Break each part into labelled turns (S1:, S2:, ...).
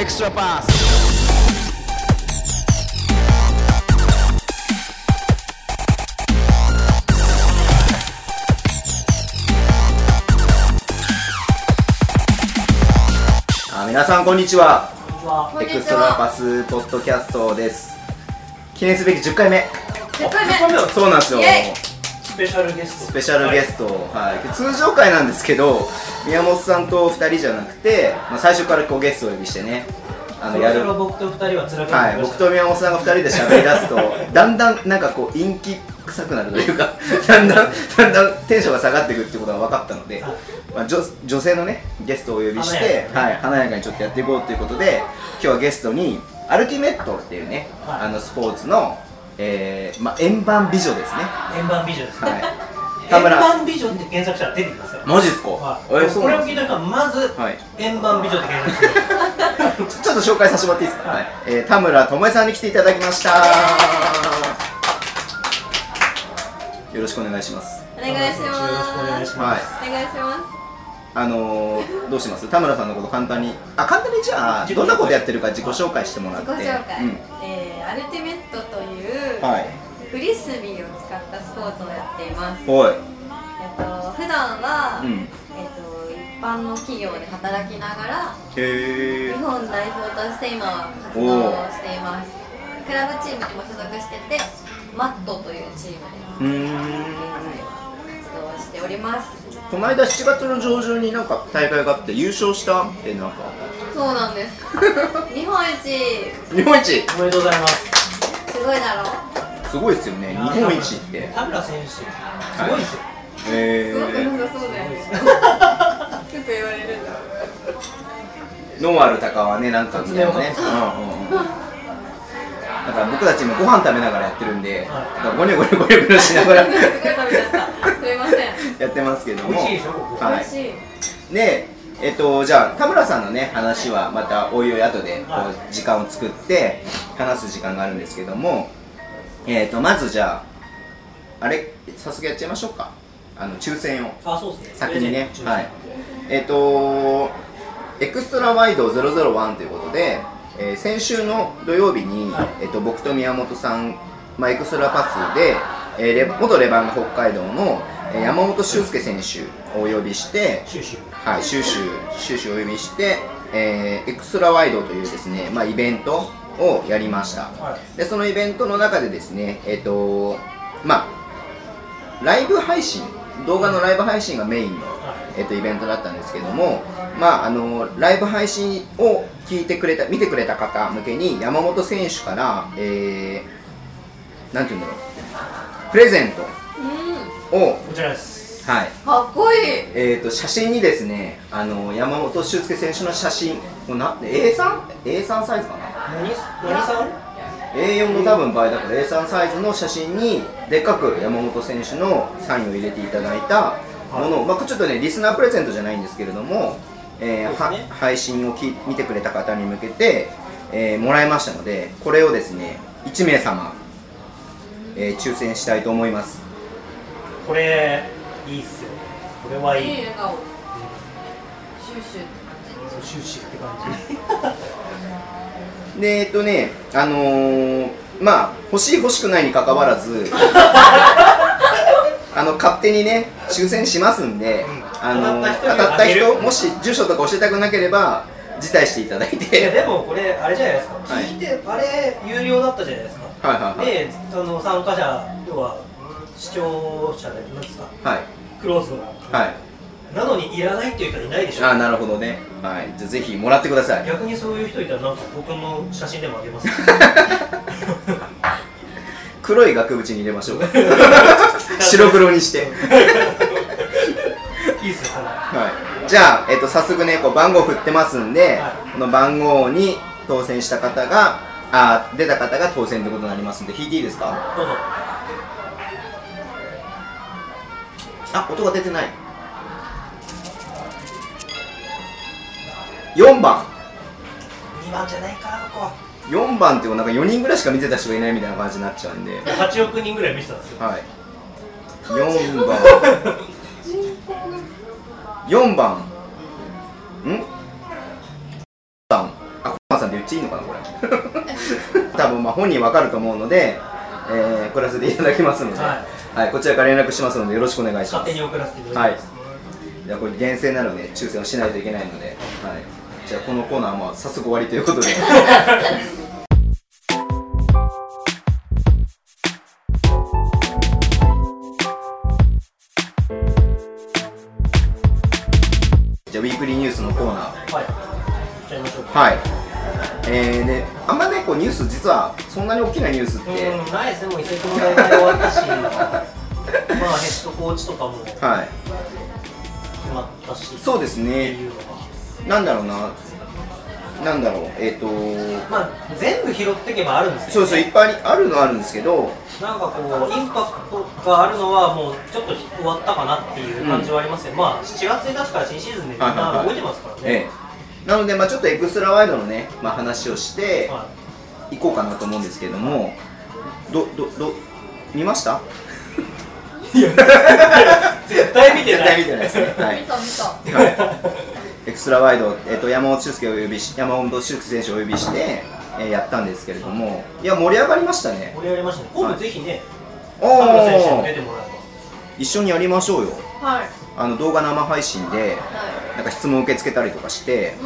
S1: extra pass.
S2: あ皆さんこんにちは
S3: こんにちは。
S2: エクストラパスポッドキャストです記念すべき10回目
S4: 10回目
S2: そうなんですよ
S4: イエイ
S3: スペシャルゲスト。
S2: スペシャルゲスト、はい通常回なんですけど宮本さんと2人じゃなくて、まあ、最初からこうゲストをお呼びしてねあ
S3: はい。
S2: の
S3: そろ
S2: や
S3: そ
S2: る
S3: ろ僕と二人は辛くな
S2: は
S3: ってき
S2: い、
S3: ま
S2: 僕
S3: した。
S2: と宮本さんが2人で喋り出 すとだんだんなんかこう陰気臭くなるというかだんだんだんだんテンションが下がっていくってことが分かったので、まあ、女女性のねゲストをお呼びして
S3: 華やかにね
S2: はい、華やかにちょっとやっていこうということで今日はゲストにアルティメットっていうね、
S3: はい
S2: あのスポーツの、えーまあ、円盤美女ですね、
S3: 円盤美女ですね。
S2: はい、田
S3: 円
S2: 村
S3: 盤美女って検索したら出てきますから。
S2: マジっすか、
S3: はい。
S2: えそう
S3: これ
S2: な
S3: を
S2: ん
S3: 聞い
S2: です
S3: た人
S2: ね
S3: はまず
S2: はい
S3: 円盤美女って検索してください。
S2: ちょちょっと紹介させてもらっていいですか、
S3: は
S2: はいいえー田村智恵さんに来ていただきましたよろしくお願いします
S4: お願いします
S3: よろしくお願いしま
S2: はい
S3: す。
S4: お願いしま
S2: あのー、どうします田村さんのこと簡単にあ簡単にじゃあ
S3: 自己紹介
S2: どんなことやってるか自己紹介してもら
S4: す
S2: って
S4: 自己紹介、
S2: うん
S4: えーアルティメットという、
S2: はい
S4: フリスビーを使ったスポーツをやっています、えっ
S2: おい
S4: と普段は、
S2: うん
S4: えっと一般の企業で働きながら
S2: へ
S4: 日
S2: え
S4: 本代表として今は活動をしていますクラブチームにも所属しててマットというチーム
S2: う
S4: で
S2: ーん
S4: 現在活動をしております
S2: この間7月の上旬になんか大会があって優勝したってなんか
S4: そうなんです日本一
S2: 日本一
S3: おめでとうございます。
S4: すごいだろう
S2: すごいですよね日本一ってへ
S3: 田村選手、すごいですよ。
S4: すごく
S2: え
S4: なさそうだよね。ちょっと言われるんだ。
S2: ノーアルタカはね、なんかみたいなね。うんうんうん。だから僕たち今ご飯食べながらやってるんで、だからゴニョゴニョゴニョゴニョしながら
S4: すごい食べちゃった。すみません。
S2: やってますけども。
S3: 美味しいでしょここ
S2: は
S4: 美味しい。
S2: い。で、えっと、じゃあ田村さんのね、話はまたおいおい後でこ
S3: は
S2: う時間を作って話す時間があるんですけども、えっと、まずじゃあ、あれ、早速やっちゃいましょうか。あの、抽選を。
S3: あ、そうですね。
S2: 先にね
S3: プレゼン、ト
S2: はい。えっ、とエクストラワイド001ということで、えー先週の土曜日に、
S3: はい
S2: えっと僕と宮本さん、まあ、エクストラパスで、えーレ元レバンガ北海道のえー山本修介選手をお呼びして、
S3: シューシュー。
S2: はい、収集収集をお呼びして、えーエクストラワイドというですね、まあ、イベントをやりました、
S3: は
S2: でそのイベントの中でですねえっ、とまあライブ配信動画のライブ配信がメインの、えっとイベントだったんですけどもまああのライブ配信を聞いてくれた見てくれた方向けに山本選手からえー、なんて言うんだろうプレゼン
S4: うん。
S2: トを
S3: こちらです。
S2: はい
S4: かっこいい。
S2: えー、と写真にですねあの山本修介選手の写真これな A3?A3 サイズかな
S3: 何、何さん
S2: A4 の多分倍だから A3 サイズの写真にでっかく山本選手のサインを入れていただいたものを、まあ、ちょっとねリスナープレゼントじゃないんですけれども、えー
S3: そう
S2: は
S3: ですね
S2: 配信をき見てくれた方に向けて、えーもらいましたのでこれをですね1名様、えー抽選したいと思います
S3: これ、いいっすよね。これはいい。
S4: いい笑顔。シューシューって感
S3: そうシューシューって感じ。
S2: でえっとねあのーまあ欲しい欲しくないにかかわら ずあの勝手にね抽選しますんで、
S3: うん
S2: あのー
S3: 当た
S2: 当
S3: った人には
S2: たった
S3: あげ
S2: 人
S3: る
S2: もし住所とか教えたくなければ辞退していただい
S3: いや
S2: て
S3: でもこれあれじゃないですか、
S2: はい
S3: 聞いてあれ有料だったじゃないですか、
S2: はいはいはい
S3: であの参加者要は視聴者でなんですか
S2: はい
S3: クローズの、
S2: はい
S3: なのにいらないっていう人いないでし
S2: あ
S3: ょ
S2: あなるほどねはいじゃあぜひもらってください
S3: 逆にそういう人いたらなんか僕の写真でもあげます
S2: 黒い額縁に入れま しょう 白黒にして
S3: いいっすよは
S2: はい、じゃあ、えっと、早速ねこう番号振ってますんで、
S3: は
S2: この番号に当選した方があー出た方が当選ってことになりますんで引いていいですか
S3: いどうぞ
S2: あ音が出てない4番
S3: 2番じゃないかここ
S2: 4番ってなんか4人ぐらいしか見てた人がいないみたいな感じになっちゃうんではい
S3: 8億人ぐらい見てたんですよ
S2: 4番
S4: じ。人口が。
S2: 4番んさんあこさんちいいのかなこれ 多分まあ本人わかると思うので、えー、送らせていただきますので、は
S5: はい
S2: こちらから連絡しますのでよろしくお願いしま
S5: 勝
S2: す
S5: 手に送らせていただきます。
S2: じゃあこれ厳正なので抽選をしないといけないので、はい、じゃあこのコーナーはまあ早速終わりということで じゃあウィークリーニュースのコーナー
S5: はい。行っちゃいましょうか。
S2: はいえー、であんまねこうニュース実はそんなに大きなニュースって、
S5: うん、ないですね、もう移籍も大体終わったし、まあヘッドコーチとかも決
S2: はい
S5: まったし、
S2: そうです
S5: って
S2: ね
S5: いうのが、
S2: なんだろうななんだろうえっ、と
S5: まあ全部拾っていけばあるんです
S2: そ
S5: よ、
S2: うそう、いっぱいあるのはあるんですけど、
S5: なんかこう、インパクトがあるのは、もうちょっと終わったかなっていう感じはありますよ、まあ7月1日から新シーズンでみんな動いてますからね、
S2: ええ、なので、まあ、ちょっとエクストラワイドのね、まあ、話をして
S5: はい
S2: こうかなと思うんですけども、ど、ど、ど、見ました
S5: い絶対見て
S2: 絶
S5: な
S2: 対見
S5: い、
S2: てないです ね。は
S4: 見た見た
S2: い。はい、エクストラワイド、えっと、山本修介をお呼びし、山本修介選手をお呼びして、えーやったんですけれども、いや、盛り上がりましたね。
S5: 盛り上がりましたね、今度ぜひね、
S2: お
S5: 田村選手にも出
S2: ー
S5: てもらえ
S2: 一緒にやりましょうよ。
S4: はい
S2: あの、動画生配信で、
S4: は
S2: なんか質問受け付けたりとかして
S4: い、う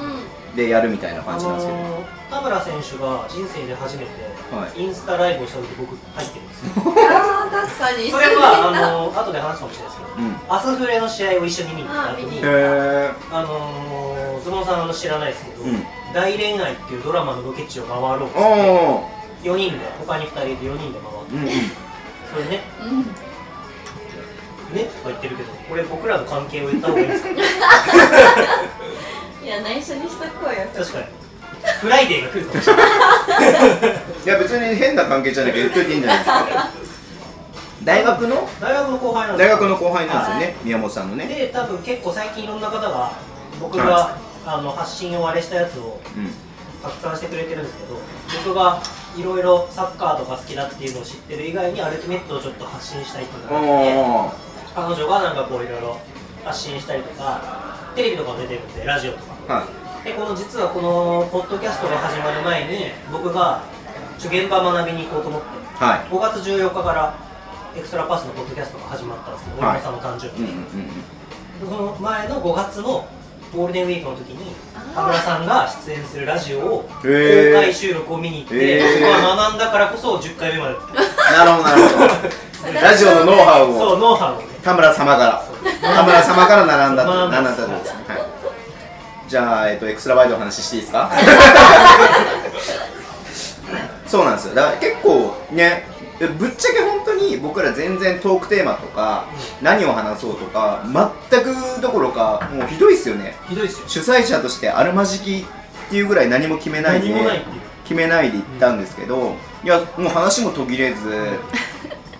S4: ん
S2: で、やるみたいな
S5: ば、
S2: 感じなんですけど。
S5: のー田村選手が人生で初めて
S2: は、い
S5: インスタライブをした時僕、入ってるんですよ。
S4: あー確かに
S5: それはあの後で話すかもしれないですけど、アスフレの試合を一緒に見に行った後に、
S2: うん。へ
S5: あのー、ズボンさんあの知らないですけど、
S2: うん
S5: 大恋愛っていうドラマのロケ地を回ろうっつ
S2: ー。おー。
S5: って、4人で、他に2人で4人で回って、
S2: うんうん。
S5: それでね、
S4: うん
S5: ねとか言ってるけど、これ、僕らの関係を言った方がいい んですか
S4: いや内緒にしとこうよ
S5: 確かに、フライデーが来るかもしれない。
S2: いや別に変な関係じゃなきゃ言っといていいんじゃないですか大学の
S5: 大学の後輩なんです
S2: 大
S5: よ
S2: 学の後輩なんですよね宮本さんのね
S5: で、多分結構最近いろんな方が、僕
S2: は
S5: があの発信をあれしたやつを
S2: うん
S5: 拡散してくれてるんですけど僕がいろいろサッカーとか好きだっていうのを知ってる以外にアルティメットをちょっと発信したい人がいて
S2: おー
S5: 彼女がなんかこういろいろ発信したりとかテレビとかも出てるんでラジオとか
S2: は
S5: でこの実はこのポッドキャストが始まる前に僕がちょ現場学びに行こうと思って
S2: いは
S5: 5月14日からエクストラパスのポッドキャストが始まったんですけど
S2: はい
S5: 大山さんの誕生
S2: い
S5: 日、
S2: うんうんうん
S5: でその前の5月のゴールデンウィークの時に
S4: あー
S5: 田村さんが出演するラジオを公
S2: へー
S5: 開収録を見に行って、
S2: へー
S5: そこは学んだからこそ10回目まで
S2: なるほどなるほど ラジオのノウハウ
S5: そ
S2: を
S5: うノウハウをね
S2: 田村様から田村様から並んだと
S5: 学んだ
S2: 並んだとことですねはいじゃあ、えっと、エクストラワイドの話していいです かそうなんですよだから結構ねぶっちゃけ本当に僕ら全然トークテーマとか何を話そうとか全くどころかもうひどいっすよね
S5: ひどいですよ
S2: 主催者としてあるまじきっていうぐらい何も決めないで
S5: 何もないっていう
S2: 決めないで行ったんですけど、いやもう話も途切れず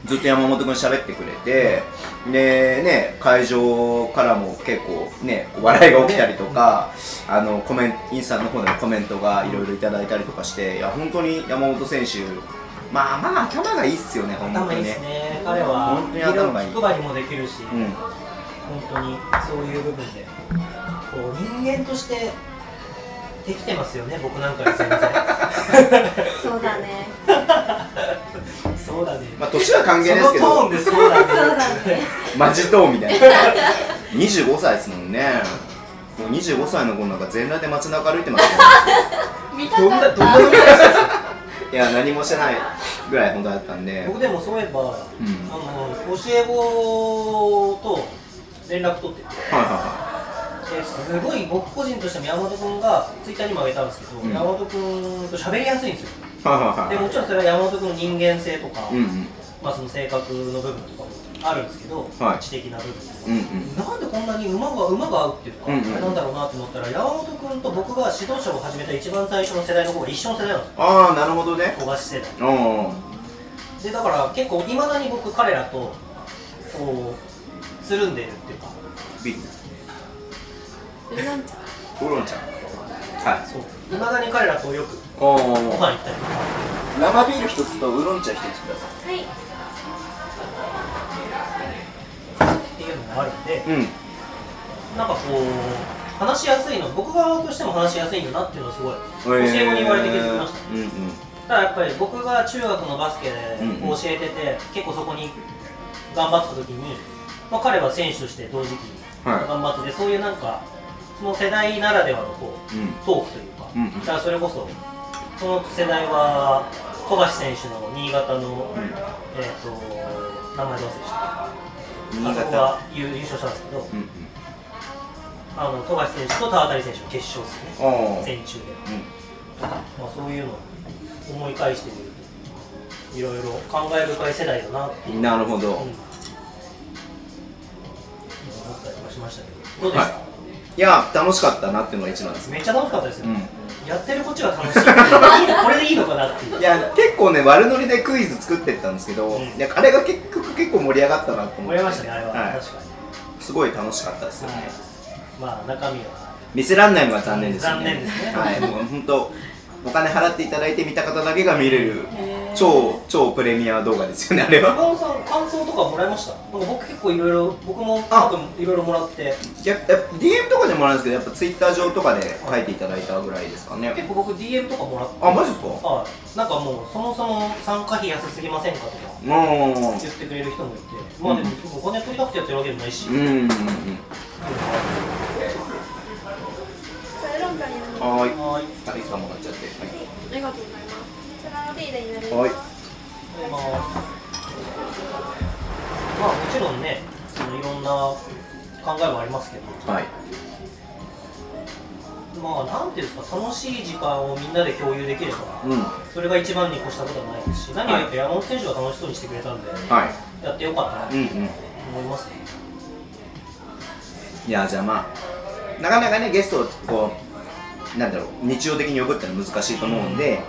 S2: ずっと山本君喋ってくれて、でね会場からも結構ね笑いが起きたりとか、あのコメンインスタの方でもコメントがいろいろいただいたりとかしていや本当に山本選手まあまあ頭がいいっすよね本
S5: 頭
S2: 当
S5: いい
S2: に
S5: です
S2: ね。
S5: ね彼は
S2: 本当に
S5: 色
S2: 頭
S5: 々
S2: がいい
S5: 気配りもできるし、
S2: うん、うん
S5: 本当にそういう部分でこう人間としてできてますよね僕なんかよ り全然
S4: そうだね
S5: そうだね、
S2: まあ年は
S5: そ
S2: 関係ないです
S5: の
S2: け
S5: トー
S2: ど
S5: ンでそうだね
S4: そうだね
S2: マジとみたいな 25歳ですもんねもう25歳の子なんか全裸で街中歩いてますよ
S4: 見
S5: ど
S4: た
S5: んな
S4: か
S5: ど
S4: っ
S5: んな
S4: た
S5: 飲み 会してた
S2: いや何もしてないぐらい本当だったんで
S5: 僕でもそういえば、
S2: ん
S5: あの教え子と連絡取ってて
S2: はいは
S5: ですごい僕個人としても山本君がツイッターにも上げたんですけど、
S2: うん
S5: 山本君と喋りやすいんですよ
S2: いはいはいはい
S5: で
S2: はい
S5: もちろんそれは山本君の人間性とか、
S2: うんうん
S5: まあ、その性格の部分とかもあるんですけど、
S2: はい
S5: 知的な部分とか、
S2: うんうん
S5: なんでこんなに馬が馬が合うっていうか、
S2: うんうん
S5: なんだろうなと思ったら山本君と僕が指導者を始めた一番最初の世代の方が一緒の世代なんですよ
S2: ああなるほどね
S5: 小橋世代
S2: うんうん
S5: でだから結構いまだに僕彼らとこうつるんでるっていうか
S2: ビール
S4: なんか
S2: ウーロン茶はい
S5: そういまだに彼らとよく
S2: おお
S5: ご飯行ったりとか
S2: 生ビール一つとウーロン茶一つくださ
S4: はい
S5: っていうのもあるんで
S2: いうん
S5: なんかこう話しやすいの僕側としても話しやすいんだなっていうのはすごい教え子に言われて気づきました
S2: うんうん
S5: ただやっぱり僕が中学のバスケで
S2: うんうん
S5: 教えてて、結構そこに頑張ってた時に、まあ、彼は選手として同時期に
S2: は
S5: 頑張ってて、そういうなんかその世代ならではのこう
S2: いうん
S5: トークというか,、
S2: うんうん
S5: だからそれこそその世代は富樫選手の新潟の、
S2: うん
S5: えっ、と名前どうせした
S2: 新
S5: あそ
S2: 潟
S5: こが優優勝したんですけど、
S2: うんうん
S5: あの富樫選手と田渡選手の決勝ですね
S2: ああ
S5: 戦中で。
S2: うん
S5: まあ、そういうのを思い返してみるといろいろ感慨深い世代だなって、うん、思
S2: なるほど、
S5: ったりはしましたけどどうでした、
S2: はいいや楽しかったなっていうのが一番です
S5: めっちゃ楽しかったですよ、
S2: う
S5: やってるこっちが楽しいこれでいいのかなっていう
S2: いや結構ね悪ノリでクイズ作ってったんですけど、
S5: うん
S2: いやあれが結局結構盛り上がったなと思
S5: 思
S2: っ
S5: い
S2: て
S5: ましたねあれは、
S2: はい
S5: 確かに、
S2: すごい楽しかったですよね、
S5: まあ中身は
S2: 見せらんないのは残念ですよね
S5: 残念ですね
S2: はいもう本当お金払っていただいて見た方だけが見れる超超プレミア動画ですよねあれは
S5: 中尾さん感想とかもらいましたなんか僕結構いろいろ僕も多分いろいろもらって
S2: いややっぱ DM とかでもらうんですけどやっぱ Twitter 上とかで書いていただいたぐらいですかね
S5: 結構僕 DM とかもらって
S2: あマジですか
S5: はいなんかもうそもそも参加費安すぎませんかとか
S2: も
S5: 言ってくれる人もいて、まあでもお金取りたくてやってるわけじゃないし、
S2: ううんうんうん
S6: それ論外になります。
S2: はーい
S5: は
S2: は
S5: い、
S2: いさんもらっちゃってはい
S6: ありがとうございます。こちらのビールになります。
S2: はい
S5: まあ、まあもちろんね、そのいろんな考えもありますけど、
S2: はい
S5: まあなんていうんですか、楽しい時間をみんなで共有できれば、
S2: うん
S5: それが一番に越したことはないですし、何よりやっぱ山本選手が楽しそうにしてくれたんで、
S2: は
S5: やってよかったなと
S2: いうんうん
S5: 思いますね。
S2: いやじゃあまあなかなかねゲストをこうなんだろう日常的に呼ぶってのは難しいと思うんで、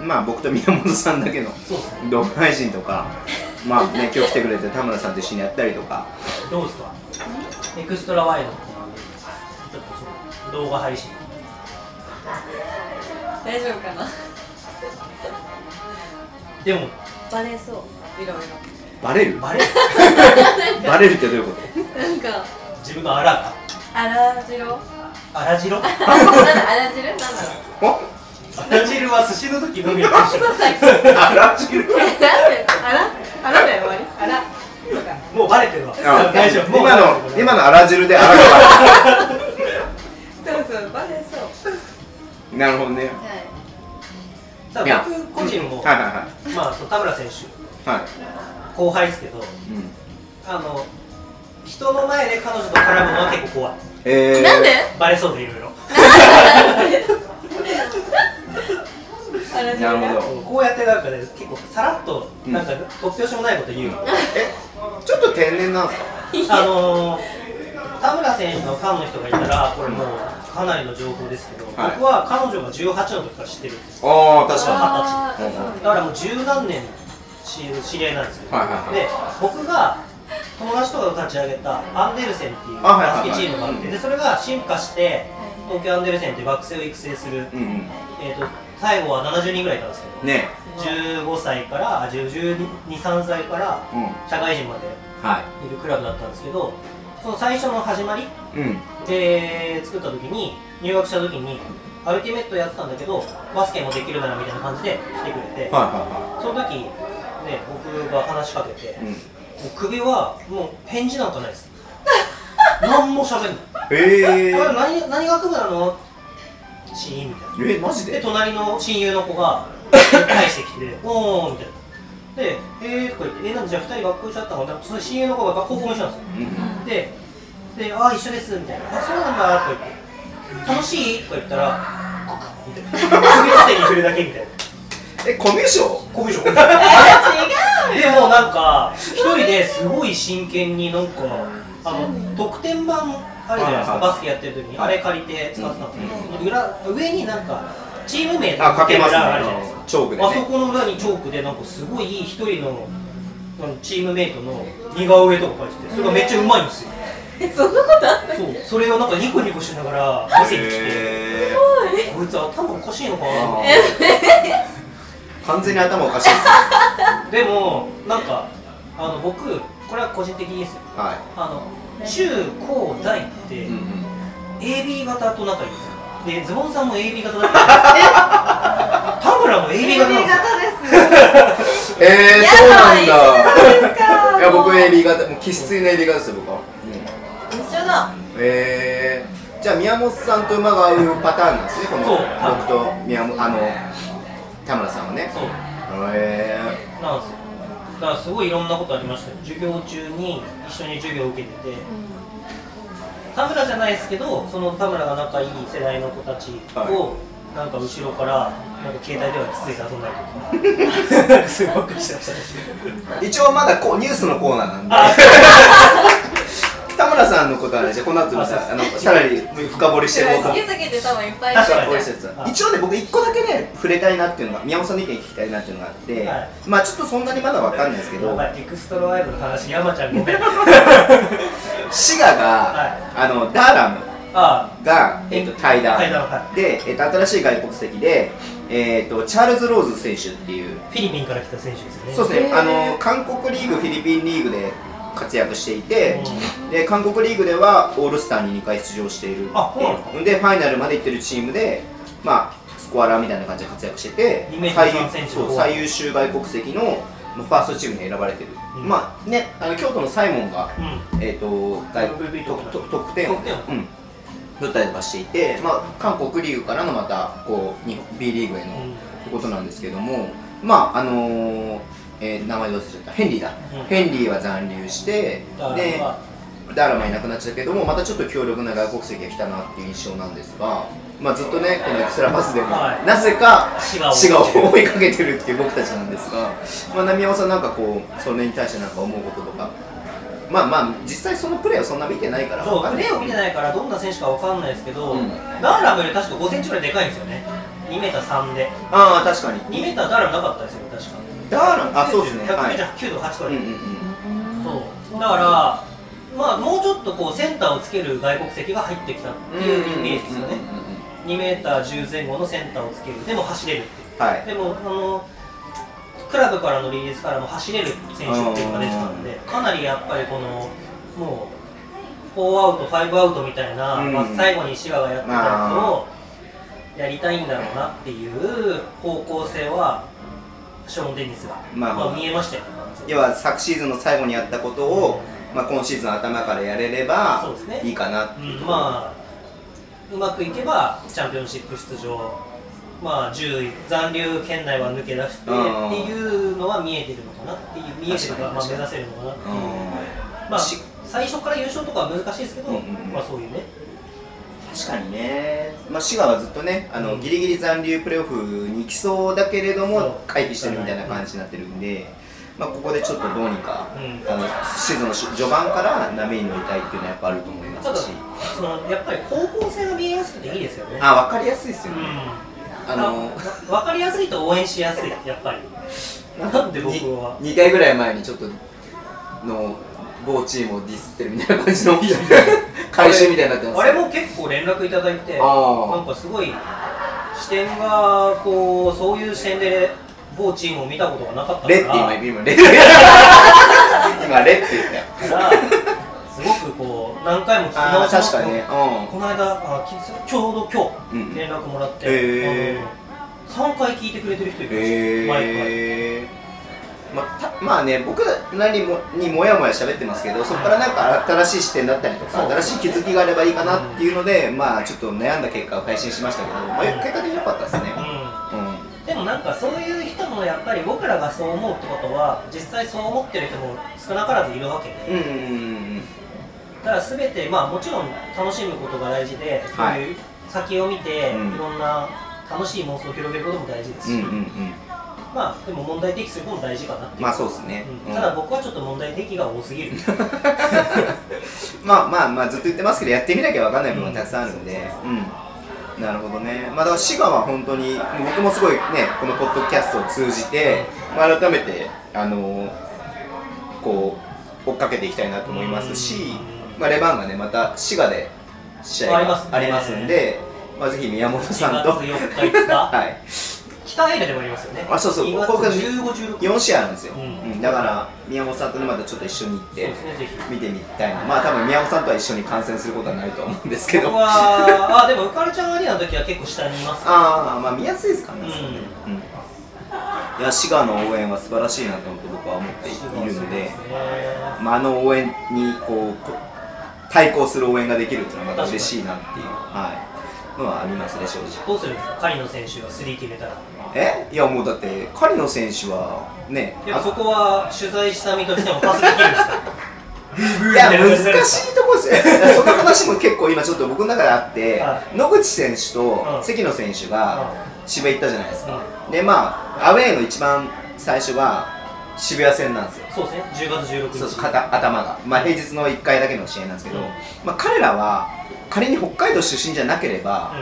S2: まあ僕と宮本さんだけの
S5: そうですね。
S2: 動画配信とかまあね今日来てくれて田村さんと一緒にやったりとか
S5: どうですかエクストラワイドっていうのはちょっとその動画配信。
S4: 大丈夫かな
S5: でも、
S4: バレそういろい
S2: バレる
S5: バレる
S2: バレるってどういうこ
S4: ろなんか
S5: 自分が荒
S4: あら汁なん
S5: か、荒汁
S4: だあら汁なんだ
S2: とお
S5: 豚汁は寿司の時のみでしょ
S4: そうだっけ
S2: あらじる
S4: なんであらあらだよ終わりあらとか
S5: もうバレてるわ
S2: あ
S5: 大丈夫もう
S2: 今
S5: バレて
S2: の
S5: る
S2: 今のあら汁であらが
S4: そうそうバレそう
S2: なるほどね
S4: はい
S5: た
S2: いや
S5: だ僕個人も、
S2: はいはいは
S5: まあそう田村選手
S2: いはい
S5: 後輩ですけど
S2: うん
S5: あの人の前で彼女と絡むのは結構怖い
S2: えー、
S4: なんで
S5: バレそうでい ろいろ
S4: あら汁
S2: な
S4: が
S2: るほど
S5: こうやってなんかね結構さらっと
S2: うん
S5: なんか突拍子もないこと言う、
S2: えちょっと天然なんですか
S5: あのー田村選手のファンの人がいたらこれもうかなりの情報ですけど、
S2: はい
S5: 僕は彼女が18の時から知ってるんですよ
S2: ああ確かに
S4: あーそう
S2: う
S4: ね
S5: だからもう十何年知知り合いなんですよ、
S2: はいはいはい
S5: で僕が友達とかが立ち上げたアンデルセンっていう
S2: あはいはいは
S5: バ
S2: い
S5: スケチームがあって、
S2: うん
S5: でそれが進化して東京アンデルセンっていう学生を育成する、
S2: うんうん
S5: えー、と最後は70人ぐらいいたんですけど、
S2: ね
S5: 15歳からあ123歳から
S2: えうん
S5: 社会人まで
S2: はい
S5: いるクラブだったんですけどその最初の始まり
S2: うん
S5: で作った時に入学した時にアルティメットやってたんだけどバスケもできるならみたいな感じで来てくれて、
S2: は
S5: その時ね僕が話しかけて、
S2: いはいはい、うん、
S5: 首はもう返事なんかな いです何も喋んない
S2: え
S5: あれ
S2: ー、
S5: 何何学部なのシーンみたいな
S2: えマジ
S5: で
S2: で
S5: 隣の親友の子 が返してきて「おー」みたいなで「えー」とか言って「えー、なんでじゃあ2人学校一緒だったの?」ってその親友の子が学校一緒なんですよ
S2: うんうん
S5: で「でああ一緒です」みたいな「あそうなんだ」とか言って「楽しい?」とか言ったら「みたいな首縦に振るだけみたいな
S2: えコミュ障
S5: こういうでしょ でもなんか一人ですごい真剣になんかあの特典版あるじゃないです
S2: はいは
S5: か
S2: い
S5: バスケやってる時にあれ借りて使ってたんですけど、裏上になんかチーム名と
S2: あ
S5: か
S2: 書けますね
S5: 裏あるじゃないですか
S2: チョークで
S5: あそ
S2: ね
S5: この裏にチョークでなんかすごい一人のあのチームメイトの似顔絵とか書いててそれがめっちゃうまいんですよ
S4: えそんなことあった
S5: そうそれをなんかニコニコしながら見せてきて
S2: え
S5: こいつ頭おかしいのかな
S2: ー 完全に頭おかしいですね
S5: でもなんかあの僕これは個人的にですよ
S2: は
S5: あの中高大って
S2: い、うんうん、
S5: 永 AB 型と仲いいんですよでズボンさんも AB 型だったんですよ田村も AB 型なんですよ
S2: えー、
S4: や
S2: そう
S4: だ
S2: なんだ。
S4: 一緒だ
S2: いや、僕 AB 型、もう生粋の AB 型ですよ、僕は。
S4: 一緒だ
S2: えー、じゃあ宮本さんと馬が合うパターンなんですね、この
S5: そう
S2: 僕と宮本、あの田村さんはね。
S5: そう
S2: え
S5: なんですよだからすごいいろんなことありましたよ授業中に一緒に授業を受けてて田村じゃないですけどその田村が仲いい世代の子たちを、
S2: は
S5: なんか後ろからなんか携帯電話つついて遊んだりとか すごくしてましたね
S2: ー、一応まだこうニュースのコーナーなんで。 田村さんのことはね、じゃあこの後またあのさらに深掘りしていこうと
S4: 好
S2: 思
S4: き
S2: う。
S4: すぎて多分いっぱいいる
S5: 確か
S4: じゃ
S5: に
S2: こうい
S4: ん
S2: う施設は一応ね、僕一個だけね、触れたいなっていうのが、宮本さんの意見聞きたいなっていうのがあって、
S5: はい
S2: まあちょっとそんなにまだわかんないですけど、
S5: やばいエクストロワイドの話山ちゃん ごめんあ
S2: 滋賀が、あのダーラム
S5: あ
S2: が、えっと、対談
S5: 対談は
S2: で、えっと、新しい外国籍で、えっと、チャールズ・ローズ選手っていう、
S5: フィリピンから来た選手ですよね
S2: そう
S5: う
S2: ですね、
S4: へー
S2: あの韓国リーグ、フィリピンリーグで活躍していて、で韓国リーグではオールスターに2回出場している
S5: あそうなんです
S2: でファイナルまで行ってるチームで、まあ、スコアラーみたいな感じで活躍してて
S5: 二名
S2: 最
S5: 三選手の
S2: そう最優秀外国籍のまあファーストチームに選ばれてる、
S5: うん
S2: まあね、あの京都のサイモンが
S5: ん、
S2: えー、と外国
S5: MVP
S2: とと得点を、
S5: 得点王
S2: うん、取ったりとかしていて、まあ、韓国リーグからのまたこう日本 B リーグへのっ
S5: うん
S2: てことなんですけども、まああのーえー名前忘れちゃったヘンリーだ、
S5: うん
S2: ヘンリーは残留して
S5: だから
S2: で
S5: まあ
S2: ダーラマいなくなっちゃったけどもまたちょっと強力な外国籍が来たなっていう印象なんですが、まあ、ずっとねこのエクストラパスでも、
S5: はい
S2: なぜか
S5: 滋賀を
S2: 滋賀を追いかけてるっていう僕たちなんですが、まあ、波山さんなんかこうそれに対してなんか思うこととかまあまあ実際そのプレーをそんな見てないから
S5: そう
S2: わか
S5: プ
S2: んない
S5: レーを見てないからどんな選手かわかんないですけど、
S2: うん
S5: ダーラムより確か5センチぐらいでかいんですよね 2m3 で
S2: ああ確かに
S5: 2m ダーラムなかったですよね確か
S2: ダーラムあそうですねはい、
S5: 199とか8と
S2: う
S5: か
S2: ん
S5: で、
S2: うんうん、
S5: そうだからまあもうちょっとこうセンターをつける外国籍が入ってきたっていうイメージです
S2: うんう
S5: よね、
S2: んうんうん
S5: 2m10 前後のセンターをつけるでも走れるっていう
S2: はい
S5: でもあのクラブからのリリースからも走れる選手っていうのが出てたんで、かなりやっぱりこの、もう、4アウト、5アウトみたいな、
S2: うん
S5: まあ最後に滋賀がやってたやつをやりたいんだろうなっていう方向性は、ショーン・デニスが、
S2: ま
S5: ま
S2: あ
S5: あ見えましたよね、完全に
S2: 要は昨シーズンの最後にやったことを、まあ、今シーズン頭からやれれ
S5: そう
S2: ば
S5: ですね
S2: いいかなっていう
S5: う
S2: と
S5: ん
S2: ころ、
S5: まあ、うまくいけばチャンピオンシップ出場、まあ、10位残留圏内は抜け出してって
S2: うん
S5: いうのは見えてるのかなっていう、見えてるか、まあ、
S2: 確か
S5: 目
S2: に
S5: 指せるのかなっていう、
S2: うん
S5: まあ
S2: し、
S5: 最初から優勝とかは難しいですけど、
S2: うんうんうん
S5: まあ、そういうね、
S2: 確かにね、まあ、滋賀はずっとねあの、
S5: うん
S2: ギリギリ残留プレーオフに行きそうだけれど
S5: そう
S2: も回避してるみたいな感じになってるんで、まあ、ここでちょっとどうにか、
S5: うん
S2: あのシーズンの序盤から波に乗りたいっていうのはやっぱあると思いま
S5: ただ
S2: すし、
S5: そのやっぱり方向性が見えやすくていいですよね。
S2: あ分かりやすいです
S5: う
S2: よ
S5: ん
S2: ね、あの
S5: わ分かりやすいと応援しやすい、やっぱり。なんで僕は。
S2: 2回ぐらい前にちょっとの某チームをディスってるみたいな感じの回収みたいになってます
S5: あれも結構連絡いただいて、
S2: あー
S5: なんかすごい視点がこうそういう視点で某チームを見たことがなかったから、
S2: レッティ今今レッテ ィ今レッティって
S5: からすごくこう何回も聞き
S2: あ
S5: 直
S2: あ
S5: しま
S2: 確
S5: し
S2: か
S5: た
S2: にね
S5: この間あきちょうど
S2: う
S5: 今
S2: ん
S5: 日連絡もらって、
S2: へー
S5: 3回聞いてくれてる人い
S2: うん
S5: るし、毎回
S2: えー、またまあね僕らにもにもやもや喋ってますけどそこからなんか新しい視点だったりと
S5: そ
S2: か
S5: う
S2: 新しい気づきがあればいいかなっていうので、まあちょっと悩んだ結果を配信しましたけど、まあ、結果的に良かったですね
S5: う
S2: うん
S5: ん、でもなんかそういう人もやっぱり僕らがそう思うってことは実際そう思ってる人も少なからずいるわけで、
S2: うんうんうん
S5: だから全て、まあ、もちろん楽しむことが大事で、
S2: はい
S5: そういう先を見て、
S2: うん
S5: いろんな楽しい妄想を広げることも大事です
S2: う
S5: し、
S2: んうんうんうん
S5: まあ、でも問題提起することも大事かなっていう、
S2: まあそうですね、
S5: うん
S2: うん
S5: ただ僕はちょっと問題提起が多 すぎる
S2: まあまあまあずっと言ってますけどやってみなきゃわかんない部分がたくさんあるんで、うん、なるほどね、まあ、だから滋賀は本当に僕もすごいねこのポッドキャストを通じて、まあ、改めてあのこう追っかけていきたいなと思いますし、
S5: うん
S2: まあ、レバンがねまた滋賀で試合
S5: あります
S2: が
S5: ね
S2: ありますんで、まあ、ぜひ宮本さんと
S5: 4月4日5日
S2: はい、
S5: 北エリアでもありますよね
S2: あそうそう
S5: 今
S2: ここが
S5: 15、16
S2: 4試合あるんですよ、
S5: うん
S2: うんだから宮本さんと沼田ちょっと一緒に行っ
S5: そう
S2: て
S5: ですねぜひ
S2: 見てみたいなまあ多分宮本さんとは一緒に観戦することはないと思うんですけど
S5: 僕 はあでも浮かれちゃんアリアの時は結構下にいますから
S2: ああまあ見やすいですかね、
S5: うん
S2: あそこねうんいや滋賀の応援は素晴らしいなと僕は思っているので、まあ、あの応援にこうこ対抗する応援ができるっていうのはまた嬉しいなっていう、はい、のはありますね正直
S5: どうするんですか狩野選手が3決めたら
S2: えいやもうだって狩野選手はね
S5: いやそこは取材した身としてもパスできるんですか
S2: いや難しいとこです その話も結構今ちょっと僕の中であって、
S5: は
S2: 野口選手と
S5: うん
S2: 関野選手が渋谷行ったじゃないですか、でまあアウェーの一番最初が渋谷戦なんですよ
S5: そうですね10月16日
S2: そうそう肩頭が、まあ、平日の1回だけの試合なんですけど、
S5: うん
S2: まあ、彼らは仮に北海道出身じゃなければ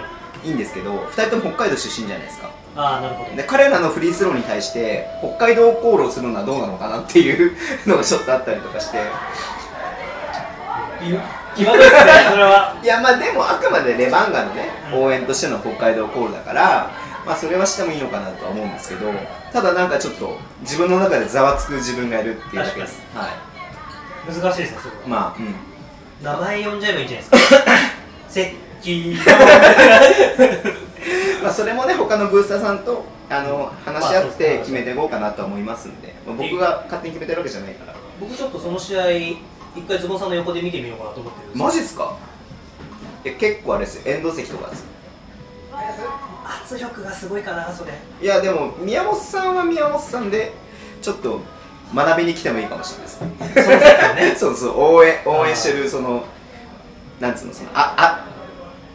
S5: う
S2: いいんですけど、2人とも北海道出身じゃないですか
S5: んああなるほど
S2: で彼らのフリースローに対して北海道航路をするのはどうなのかなっていうのがちょっとあったりとかして
S5: 気まぐれですね それはい
S2: やまあでもあくまでレバンガのね
S5: うん
S2: 応援としての北海道コールだからまあそれはしてもいいのかなとは思うんですけどただなんかちょっと自分の中でざわつく自分がいるっていうだけですは
S5: 難しいですねそれ
S2: い
S5: は
S2: まあうん
S5: 名前呼んじゃえばいいんじゃないですか関
S2: まあそれもね他のブースターさんとあの話し合っ
S5: そうです
S2: て
S5: ね
S2: 決めていこうかなとは思いますんで、まあ、僕が勝手に決めてるわけじゃないから
S5: 僕ちょっとその試合一回ズボンさんの横で見てみようかなと思ってるんです
S2: マジっすかいや結構あれですよ遠藤席とかです
S5: 圧力がすごいかなそれ
S2: いやでも宮本さんは宮本さんでちょっと学びに来てもいいかもしれないですね
S5: その席はね
S2: そうそう応援応援してるそのなんつうのそのああ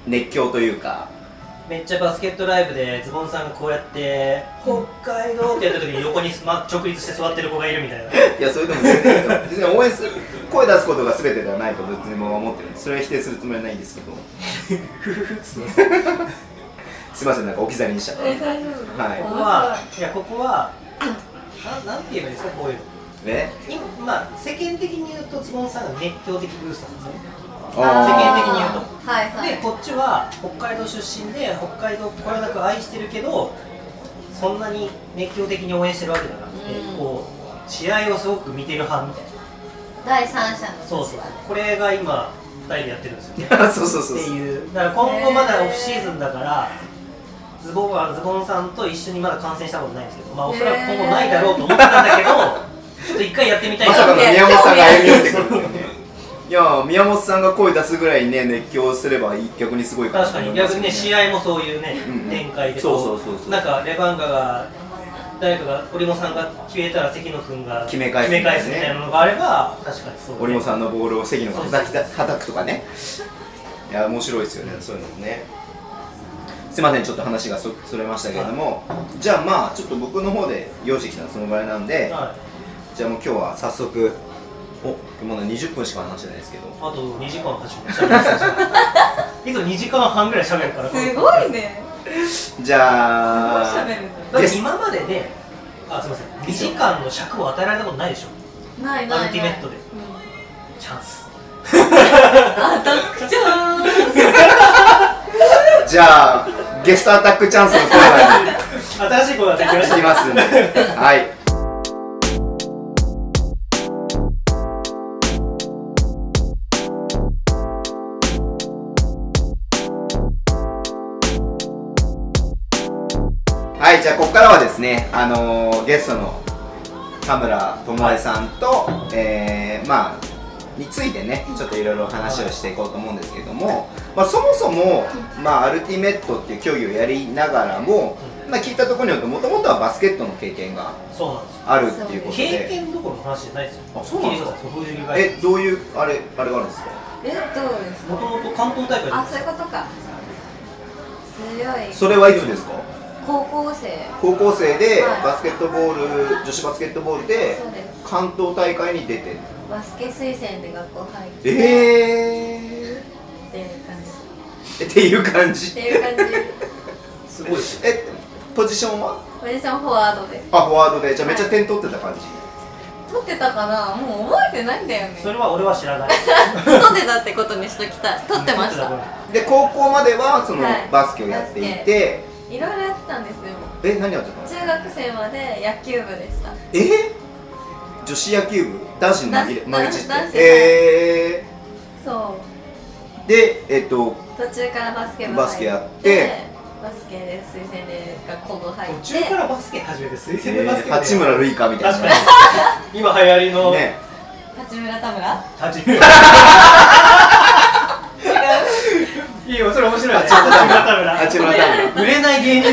S2: 熱狂というか
S5: めっちゃバスケットライブでズボンさんがこうやって「北海道」ってやった時に横にすま直立して座ってる子がいるみたいな
S2: いやそれでも全然いいと思う別に応援する声出すことが全てではないと別に僕は思ってるんでそれは否定するつもりはないんですけど すいませんなんか置き去りにしちゃった
S5: こ
S2: は
S5: こはいやここはななんて言えばいいですかこういうの
S2: いね
S5: 今まあ世間的に言うとズボンさんが熱狂的ブースターなんですよね
S2: 世
S5: 間的に言うと
S4: はいはい
S5: でこっちは北海道出身で北海道をこよなく愛してるけどそんなに熱狂的に応援してるわけじゃなくて、
S4: うん
S5: こう試合をすごく見てる派みたいな
S4: 第三者の
S5: そうそうこれが今2人でやってるんですよね
S2: そうそうそう
S5: って
S2: そう
S5: いうだから今後まだオフシーズンだからズボンはズボンさんと一緒にまだ観戦したことないんですけどまあおそらく今後ないだろうと思ってたんだけどちょっと一回やってみたい
S2: まさかの
S5: な
S2: 宮本さんが歩み寄ってくるっていうねいや宮本さんが声出すぐらいね熱狂すれば逆にすごいかな
S5: 確
S2: と
S5: か
S2: 思い
S5: に
S2: ます
S5: 逆にね試合もそういうね
S2: うんうん
S5: 展開で
S2: そう
S5: こ
S2: そうそうそう
S5: なんかレバンガが誰かが折茂さんが決めたら関野君が
S2: 決め返す
S5: 決め返すみたいなのがあれば確かにそう
S2: 折茂さんのボールを関野が叩きた叩くとかねいや面白いですよねそういうのもねすいませんちょっと話がそそれましたけれども、じゃあまあちょっと僕の方で用意してきたのはそのぐらいなんで、
S5: はい
S2: じゃあもう今日は早速おまだ20分しか話してないですけど
S5: あと2時間はしゃべる いつも2時間半ぐらいしゃべるから
S7: すごいね。
S2: じゃあ
S7: すごい喋るね
S5: だって今までであすいません2時間の尺を与えられたことないでしょ
S4: ないないない
S5: アルティメットで
S7: うん
S5: チャンス
S7: あ、ダックちゃん。
S2: じゃあゲストアタックチャンスのコーナーに
S5: 新しいことができまし
S2: 行
S5: た
S2: きますんではいはいじゃあここからはですねあのーゲストの田村智恵さんと、えーまあについてねちょっといろいろ話をしていこうと思うんですけども、まあ、そもそも、まあ、アルティメットっていう競技をやりながらも、まあ、聞いたところによるともともとはバスケットの経験が
S5: そうなんですよ
S2: あるっていうこと
S5: 経
S2: で
S5: 験どころの話じゃないですよ
S2: あそうなんですか
S5: 聞いてくださいそう藤井が
S2: えどういうあれあれがあるんですか
S4: えどうです
S5: もともと関東大会
S4: かあそういうことか強い
S2: それはいつですか
S4: 高校生
S2: 高校生で
S4: はい
S2: バスケットボール女子バスケットボールで
S4: そうです
S2: 関東大会に出て
S4: バスケ推薦で学校入って
S2: え
S4: っていう感じ
S2: ー、っていう感
S4: っ
S2: じ
S4: ていう感じ
S5: すごいですよ
S2: えポジションは
S4: おじさんフォワードで
S2: あフォワードでじゃあめっちゃ点取ってた感じ、
S4: 撮ってたかなもう覚えてないんだよね
S5: それは俺は知らない
S4: 撮ってたってことにしときたい 撮ってました
S5: 撮って
S2: で高校まではその
S4: はい
S2: バスケをやっていて、
S4: いろいろやってたんですよ
S2: ええ何やってたの
S4: 中学生まで野球部でした
S2: え女子野球部男子の負け
S4: 男
S2: 負けちっ
S4: 男子
S2: てえ
S4: そう
S2: ー、でえっと
S4: 途中からバスケ部入
S2: バスケやって
S4: バスケで推薦で学校部入って
S3: 途中からバスケ始めて推薦でバスケ、
S2: えー八村塁かみたい
S3: 確か
S2: な
S3: に今流行りの、
S2: ね
S4: 八村田村
S3: 八村いいよそれ面白いね
S2: 八村
S3: 八
S2: 八
S3: 村
S2: 村田村
S3: 田村売れない芸人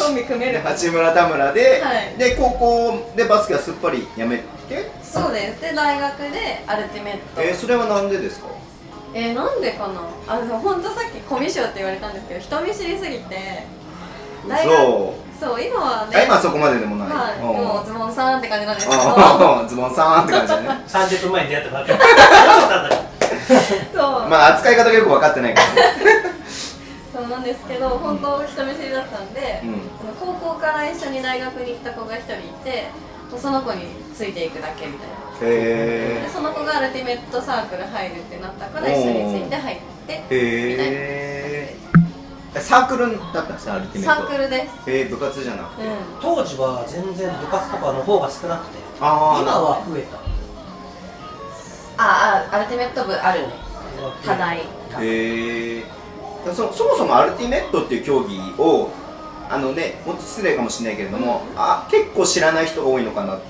S8: コンビ組め
S2: で
S8: る
S2: 八村田村で、
S4: はい
S2: で高校でバスケはすっぱりやめて
S4: そうですで大学でアルティメット
S2: えー、
S4: え
S2: それはなんでですか
S4: ーなんでかなあの本当さっきコミュ障って言われたんですけど人見知りすぎて大学
S2: そう
S4: そう今はね
S2: あ今はそこまででもない、
S4: はい
S2: うん
S4: もうズボンさんって感じなんですけど
S2: あーズボンさんって感じだね
S3: 30分前に出会ったばっかりただ
S4: そう、
S2: まあ扱い方がよく分かってないからね、
S4: そうなんですけど本当人見知りだったんで、
S2: うん
S4: あの高校から一緒に大学に行った子が一人いてもうその子についていくだけみたいなで
S2: へ
S4: その子がアルティメットサークル入るってなったから一緒について入って
S2: えへえサークルだったんですねアルティメ
S4: サ
S2: ット
S4: ークルです
S2: えー、部活じゃなくて
S4: うん
S3: 当時は全然部活とかの方が少なくて今
S2: あー
S3: は増えた
S4: ああアルティメット部あるね課題
S2: へえそそもそもアルティメットっていう競技をあのねもっと失礼かもしれないけれども、あ結構知らない人が多いのかな
S3: うん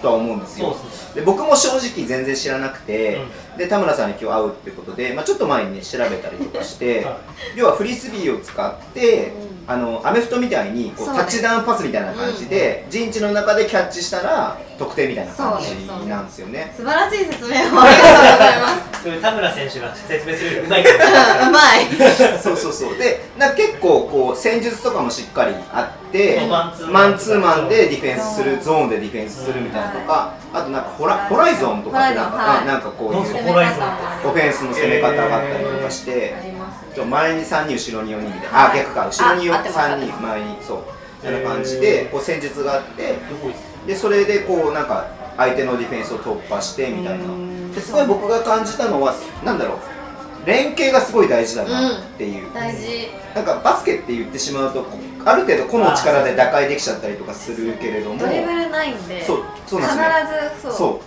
S2: とは思うんです
S3: そう
S2: よ
S3: ですね
S2: で僕も正直全然知らなくて、で田村さんに今日会うってことで、まあ、ちょっと前にね調べたりとか して、
S3: は
S2: 要はフリスビーを使って、あのアメフトみたいにこう
S4: そう
S2: タッ
S4: ね
S2: チダウンパスみたいな感じで、陣地の中でキャッチしたら得点みたいな感
S4: そうですそうで
S2: じ
S4: す
S2: なんですよね。
S4: 素晴らしい説明をありがとうござい
S3: それ田村選手が説明するよりうまいけど
S4: ますうまい
S2: そうそうそうでなんか結構こう戦術とかもしっかりあって
S3: そうマンツーマン
S2: マンツーマンでディフェンスするゾーンでディフェンスするみたいなとか、あとなんかホラホライゾンとかってなんか,、
S4: ホライゾンはい
S2: なんかこういう
S3: ど
S2: オ
S3: う
S2: フ
S3: すか
S2: ェン
S3: ホライゾン
S2: スの攻め方があったりとかして。
S4: あります
S2: そう前に3人後ろに4人みたいな、
S4: は
S2: あ
S4: い
S2: 逆か後ろに
S4: あ合ってます
S2: 3
S4: 合ってま
S2: 人
S4: す
S2: 前にそうみたいな感じ
S3: へ
S2: で
S3: ー
S2: こう戦術があって
S3: すごいですね
S2: でそれでこうなんか相手のディフェンスを突破してみた
S3: う
S2: いな
S3: ん
S2: ですごい僕が感じたのはなんだろう連携がすごい大事だなっていう、
S4: 大事
S2: なんかバスケって言ってしまうとこうある程度個の力で打開できちゃったりとかするけれども
S4: ドリブルないんで
S2: そうそうなんですね
S4: 必ずそう
S2: そう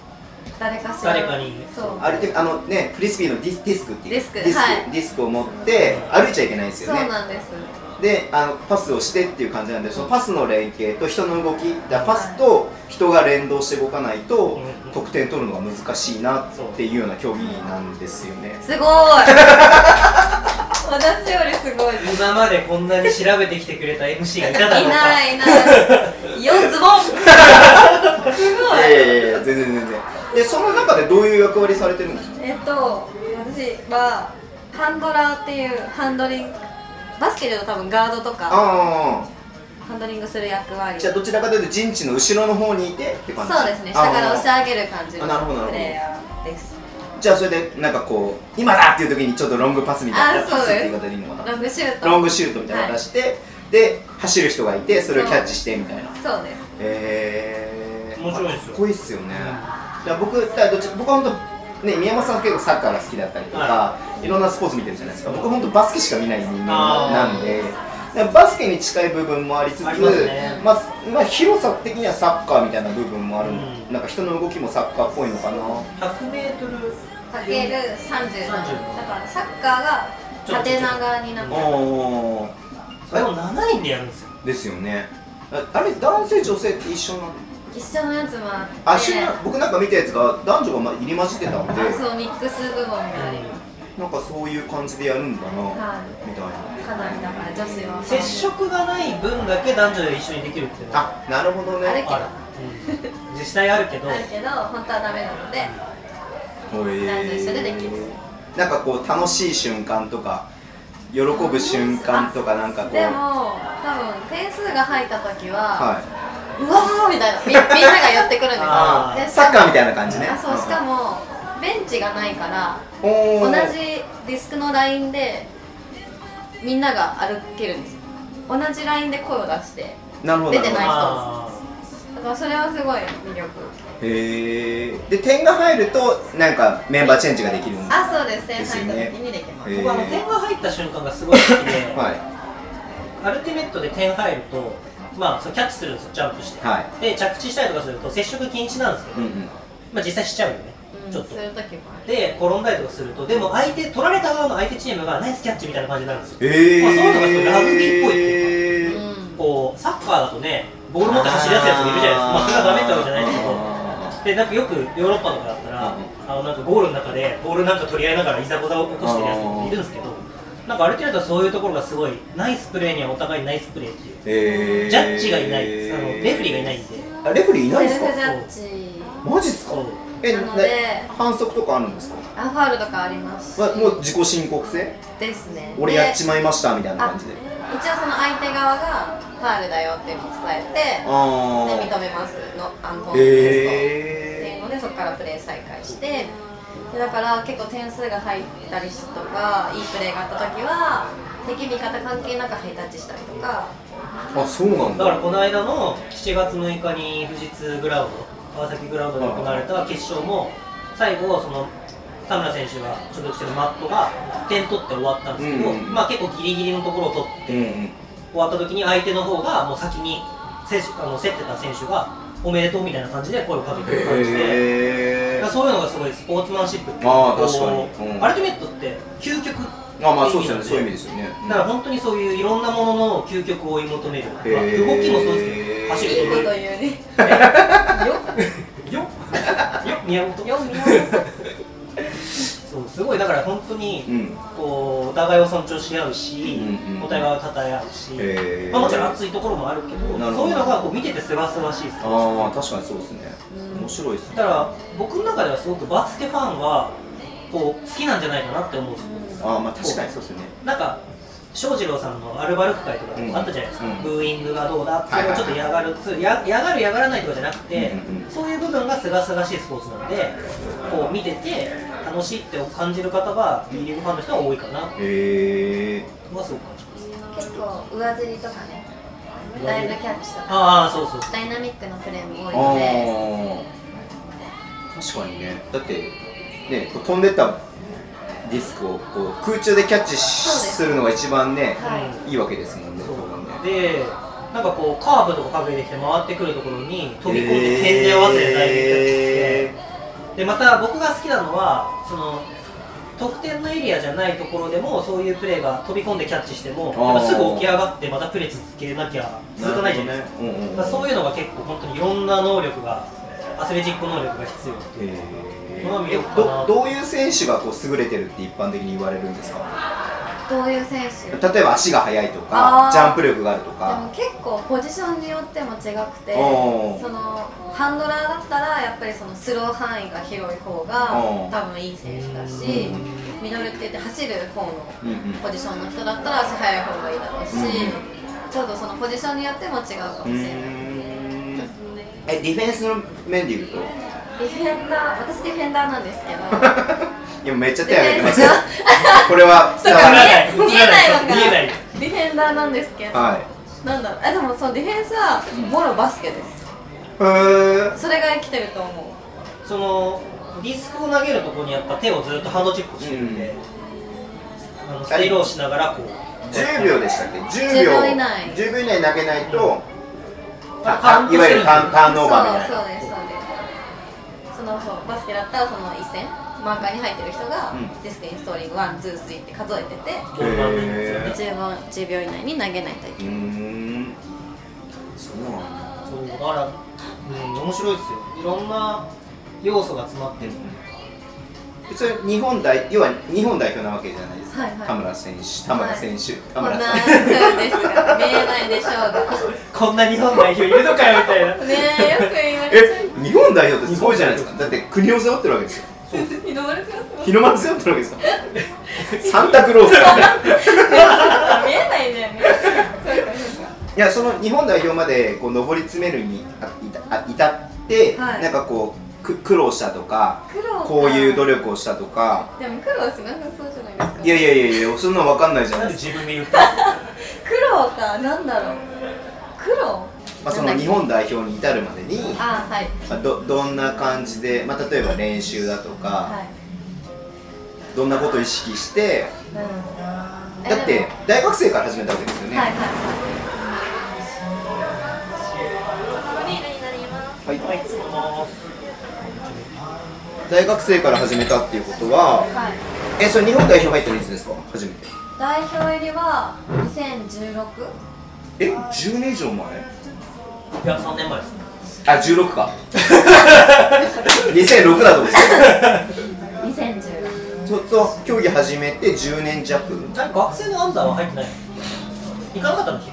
S4: 誰かしら
S3: 誰かに
S4: そう
S2: あれてあのねフリスビーのディスディスクっていう
S4: ディスク
S2: ディスク,、
S4: はい
S2: ディスクを持って歩いちゃいけないんです
S4: そ
S2: よ
S4: う
S2: ね
S4: なんです
S2: であのパスをしてっていう感じなんでそのパスの連携と人の動きだからパスと人が連動して動かないと
S3: うん
S2: 得点取るのが難しいなっていうような競技なんですよね
S4: すごい 私よりすごいです
S3: 今までこんなに調べてきてくれた MC がい
S4: い
S3: ただろうか
S4: ない いない四ズボンす
S2: い
S4: ごい
S2: やいやいや全然全然でその中でどういう役割されてるんですか
S4: えっと、私はハンドラーっていうハンドリングバスケでの多分ガードとか
S2: あ
S4: ハンドリングする役
S2: あ
S4: 割
S2: じゃあどちらかというと陣地の後ろの方にいてって感じ
S4: そうですね下から
S2: あー
S4: 押し上げる感じの
S2: あなるほどなるほど
S4: プレイヤーです
S2: じゃあそれでなんかこう今だっていう時にちょっとロングパスみたいな
S4: あそう
S2: パ
S4: で
S2: ス
S4: す
S2: っていう言い方でいいのかな
S4: ロングシュート
S2: ロングシュートみたいなの出して、で走る人がいてそれをキャッチしてみたいな
S4: そうです
S2: えー、
S3: 面白いですよ
S2: かっこいいっすよね、だから僕だからどっち僕は本当ね宮本さんは結構サッカーが好きだったりとか、い、ろんなスポーツ見てるじゃないですか僕本当バスケしか見ない人間なんでだからバスケに近い部分もありつつ
S3: ありますね
S2: まあまあ広さ的にはサッカーみたいな部分もある、
S3: うん
S2: なんか人の動きもサッカーっぽいのかな、
S3: 100m
S4: かける30だ
S3: 30
S4: からサッカーが縦長になってる
S2: おお
S3: それを7人でやるんですよ
S2: ですよねああれ男性女性って一緒なの
S4: 一緒のやつもあって
S2: あ、知らない僕なんか見たやつが男女がま入り混じってたんで
S4: あそうミックス部門がありま
S2: なんかそういう感じでやるんだな、
S4: はい
S2: みたいな。
S4: すかなりだから女子は
S3: 接触がない分だけ男女で一緒にできるっていうのは
S2: あ、なるほど
S4: あれ
S2: ね。
S4: けど
S3: ある、うん実際あるけど
S4: あるけど本当はダメなので
S2: ほえ
S4: 男女一緒でできる
S2: なんかこう楽しい瞬間とか喜ぶ瞬間とかなんかこう。
S4: でも多分点数が入った時は、
S2: は
S4: うわーみたいなみみん なが寄ってくるんですよ
S3: あー
S4: で
S2: い。サッカーみたいな感じね。
S4: あそうしかもベンチがないから
S2: うんお
S4: 同
S2: ー
S4: じディスクのラインでみんなが歩けるんですよ同じラインで声を出して
S2: なるほど
S4: 出てない
S2: なる
S3: あ
S4: だからそれはすごい魅
S2: ほ
S4: 力
S2: どへえ。で点が入るとなんかメンバーチェンジができるんだ。
S4: あそうです点入った時にできます
S2: へー
S3: 僕あの点が入った瞬間がすごい好きで、
S2: はい。
S5: アルティメットで点入ると、まあ、そうキャッチするんですよ、ジャンプして。
S2: は
S5: で、着地したりとかすると、接触禁止なんですけど、
S2: うんうん
S5: まあ、実際しちゃうよね、ちょっと
S4: す。る時もある
S5: で、転んだりとかすると、でも相手、取られた側の相手チームがナイスキャッチみたいな感じになるんですよ。
S2: え
S5: まあそういうのがすごいラグビーっぽいって
S2: え
S4: う
S2: ー
S4: ん
S5: こう、サッカーだとね、ボール持って走り出すやつもいるじゃないですか。まあ、それはダメってわけじゃないですけど。でなんかよくヨーロッパとかだった
S2: う
S5: ら、あのなんかゴールの中でボールなんか取り合いながらいざこざを起こしてるやつもいるんですけど、なんかある程度はそういうところがすごい、ナイスプレーにはお互いナイスプレーっていう、
S2: えー、
S5: ジャッジがいない、あのレフェリーがいないんで、
S2: あレフェリーいないんで
S4: セ
S2: す
S4: ル
S2: か
S4: フジャッジ
S2: マジっすか
S5: そう
S2: え
S4: な
S2: な
S4: ので
S2: 反則とかあるんですか
S4: アファールとかありますし
S2: わもう自己申告制
S4: ですね
S2: 俺やっち
S4: で
S2: まいましたみたいな感じで
S4: 一応その相手側がファールだよっていうのを伝えて
S2: あ
S4: で認
S2: あ
S4: めますのあの
S2: ー
S4: テストっていう
S2: え
S4: のでそこからプレー再開してでだから結構点数が入ったりとかいいプレーがあった時は敵味方関係なくハイタッチしたりとか
S2: ー、あそうなん
S5: だ
S2: だ
S5: からこの間の7月6日に富士通グラウンド、川崎グラウンドで行われた決勝も、最後、その田村選手が所属してるマットが点取って終わったんですけど、
S2: うんうん
S5: まあ、結構ギリギリのところを取って。
S2: うんうん
S5: 終わった時に相手の方がもう先にせあの競ってた選手がおめでとうみたいな感じで声をかけてる感じで、だ
S2: へえ
S5: からそういうのがすごいスポーツマンシップって
S2: あー
S5: こう
S2: 確かにうん
S5: アルティメットって究極
S2: あまあそうですよね
S5: って
S2: そういう意味ですよね
S5: だから本当にそういういろんなものの究極を追い求める、まあ動
S2: へー
S5: きもそうですけど走
S4: い
S5: る
S4: いこと言うね
S5: よっ よっ宮本
S4: よみよみ
S5: そうすごいだから本当に、
S2: うん
S5: こうお互いを尊重し合うし、
S2: うんうん
S5: お互いを称え合うし、
S2: へー
S5: まあ、もちろん熱いところもあるけど
S2: なるほど
S5: そういうのがこう見ててすがすがしいです
S2: ああ確かにそうですね面白いですね
S5: だから僕の中ではすごくバスケファンはこう好きなんじゃないかなって思うんですよ
S2: あーまあ確かにそうですよね
S5: なんか翔士郎さんのアルバルク会とかあったじゃないですか、
S2: うん
S5: ブーイングがどうだってそ
S2: はい
S5: れ
S2: はい
S5: をちょっと嫌がる、つや嫌がる嫌がらないとかじゃなくて、
S2: うんうん
S5: そういう部分がすがすがしいスポーツなのでこう見てて楽しいって感じる方は B リーグファンの人は多いかなと
S2: へえ
S5: はすごく感じます
S4: 結構上ずりとかねだいぶキャッチとか
S5: ああそうそうそう
S4: ダイナミックなプレーも
S2: あ
S4: 多いので
S2: ー確かにねだってねこう飛んでったディスクをこう空中でキャッチし
S4: そうです
S2: するのが一番ね
S4: はい
S2: いいわけですもんね
S5: そう
S2: 多分ね
S5: でなんかこうカーブとかかけてきて回ってくるところに飛び込んで点で合わせて大変
S2: へ
S5: でまた僕が好きなのはその得点のエリアじゃないところでもそういうプレーが飛び込んでキャッチしても
S2: あー
S5: やっぱすぐ起き上がってまたプレー続けなきゃ
S2: ー
S5: 続かないじゃないですか,、
S2: るほどねうんうんうん
S5: そういうのが結構本当にいろんな能力がアスレチック能力が必要っていう
S2: へ
S5: この魅力
S2: ー
S5: かな
S2: どどういう選手がこう優れてるって一般的に言われるんですか
S4: どういう選手でも
S2: 例えば足が速いとか
S4: あー
S2: ジャンプ力があるとか
S4: 結構ポジションによっても違くて
S2: おー
S4: そのハンドラーだったらやっぱりそのスロー範囲が広い方
S2: お
S4: が
S2: ー
S4: 多分いい選手だしミドルって言って走る方の
S2: うんうん
S4: ポジションの人だったら足速い方がいいだろうし、
S2: うんうん
S4: ちょうどそのポジションによっても違うかも
S2: うー
S4: しれない、デ
S2: んえディフェンスの面で言うと
S4: ィフェンダー私ディフェンダーなんです けど
S2: 今めっちゃ手
S4: ディ
S2: 挙げて
S4: フェ
S2: ま
S4: ン
S2: す
S4: ス
S2: よ
S4: が
S2: これは
S4: そう
S2: 伝わ
S4: か
S2: らない
S5: 伝わらない
S4: 見えないのか
S5: 見えない
S4: ディフェンダーなんですけど、
S2: はい
S4: なんだろうえでもそのディフェンスはもろバスケです
S2: へー
S4: それが生きてると思う
S5: そのディスクを投げるところにやっぱ手をずっとハンドチップしてるんで、あのステイローしながらこう
S2: 10秒でしたっけ10
S4: 10
S2: 秒
S4: 秒以内
S2: 10秒以内投げないとあ
S5: あカウントし
S2: い
S5: てるんですよ
S2: わゆるターンターンオーバーみたい
S4: そう
S2: な
S4: そうですそうですそのそうバスケだったらその一戦マーカーに入ってる人が、
S2: うん
S4: ディスクインストーリングワンツースリーって数えてて
S5: ボールマンなんですよね
S4: 10秒 ,10 秒以内に投げないといけないう
S2: ーんそうなんだ
S5: そうだから、うん、面白いですよいろんな要素が詰まってる
S2: それ日本代要は日本代表なわけじゃないですか、
S4: はいはい
S2: 田村選手田村選手、田
S4: こんな
S2: 村さん
S4: そうですか見えないでしょうが
S5: こんな日本代表いるのかよみたいな
S4: ねえよく言われちゃう
S2: え日本代表ってすごいじゃないですかだって国を背負ってるわけですよ
S4: ひどいですよ
S2: 日の丸背負ってるわけ ですよサンタクロースが
S4: 見えないんだよねそうかそうか
S2: いやその日本代表までこう上り詰めるにあ至あ至って、
S4: はい
S2: なんかこうく苦労したとか
S4: 苦労か
S2: こういう努力をしたとか
S4: でも苦労しなさそうじゃないですか
S2: いやいやいやいやそんなの分かんないじゃ
S5: な
S2: なんい
S5: で
S2: です
S5: 自分で言ったの
S4: 苦労かなんだろう苦労
S2: か、まあ、その日本代表に至るまでに、
S4: あはい
S2: まあ、どどんな感じで、まあ、例えば練習だとか、
S4: はい
S2: どんなことを意識して
S4: うんえ
S2: だっ
S4: で
S2: て
S4: も
S2: 大学生から始めたわけですよね、
S4: はいはい
S2: はい
S5: はい、行きます
S2: 大学生から始めたっていうことは
S4: はい
S2: えそれ日本代表入ったのいつですか初めて
S4: 代表入りは2016
S2: え10年以上前
S5: いや、3年前ですね。
S2: あ16か 2006だと思
S4: 2016
S2: うちょっと競技始めて10年弱
S5: なんか学生のアンダーは入ってない行かなかったんだっけ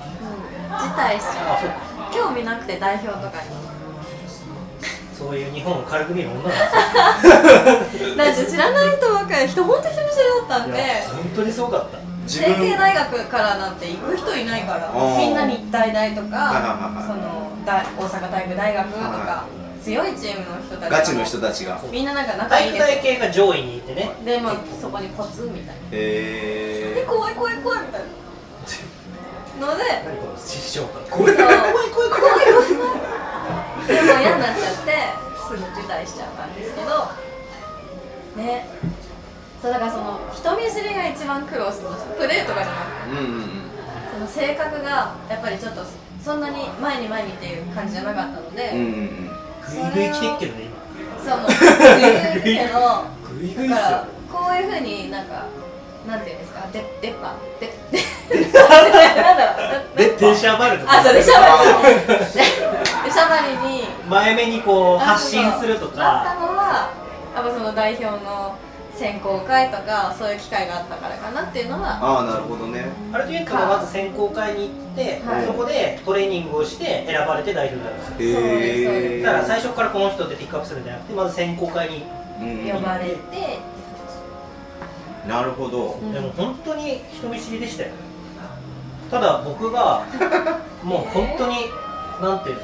S4: 辞退しちゃ
S5: あ、そうか。
S4: う興味なくて代表とかに
S5: そういう日本を軽く見る女なんですよ。
S9: だって知らない人ばっかり人本当に人見知り だったん
S5: い
S9: で
S5: や、本当にすごかった。
S2: 自
S9: 成
S2: 分
S9: 蹊大学からなんて行く人いないから
S2: あー
S9: みんな日体大と
S2: いはいはい
S9: か
S2: はい
S9: その大大阪体育大学とか
S2: は
S9: 強いチームの人たち
S2: ガチの人たちが
S9: みんななんか仲い
S5: 体
S9: い
S5: 育
S9: です
S5: 大系が上位にいてね。
S9: でまあそこにコツみたいなえ
S2: え
S9: 怖い怖い怖いみたい なので
S5: 何この師匠か。
S9: そうでも
S5: 怖い怖い怖い。
S9: 嫌になっちゃってすぐ辞退しちゃったんですけどね
S4: そうだからその人見知りが一番苦労しましたプレーとかじゃなく
S2: ー、うん
S4: て
S2: うんうん
S4: その性格がやっぱりちょっとそんなに前に前にっていう感じじゃなかったので、
S2: うんうんうん
S5: ぐいぐい来てっけどね、
S4: そう もう言うけどだ
S5: 今。
S4: か
S5: ぐいぐいっすよ。
S4: らこういうふうになんかなんていうんですかで出っ歯で なんだろう
S5: で、電車バルと
S4: あ
S5: か
S4: そう。でしゃば りでしゃばりに
S5: 前目にこう、
S4: あ
S5: 発信すると
S4: そうなった
S5: か。
S4: のはやっぱその代表の選考会とかそういう機会があったからかなっていうのは
S2: ああなるほどね
S5: あれというか、まず選考会に行って、
S4: はい
S5: そこでトレーニングをして、選ばれて代表になるんですよ。
S2: へえ
S5: だから最初からこの人でピックアップするんじゃなくて、まず選考会に
S4: 呼ばれて
S2: なるほど
S4: うん
S5: でも本当に人見知りでしたよただ僕 がもう本当になんていうの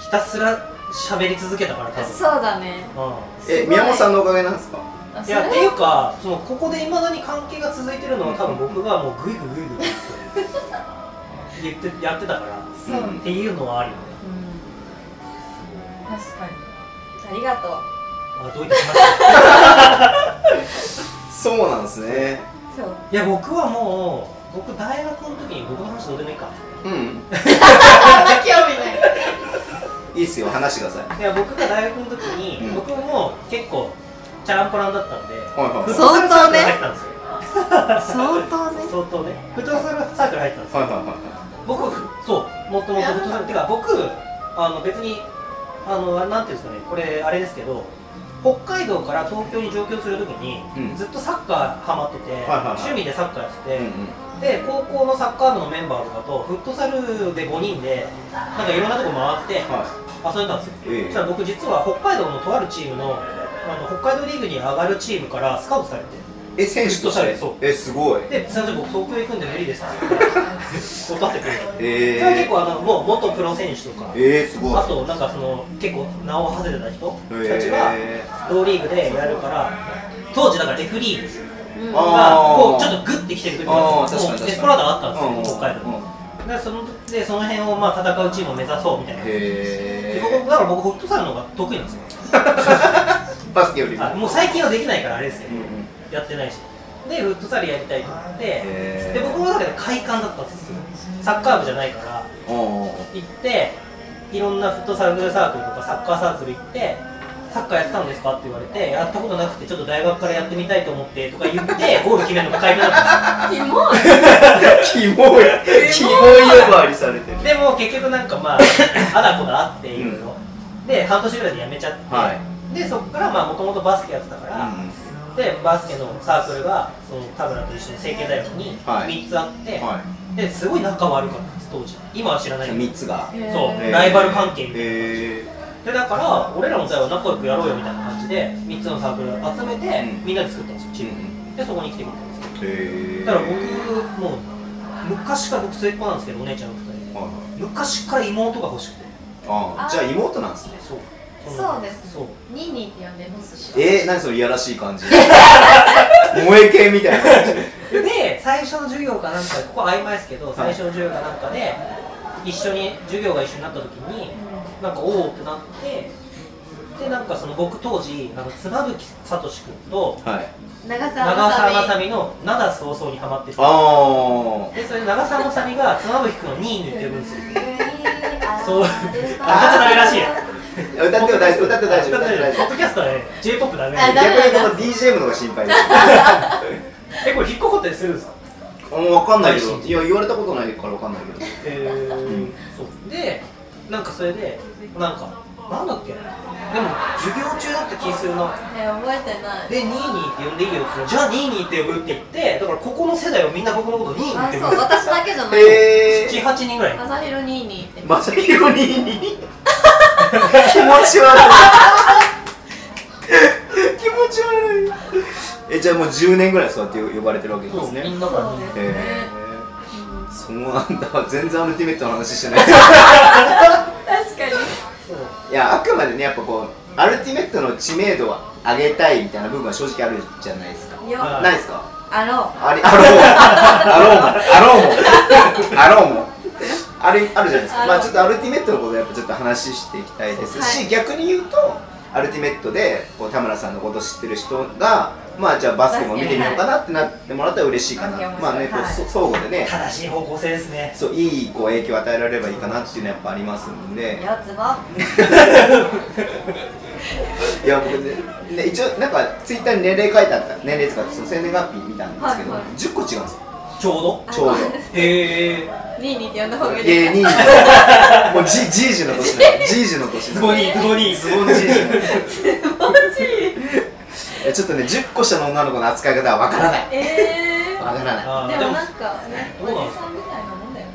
S5: ひたすら喋り続けたから多分
S4: そうだね
S5: う
S2: え
S4: すごい
S2: 宮本さんのおかげなんですか
S4: あ
S5: ん
S4: そ
S5: い
S4: れ
S5: やって
S4: は
S5: いうかそのここでいまだに関係が続いてるのは多分僕がもうグイグイグイグイ言って言ってやってたから
S4: そう、
S2: うん
S5: っていうのはあるよね
S4: うん確かにありがとう
S5: あどういたしまして
S2: そうなんですね
S4: そう
S5: いや僕はもう僕大学の時に僕の話どうでもいいか
S2: うん
S4: あんま興味ない
S2: いいっすよ話してください
S5: いや僕が大学の時に、
S2: うん
S5: 僕も結構チャランポランだったんで
S2: はい
S5: フ
S2: は
S5: ッ
S2: い
S5: トサルサークル入ったんですよ
S4: 相当ね
S5: 相当ねフットサルサークル入ったんですよ
S2: はいはいは
S5: 僕そうもともとフットサルってか僕あの別にあのなんていうんですかねこれあれですけど北海道から東京に上京するときに、
S2: うん
S5: ずっとサッカーハマってて、
S2: はいはい
S5: 趣味でサッカーやって
S2: い
S5: て、
S2: うんうん
S5: で高校のサッカー部のメンバーとかとフットサルで5人でなんかいろんなとこ回って
S2: は
S5: 遊んでたんですよ、
S2: ええ
S5: そしたら僕実は北海道のとあるチームのあの北海道リーグに上がるチームからスカウトされて
S2: いえ選手とし
S5: フットサ
S2: て
S5: ルそう
S2: えすごい
S5: で、すみません、僕、東京行くんで無理 ですって言って、断ってくれた。それは
S2: え
S5: 結
S2: ー、
S5: 構あの、もう元プロ選手とか、
S2: えー、すごい
S5: あと、なんかその、結構名を馳せてた人たちが、
S2: え
S5: 同リーグでやるから、当時、だからレフリー
S2: ー、
S5: が、
S2: あー
S5: こう、ちょっとグッてきてる時があ
S2: あー
S5: った
S2: 確
S5: も
S2: か
S5: う
S2: に確か
S5: デ
S2: に
S5: スポラーダがあったんですよ、
S2: うん
S5: 北海道
S2: うん
S5: に。でそのでその辺をまあ戦うチームを目指そうみたいな、で
S2: へ
S5: 僕だから僕、ホットサルの方が得意なんですよ、
S2: ー、バスケよりも
S5: あもう最近はできないからあれですけ
S2: う
S5: ど
S2: ん、うん
S5: やってないし、で、フットサルやりたいと思って、
S2: へー
S5: で僕の中で快感だったんですよサッカー部じゃないから
S2: おー
S5: 行っていろんなフットサルサークルとかサッカーサークル行ってサッカーやってたんですかって言われてやったことなくてちょっと大学からやってみたいと思ってとか 言ってゴール決めるのが快感だったん
S4: キモい
S2: キモいキモい呼ばわりされてる
S5: ですよでも結局なんかまああだこだあっていろいろで半年ぐらいで辞めちゃって、
S2: はい
S5: でそっからまあもともとバスケやってたから、
S2: う
S5: でバスケのサークルがその田村と一緒に成蹊大学に
S2: はい
S5: 3つあって、
S2: んは
S5: ですごい仲悪かったんです当時今は知らないい
S2: じゃ
S5: け
S2: あ3
S5: ど
S2: つが
S4: へー
S5: そうライバル関係みたいな
S2: え
S5: でだから俺らの代は仲良くやろうよみたいな感じで3つのサークル集めて、
S2: うん
S5: みんなで作ったんですよチ
S2: ー、
S5: ーム、でそこに来てくれたんですよ
S2: えー、
S5: だから僕もう昔から僕末っ子なんですけどお姉ちゃんの2人で
S2: はい
S5: 昔から妹が欲しくて
S2: あー
S4: あ
S2: じゃあ妹なんですね
S5: そう
S4: そうです
S5: そう
S4: ニーニーって呼んでますし
S2: えー、何そのいやらしい感じ萌え系みたいな感じ
S5: で最初の授業かなんかここ曖昧ですけど最初の授業かなんかで一緒に授業が一緒になった時になんかおおってなってでなんかその僕当時あの妻夫木聡君と
S2: はい
S4: 長澤
S5: 長澤ま
S4: まさ
S5: さみの「灘早々」にハマってて
S2: あ
S5: でそれで長澤まさみが妻夫木君の2位に呼ぶんですよ
S4: み
S5: そう
S4: あー
S5: あんたダメらしいや
S2: 歌っても大丈夫歌っても大丈夫
S5: だっ
S2: 歌って
S5: て
S2: も大丈
S5: ポ
S2: 夫
S5: ッドキャストはね J-POP だね
S4: あだ
S2: 逆にこの DJM の方が心配です
S5: えこれ引っかかったりするんですか
S2: あもう分かんないけど
S5: 配信
S2: いや言われたことないから分かんないけど
S5: えー、そうでなんかそれでなんかなんだっけでも授業中だった気するな
S4: え覚えてない
S5: でニーニーって呼んでいいよって言ったらじゃあニーニーって呼ぶって言ってだからここの世代はみんな僕のことニーニーっ
S4: あ
S5: て
S4: そ う
S5: 呼ぶ
S4: 私だけじゃない
S2: えー
S5: 78人ぐらい
S4: 朝広ニーニーって
S2: まさひろに気持ち悪い 気持ち悪いえじゃあもう10年ぐらいそうやって呼ばれてるわけですね
S5: みんなからね
S2: へーそのあんたは全然アルティメットの話してない
S4: 確かに
S5: そう
S2: いやあくまでねやっぱこうアルティメットの知名度を上げたいみたいな部分は正直あるじゃないですか
S4: よ
S5: はい
S2: ないですか
S4: あろ
S2: あ りあろうもあろうもあろうもあろうもあれあるじゃないですかまあちょっとアルティメットのことをやっぱちょっと話していきたいですし、
S4: はい
S2: 逆に言うとアルティメットでこう田村さんのこと知ってる人がまあじゃあバスケも見てみようかなってなってもらったら嬉しいかな、
S4: はい
S2: まあねこう
S4: はい
S2: そ相互でね
S5: 正しい方向性ですね
S2: そういいこう影響を与えられればいいかなっていうのはやっぱありますんで
S4: うやつはい
S2: や僕ねね一応なんかツイッターに年齢書いてあった年齢とかその生年月日見たんですけど、
S4: はいはい
S2: 10個違うんですよ
S5: ちょうど
S2: ちょう
S5: へえ
S4: ニーニーって呼んだ方
S2: ど
S4: がいい
S2: 芸
S4: で
S2: 人
S4: す
S2: もうじじいじの年なのじいじの年な
S5: ズボ
S2: の
S5: ニーズボニー
S2: ズボンじいじいやちょっとね10個下の女の子の扱い方はわからない
S4: かえ
S2: わからない
S5: あ
S4: ー
S5: ー
S4: でもなんかね
S5: どうなんですか
S10: さんみたいなもんだよね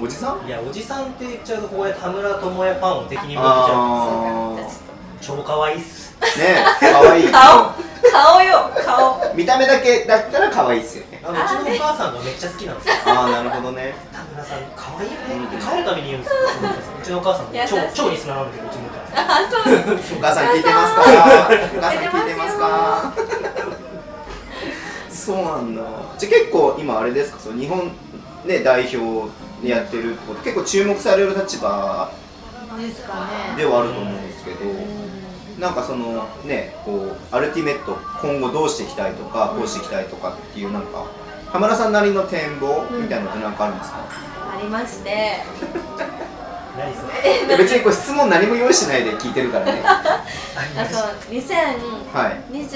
S2: おじさん
S5: いやおじさんって言っちゃうとここで田村智也ファンを敵に向けちゃ
S2: あ
S4: じゃあ
S5: う超可愛いっす
S2: ーねえかわいい
S4: 顔顔よ顔
S2: 見た目だけだったら可愛いっすよね
S5: あのうちのお母さんがめっちゃ好きなんですよ
S2: ああなるほどね
S5: 田村さん可愛いよねって帰るたびに言うんですようちのお母さんも
S4: 優しい
S5: 超超リスナーなんだけどうちのお母さん
S4: あそう
S2: お母さん聞いてますかお母さん聞いてますかそうなんだじゃあ結構今あれですかその日本ね代表でやってるってこと結構注目される立場
S4: ですかね
S2: ではあると思うんですけどなんかそのねこうアルティメット今後どうしていきたいとかこうしていきたいとかっていうなんか浜田さんなりの展望みたいなのってなんかあるんですか、
S4: ありまして
S5: 何それ
S2: いや別にこう質問何も用意しないで聞いてるから ね
S4: あそう2028
S2: はい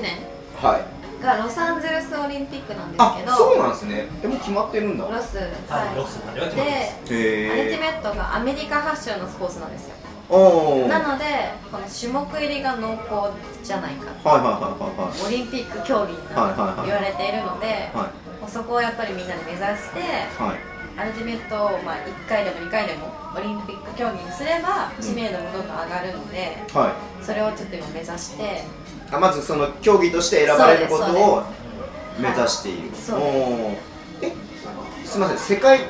S4: 年
S2: はい
S4: がロサンゼルスオリンピックなんです
S2: あ
S4: けど
S2: そうなんですねでも決まってるんだ
S4: ロス
S5: はいロ
S4: は
S5: スまではい決まってます
S4: で
S2: へ
S4: アルティメットがアメリカ発祥のスポーツなんですよ
S2: おー
S4: なのでこの種目入りが濃厚じゃないか
S2: はいはいはいはいはい
S4: オリンピック競技に
S2: はい
S4: な
S2: はいはい
S4: 言われているので
S2: は
S4: もうそこをやっぱりみんなで目指して
S2: いはい
S4: アルティメットをまあ1回でも2回でもオリンピック競技にすれば
S2: ん
S4: 知名度もどんどん上がるので
S2: はい
S4: それをちょっと今目指して
S2: あまずその競技として選ばれることを
S4: す
S2: 目指している
S4: そ
S2: お
S4: うで
S2: ーえすみません世界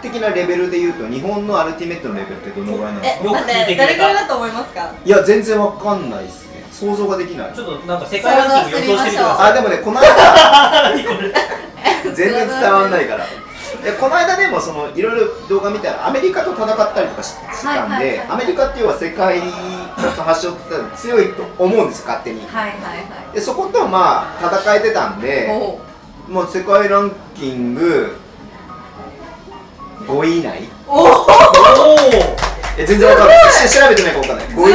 S2: 的なレベルでいうと日本のアルティメットのレベルってどのぐらいなんです
S4: え
S2: か
S5: よく
S4: 待っ
S5: 聞いて
S4: て
S5: くれた
S4: 誰くらいだと思いますか
S2: いや全然わかんないですね想像ができない
S5: ちょっとなんか世界ランキング予想してみてください
S2: あでもねこの間
S5: 何これ
S2: 全然伝わん ないからでこの間でもそのいろいろ動画見たらアメリカと戦ったりとかししたん
S4: はいはい
S2: で
S4: はい
S2: アメリカっていうのは世界の発祥って言ったら強いと思うんです勝手に
S4: はいはいは
S2: でそことまあ戦えてたん
S4: い
S2: で
S4: おう
S2: もう世界ランキング5位以内
S5: お
S2: え全然わかんないし調べてないからわかんない5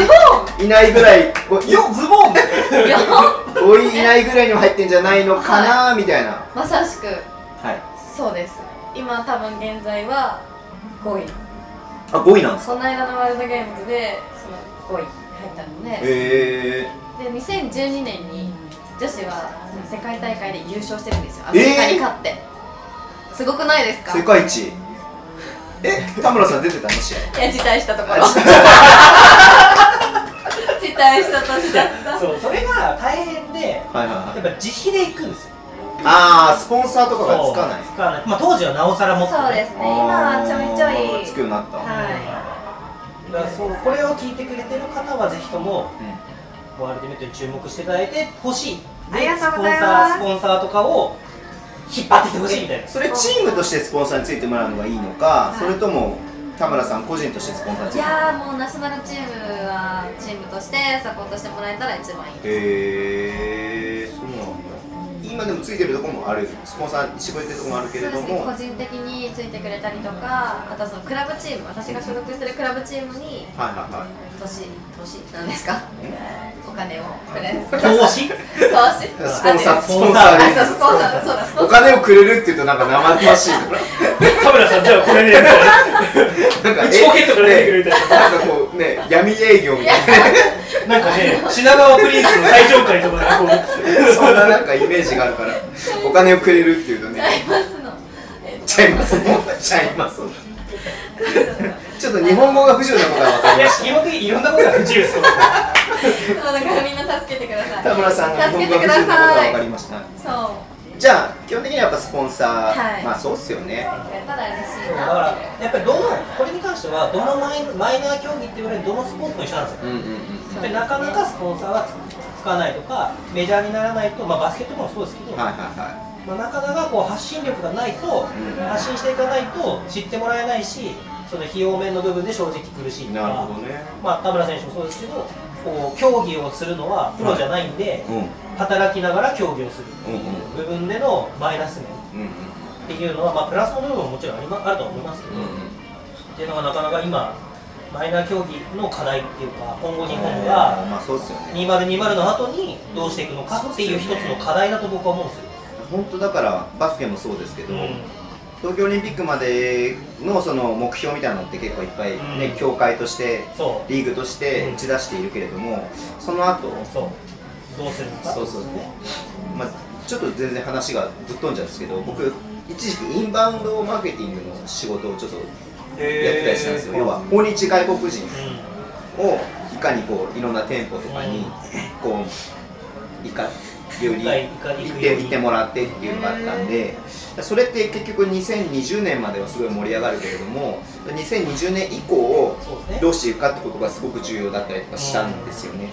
S2: 位以内ぐらい5
S5: おズボン
S4: いや
S2: 5位以内ぐらいにも入ってんじゃないのかなみたいな
S4: まさしく
S2: はい
S4: そうです今多分現在は5位
S2: あ5位なんですか
S4: この間のワールドゲームズでその5位入ったので
S2: へえ
S4: で2012年に女子はその世界大会で優勝してるんですよアメリカに勝って、すごくないですか
S2: 世界一え田村さん出てたの試合
S4: いや辞退したところ 辞退したとしちゃった
S5: そうそれが大変で
S2: はいはいは
S5: やっ
S2: い
S5: ぱ自費で行くんですよ
S2: ああスポンサーとかがつかない
S5: そうつかないまあ当時はなおさらもっと
S4: そうですね今はちょいちょ
S2: あー
S4: い
S2: つくようになった、
S5: はいだからそうこれを聞いてくれてる方はぜひともワールドメットに注目していただいてほしいで
S4: ありがとうございます
S5: スポンサースポンサーとかを引っ張ってきてほしいみたいな
S2: それチームとしてスポンサーについてもらうのがいいのか、それとも田村さん個人としてスポンサーにつ
S4: い
S2: いてもらう
S4: やーもうナショナルチームはチームとしてサポートしてもらえたら一番い
S2: へ
S4: い
S2: えー、そうなんだ今でもついてるところもあるスポンサー絞れてるところもあるけれども
S4: 個人的についてくれたりとかあとそのクラブチーム私が所属してるクラブチームに
S2: はいはいはい
S4: 年年なんですかお金をくれ投
S5: 投資
S4: 資
S2: スポンサー、
S4: あ
S2: スポンサー
S4: あ
S2: で
S4: そうスポンサ ーそうだスポ
S2: お
S4: ンサー
S2: 金をくれるって言うとなんか生々しいから
S11: カメラさん、じゃあこれで、ね、
S2: なん か
S11: 1ポケットから出てくるみたい
S2: なんかこうね闇営業みたい
S11: な。なんかね、品川プリンスの最上階とかで、こう、
S2: なそんななんかイメージがある からお金をくれるっていうとねちゃいますのちゃい ますのちょっと日本語が不自由なことは分か
S11: い
S2: り
S11: や
S2: まし、
S11: 基本的にいろんなことが不自由ですよ。
S4: そうだからみんな助けてくだ
S2: た
S4: さい
S2: 田村さんが日
S4: 助
S2: 本
S4: け
S2: 語
S4: て
S2: が不
S4: く
S2: 自
S4: だ
S2: 由なことが分
S4: さい
S2: かりました
S4: そう
S2: じゃあ基本的にはやっぱスポンサー、
S4: はい
S2: まあそうっすよね
S4: やっぱり嬉しい
S5: だか
S4: な
S5: らやっぱりどのこれに関してはどのマイマイナー競技って言われるどのスポーツも一緒なんです
S2: うん
S5: よ
S2: うんうん
S5: やっぱりなかなかスポンサーがつかないとかメジャーにならないと、まあ、バスケットボールもそうですけど、
S2: はいはいは
S5: まあ、なかなかこう発信力がないと、
S2: ん
S5: 発信していかないと知ってもらえないしその費用面の部分で正直苦しい
S2: い
S5: と
S2: なるほ
S5: か
S2: ど、ね
S5: まあ、田村選手もそうですけどこう競技をするのはプロじゃないんで、
S2: うんうん
S5: 働きながら競技をする
S2: うん
S5: 部分でのマイナス
S2: う
S5: 面
S2: んうん
S5: っていうのは、まあ、プラスの部分ももちろんありまあるとは思いますけど、
S2: うん
S5: っていうのがなかなか今マイナー競技の課題っていうか今後日本
S2: あー
S5: が
S2: まあそうっすよね
S5: 2020の後にどうしていくのかっていう一つの課題だと僕は思うんですよ。
S2: 本当だからバスケもそうですけど、
S5: うん
S2: 東京オリンピックまでのその目標みたいなのって結構いっぱいね、
S5: うん
S2: 協会として
S5: そう
S2: リーグとして打ち出しているけれどもその後
S5: そうどうするのか
S2: そうそうまあ、ちょっと全然話がぶっ飛んじゃうんですけど僕一時期インバウンドマーケティングの仕事をちょっとやってたりしたんですよ、要は訪日外国人
S5: う
S2: をいかにこういろんな店舗とかに
S5: うん
S2: こういかより
S5: 一回一回行
S2: 行っ
S5: くよ
S2: て
S5: うに
S2: 行ってもらってっていうのがあったんでそれって結局2020年まではすごい盛り上がるけれども2020年以降を
S5: そうですね
S2: どうしていくかってことがすごく重要だったりとかしたんですよね。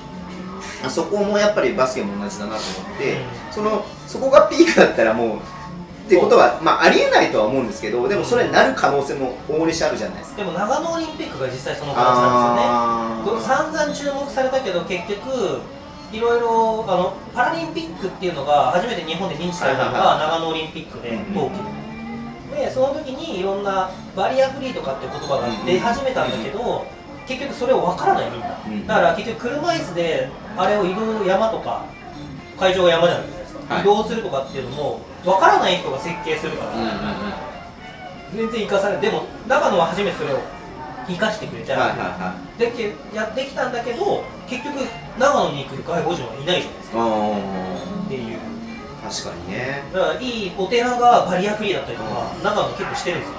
S2: そこもやっぱりバスケも同じだなと思って、
S5: う
S2: そのそこがピークだったらもうってことは、まあ、ありえないとは思うんですけどでもそれになる可能性も大々にしてあるじゃないですか。
S5: んでも長野オリンピックが実際その形なん
S2: あ
S5: ですよね
S2: ー
S5: ど散々注目されたけど結局いろいろあのパラリンピックっていうのが初めて日本で認知されたの
S2: は
S5: が長野オリンピックで
S2: うん
S5: 冬季でその時にいろんなバリアフリーとかって言葉が出始めたんだけど結局それを分からないみんな
S2: うん
S5: だから結局車椅子であれを移動山とか会場が山じゃないですか、
S2: はい
S5: 移動するとかっていうのも分からない人が設計するから、
S2: うんうんうん
S5: 全然生かされないでも長野は初めてそれを生かしてくれた
S2: はいはい
S5: ら、
S2: はい
S5: でけやってきたんだけど結局長野に行く外国人はいないじゃないですか
S2: あ
S5: っていう
S2: ー確かにね
S5: だからいいお寺がバリアフリーだったりとか長野結構してるんですよ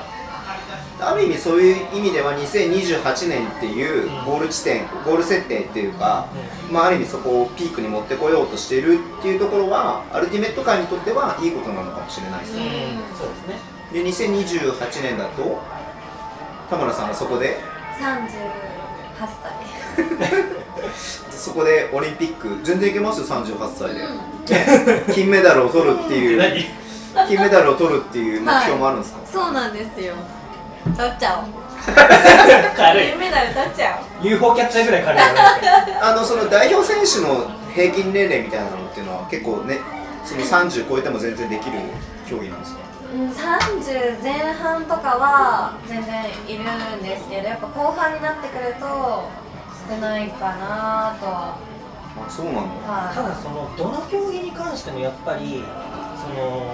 S2: ある意味そういう意味では2028年っていうゴール地点ゴール設定っていうか、まあ、ある意味そこをピークに持ってこようとしてるっていうところはアルティメット界にとってはいいことなのかもしれないです
S5: う
S2: ね、
S5: んそうですね
S2: で2028年だと田村さんはそこで
S4: 38歳
S2: そこでオリンピック全然いけますよ38歳で、 金メダルを取るっていう
S5: 何
S2: 金メダルを取るっていう目標もあるんですか、
S4: そうなんですよ取っちゃおう
S5: 軽い
S4: 金メダル取っちゃおう
S5: UFO キャッチャーぐらい軽いじゃないですか
S2: あのその代表選手の平均年齢みたいなのっていうのは結構ねその30超えても全然できる競技なんですか
S4: うん30前半とかは全然いるんですけどやっぱ後半になってくると少ないかなと
S2: あ
S4: は
S2: そうなんだ
S5: た
S4: は
S5: だそのどの競技に関してもやっぱりその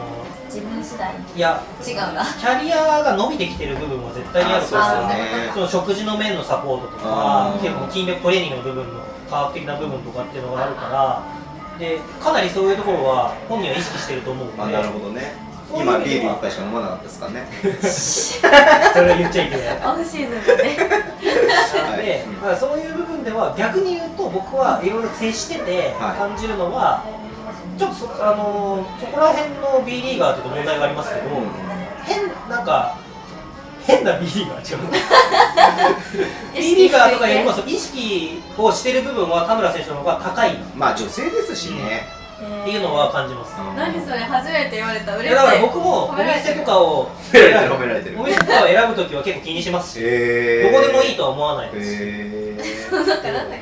S4: い自分次第
S5: いや
S4: 違うんだ
S5: キャリアが伸びてきてる部分は絶対にあると思
S2: あ
S5: うん
S2: そう
S5: です
S2: で
S5: よ
S2: すね
S5: その食事の面のサポートと
S2: あー
S5: か結構筋力トレーニングの部分の科学的な部分とかっていうのがあるからでかなりそういうところは本人は意識してると思うんで
S2: あなるほどね
S5: そういう意
S2: 今
S5: 味で
S2: ビ
S5: は
S2: ール一杯しか飲まなかったですからね
S5: それは言っちゃいけない
S4: オフシーズンでね
S5: なので、まあそういう部分では逆に言うと僕はいろいろ接してて
S2: はい
S5: 感じるのは、ちょっとそ,、あのーそこら辺の B リーガーっていうと問題がありますけど、変なんか変な B リーガー違う B リーガーとかよりもそう意識をしてる部分は田村選手の方が高いっ
S2: まあ女性ですしね、
S5: ていうのは感じます、
S2: うん
S4: 何それ初めて言われた 嬉しい
S5: だから僕もお
S4: 褒められて
S5: 店
S4: る
S5: とかを
S2: 褒められてる褒められてる
S5: お店とかを選ぶときは結構気にしますし、
S2: えー、
S5: どこでもいいとは思わないですし、
S2: え
S4: なんかなんだっ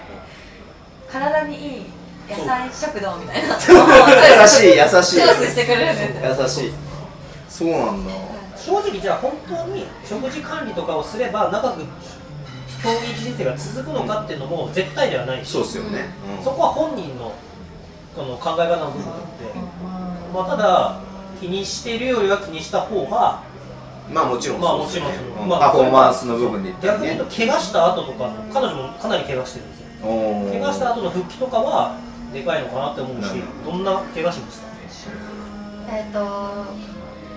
S4: け体にいい
S8: 野菜食堂みたいな
S2: 優しい優しい
S8: チョイスしてくれるんです よ
S2: 優しいそうなんだ
S3: 正直じゃあ本当に食事管理とかをすれば長く競技人生が続くのかっていうのも絶対ではないし、
S2: そうっすよね、うん
S3: そこは本人のこの考え方の部分であって、まあ、ただ気にしてるよりは気にした方が
S2: まあもちろん
S3: まあ
S2: そうっすよね
S3: もちろん
S2: うん
S3: まあ
S2: パフォーマンスの部分で言ったら
S3: 逆に言う
S2: ね
S3: と怪我した後とかの彼女もかなり怪我してるんですよ怪
S2: 怪
S3: 我した後の復帰とかはでかいのかなって思うしどんな怪我しました
S4: えっ、と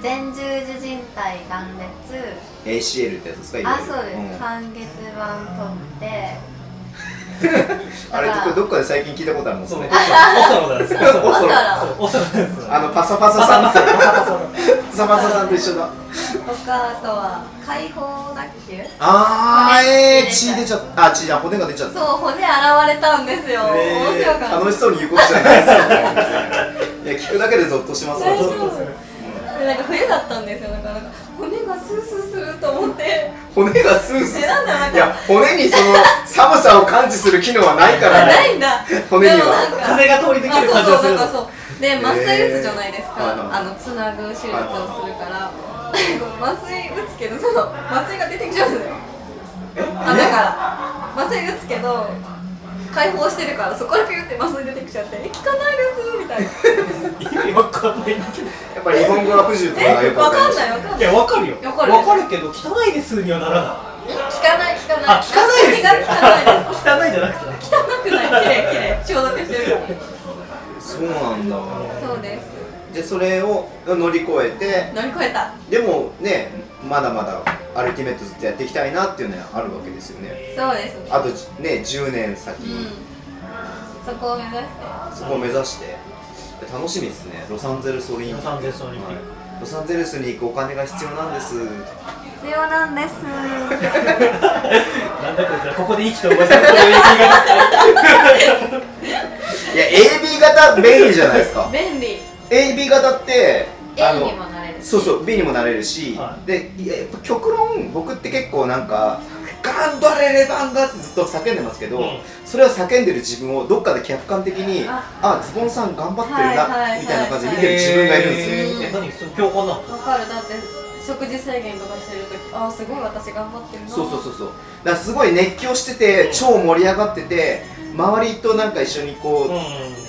S4: 前十字靭帯断裂
S2: ACL ってやつですかいわ
S4: あ
S2: ゆる
S4: そうです、
S2: ん
S4: 半月板取って
S2: あれこれどっかで最近聞いたことあるの
S3: そう
S2: ね
S3: ね、オサロなんですよ。
S2: オサロ
S3: オサロなんですよ。
S2: あのパサパサさん
S3: パサ パサパサ
S2: パサパサさんと一緒だ
S4: 他あとは開放脱臼
S2: あーえー血
S4: 血
S2: 出
S4: 出
S2: ちゃったあ血だ骨が出ちゃった
S4: そう骨現れたんですよ、面白かった
S2: 楽しそうに言うことじゃないですよいや 聞くだけでゾッとしますわ
S4: 大丈夫でなんか冬だったんですよだからなんか骨がスースーすると思って
S2: 骨がスースー
S4: えなんでなん
S2: い
S4: か
S2: や骨にその寒さを感知する機能はないから
S4: な
S2: ね
S4: いんだ
S2: 骨には
S4: でもなんか
S3: 風が通り抜
S4: あ
S3: け
S4: そう
S3: る感じ
S4: そ
S3: が
S4: う
S3: す
S4: な
S3: る
S4: んかそうで麻酔打つじゃないですか、
S2: えーはい
S4: あのつなぐ手術をするから、 麻酔打つけどその麻酔が出てきちゃうんですよあだから麻酔打つけど解放してるからそこだけ打って麻酔出てきちゃって「え効かないです」みたいな
S5: 意味わかんないんだけど
S2: やっぱり日本語が不自由とかが
S4: え
S2: よ
S4: 分
S2: くわ
S4: か
S2: かりまし
S5: い
S4: んない分かんない
S5: やわかるよ
S4: わ
S5: わ
S4: かる
S5: かるけど汚いですにはならな
S4: え効かない効かな
S5: あ
S4: い
S5: 効かないですね
S4: 麻酔が効かない
S5: い汚いじゃ
S4: です
S5: なくてね
S4: 汚くない綺麗綺麗消毒してるから
S2: そうなんだ
S4: そう です
S2: でそれを乗り越えて
S4: 乗り越えた
S2: でもねまだまだアルティメットずっとやっていきたいなっていうのはあるわけですよね
S4: そうです
S2: あとね10年先、
S4: うんそこを目指して
S2: そこを目指して楽しみですねロサンゼルスオリンピック
S5: ロサンゼルスオリンピック
S2: はいロサンゼルスに行くお金が必要なんです
S4: 必要なんです
S5: なんだこいつらここで生きておばさんここで生きが
S2: いや AB 型便利じゃないですか
S4: 便利
S2: AB 型ってあ
S4: A
S2: の
S4: にもなれる
S2: そうそう、B にもなれるし、
S5: は
S2: でいややっぱ極論僕って結構なんか頑張れレバンだってずっと叫んでますけど、
S5: うん
S2: それを叫んでる自分をどっかで客観的に
S4: あ
S2: あズボンさん頑張ってるな、
S4: はいはいはいはい
S2: みたいな感じで見てる自分がいるんですよ、
S5: えー何その共感なの
S4: わかるだって食事制限とかしてるときあーすごい私頑張ってるな
S2: そうそうそうそうだからすごい熱狂してて超盛り上がってて周りとなんか一緒にこう、
S5: う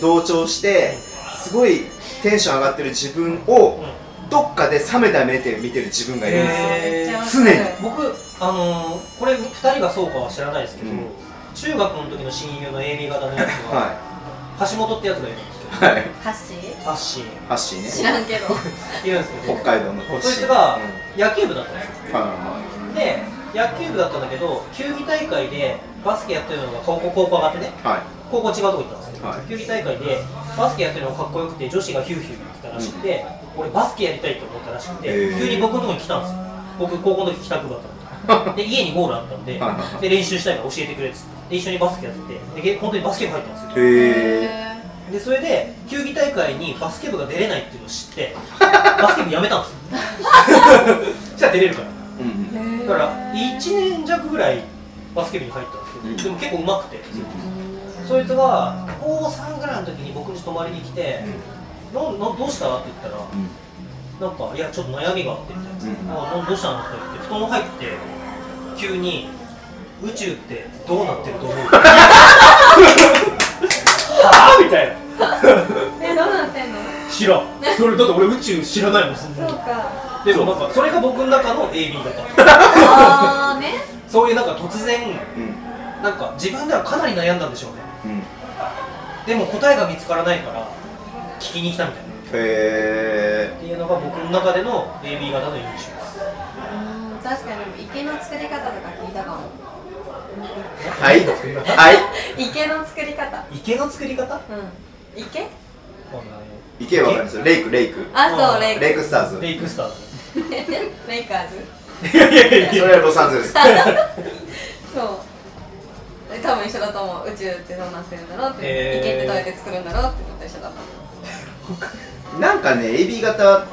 S2: 同調してすごいテンション上がってる自分を
S5: んうん
S2: どっかで冷めた目で見てる自分がいるんですよ、
S5: えー
S2: 常に
S5: 僕あのーこれ2人がそうかは知らないですけど、
S2: うん
S5: 中学の時の親友の AB 型のやつが、
S2: は
S5: 橋本ってやつがいるんですけど
S2: いはい
S4: ハッシー
S5: ハッシ
S2: ハッシーね
S4: 知らんけど
S5: ーいるんです
S2: 北
S5: けど
S2: 海道の
S5: そい
S2: 星
S5: つが野球部だったんです
S2: う
S5: よ
S2: んは
S5: で野球部だったんだけど球技大会でバスケやってるのが高校高校上がってね
S2: いはい
S5: 高校違うとこ行ったんですけど、
S2: はい
S5: 球技大会でバスケやってるのがかっこよくて女子がヒューヒュー言ってたらしくて、俺バスケやりたいと思ったらしくて、
S2: へー
S5: 急に僕のとこに来たんですよ僕高校の時帰宅部だった んでで家にゴールあったんで
S2: はいはいはい
S5: で練習したいから教えてくれっつってで一緒にバスケやっててでげ本当にバスケ部入ったんですよ
S2: へえ
S5: でそれで球技大会にバスケ部が出れないっていうのを知って バスケ部やめたんですよ そしたら出れるから
S2: うんうん
S5: だから1年弱ぐらいバスケ部に入ったんですけど、
S2: うん
S5: でも結構うまくて、そいつが高3ぐらいの時に僕に泊まりに来て「ななどうした?」って言ったら「なんかいやちょっと悩みがあって」みたいな「あなどうしたの?」って言って布団入って急に「宇宙ってどうなってると思う? 」はぁみたいな
S4: えどうなってんの
S5: 知らんそれだって俺宇宙知らないもんそんな
S4: そう
S5: の
S4: か
S5: でもなんかそれが僕の中の AB 型
S4: あーね
S5: そういうなんか突然
S2: うん
S5: なんか自分ではかなり悩んだんでしょうね
S2: うん
S5: でも答えが見つからないから聞きに来たみたいな
S2: へえ
S5: っていうのが僕の中での AB 型の印象です
S4: うん確かにでも池の作り方とか聞いたかも
S2: はいは
S4: 池の作り方
S5: 池の作り方
S4: うん池
S2: い行けばわかりますよレイクレイク
S4: あそうレイ
S2: レイクスターズ
S5: レイクスター
S4: レイカーズ
S5: ズい やいやいやい
S2: そ
S5: や
S2: れはロサンゼ ルス
S4: そうえ多分一緒だと思う宇宙ってどうなってるんだろうって、
S5: へー
S4: 池ってどうやって作るんだろうってのと一緒だと思う
S2: なんかね AB 型うん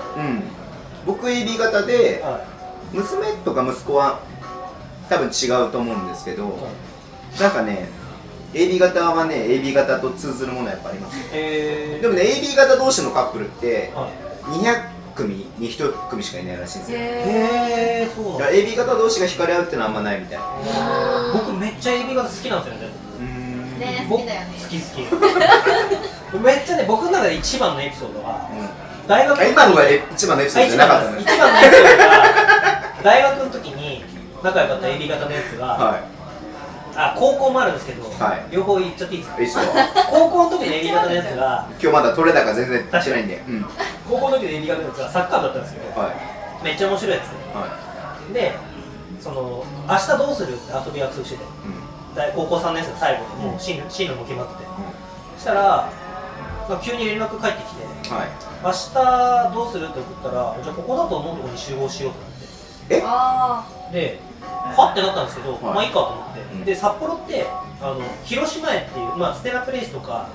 S2: 僕 AB 型で
S5: は
S2: 娘とか息子は多分違うと思うんですけど
S5: い
S2: なんかね AB 型はね AB 型と通ずるものはやっぱあります
S5: え
S2: でもね AB 型同士のカップルって
S5: ー、はい
S2: 200組に1組しかいないらしいんですよ
S5: へー、そう
S2: だ
S5: な
S2: か
S5: ん
S2: ら
S5: だ
S2: AB 型同士が惹かれ合うってのはあんまないみたいな
S5: 僕めっちゃ AB 型好きなんですよね
S2: うん
S8: ね好
S5: 僕
S8: きだよね
S5: 好き好きめっちゃね僕の中で一番のエピソードは大学
S2: あ今のがえ一番のエピソードじゃなかった
S5: あ
S2: ね
S5: 一番のエピソードが大学の時に仲良かった AB 型のやつが、
S2: は
S5: あ高校もあるんですけど、
S2: はい
S5: 両方言っちゃっていいですか
S2: いいいっすよ
S5: 高校の時の AB 型のやつが
S2: 今日まだ取れ高全然しないんでうん
S5: 高校の時の AB 型のやつがサッカーだったんですけど、
S2: は
S5: めっちゃ面白いやつ
S2: いは
S5: ででその明日どうするって遊び約束してて
S2: いうん
S5: 大高校3年生の最後でもう進路進路も決まっててそしたら、まあ急に連絡返ってきて
S2: はい
S5: 明日どうするって送ったらじゃあここだと思うところに集合しようってなって
S8: あ
S5: で、はってなったんですけど、まあいいかと思って、
S2: うん
S5: で札幌ってあの広島駅っていう、まあ、ステラプレイスとか、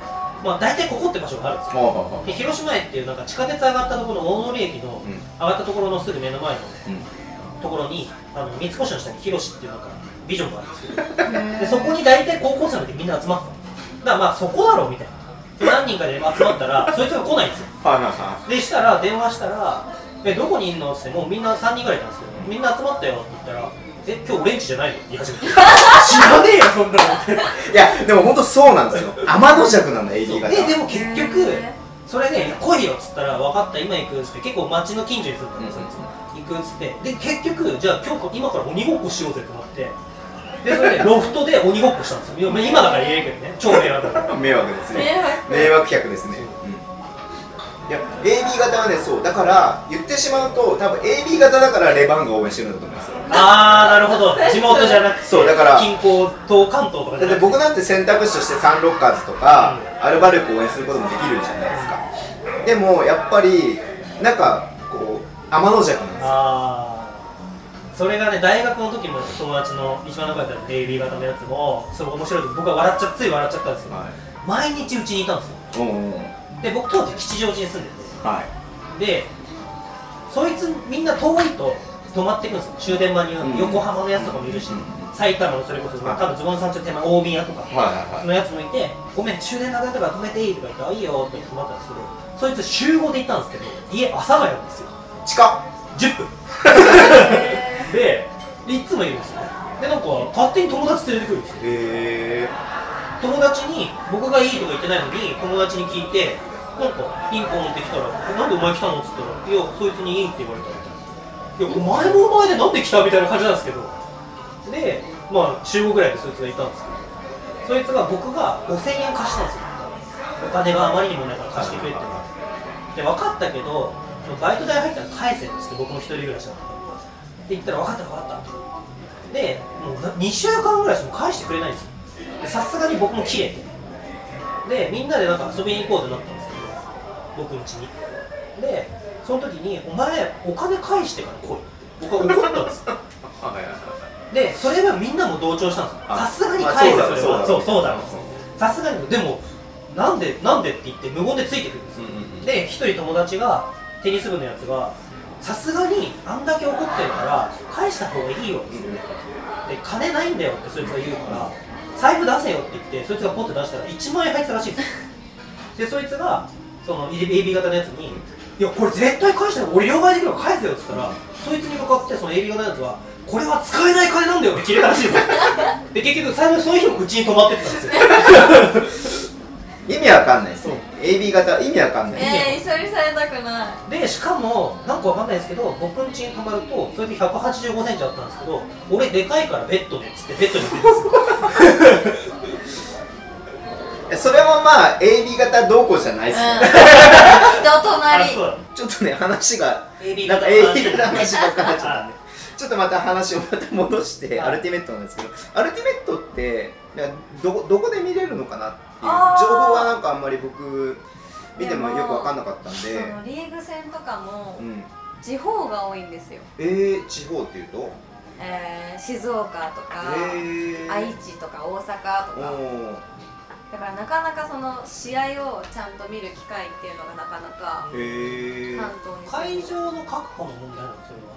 S5: まあ、大体ここって場所があるんです
S2: は
S5: よ
S2: あはあは
S5: で広島駅っていうなんか地下鉄上がったところの大通駅の
S2: うん
S5: 上がったところのすぐ目の前の
S2: あうん
S5: ところにあの三越の下に広しっていうなんかビジョンがあるんですけどでそこに大体高校生の時みんな集まってただからまあそこだろうみたいなで何人かで集まったらそいつが来ないんですよ
S2: はいはいは
S5: でしたら電話したら「えどこにいんの?」って言ってもうみんな3人ぐらいいたんですけど「みんな集まったよ」って言ったら「え今日俺んちじゃないの?」って言い始 めて知らねえよそんなのって
S2: いいやでも本当そうなんですよ天の弱なの AB 型
S5: ででも結局それで「来いよ」っつったら「分かった今行く」っつって結構街の近所に住んだんですよ、行くっつってで結局じゃあ今日今から鬼ごっこしようぜってなってでそれでロフトで鬼ごっこしたんですよいや今だから言えるけどね超迷惑だから
S2: 迷惑ですね
S8: 迷惑
S2: 迷惑客ですね、うん、いや AB 型はねそうだから言ってしまうと多分 AB 型だからレバンが応援してるんだと思いますよ
S5: ああなるほど地元じゃなくて
S2: そうだから
S5: 近郊と関東とかじ
S2: だって
S5: ゃなくて
S2: 僕なんて選択肢としてサンロッカーズとか、アルバルクを応援することもできるじゃないですかでもやっぱりなんかこう天の弱なんですよ
S5: あーそれがね大学の時も友達の一番仲良かった AB 型のやつもすごい面白いと僕は笑っちゃつい笑っちゃったんですけど、
S2: は
S5: 毎日うちにいたんですよ
S2: いうんうん
S5: で僕当時吉祥寺に住んで
S2: はい
S5: てでそいつみんな遠いと泊まってくんですよ終電間に合う
S2: うん
S5: 横浜のやつとかもいるし、
S2: うん
S5: 埼玉のそれこそ、
S2: はい
S5: 多分ズボンさんちの手前大宮とか、
S2: はいはい
S5: のやつもいて、ごめん、終電なくなったから止めていいとか言ったら、いいよって言ってもらったんですけど、そいつ集合で行ったんですけど、家、阿佐ヶ谷なんですよ。
S2: 近っ
S5: 10分で でいつもいるんですよでなんか勝手に友達連れてくるんですよ
S2: へえ
S5: 友達に僕がいいとか言ってないのに友達に聞いてなんかピンポン持ってきたら「なんでお前来たの?」っつったら「いやそいつにいい」って言われたみたいないやお前もお前でなんで来た?」みたいな感じなんですけどでまあ週5ぐらいでそいつがいたんですけどそいつが僕が5000円貸したんですよお金があまりにもないから貸してくれって言われてで分かったけどそのバイト代入ったら返せっつって僕も一人暮らしだったからで言ったら分かった分かったでもう2週間ぐらいしても返してくれないんですよでさすがに僕も切れてでみんなでなんか遊びに行こうってなったんですけど僕ん家にでその時に「お前お金返してから来い」って僕は怒ったんですよ
S2: はいはい
S5: でそれはみんなも同調したんですよ
S2: あ
S5: さすがに返せ
S2: まあ
S5: それは
S2: そ
S5: そう
S2: だろう
S5: うそうだろうさすがにでもなんでなんでって言って無言でついてくるんですよ
S2: うん
S5: で一人友達がテニス部のやつがさすがにあんだけ怒ってるから返した方がいいよっつって、で金ないんだよってそいつが言うから財布出せよって言ってそいつがポッて出したら1万円入ってたらしいんですよでそいつがその AB 型のやつに「いやこれ絶対返したよ俺両替できるから返せよ」っつったらそいつに向かってその AB 型のやつは「これは使えない金なんだよ」って切れたらしいんですよで結局財布その日もうちに泊まってったんですよ
S2: 意味わかんないですね
S5: そ
S2: AB 型意味わかんない
S8: えー、久々やたくな
S5: でしかもなんかわかんないですけど僕ん家に泊まるとそれで1 8 5ンチあったんですけど俺でかいからベッドでっつってベッドに行くんですよ
S2: それはまあ AB 型どうこうじゃないですね
S8: い人となり
S5: うだ
S2: ちょっとね話が
S5: AB
S2: なんか
S5: 型
S2: AB 型の話ばっかりになっちゃったんで
S5: あ
S2: ちょっとまた話をまた戻して、
S5: はい
S2: アルティメットなんですけど、アルティメットって、いやどこどこで見れるのかなっていう、情
S8: あー
S2: 報はなんかあんまり僕、見てもよく分かんなかったん
S8: そ
S2: で、
S8: のリーグ戦とかも
S2: うん、
S8: 地方が多いんですよ、
S2: えー、地方っていうと、
S8: えー、静岡と
S2: え
S8: か、
S2: ー、
S8: 愛知とか大阪
S2: お
S8: とか
S2: ー
S8: だからなかなかその試合をちゃんと見る機会っていうのがなかなか
S2: えー、
S8: 関東に
S5: 会場の確保の問題なのそれは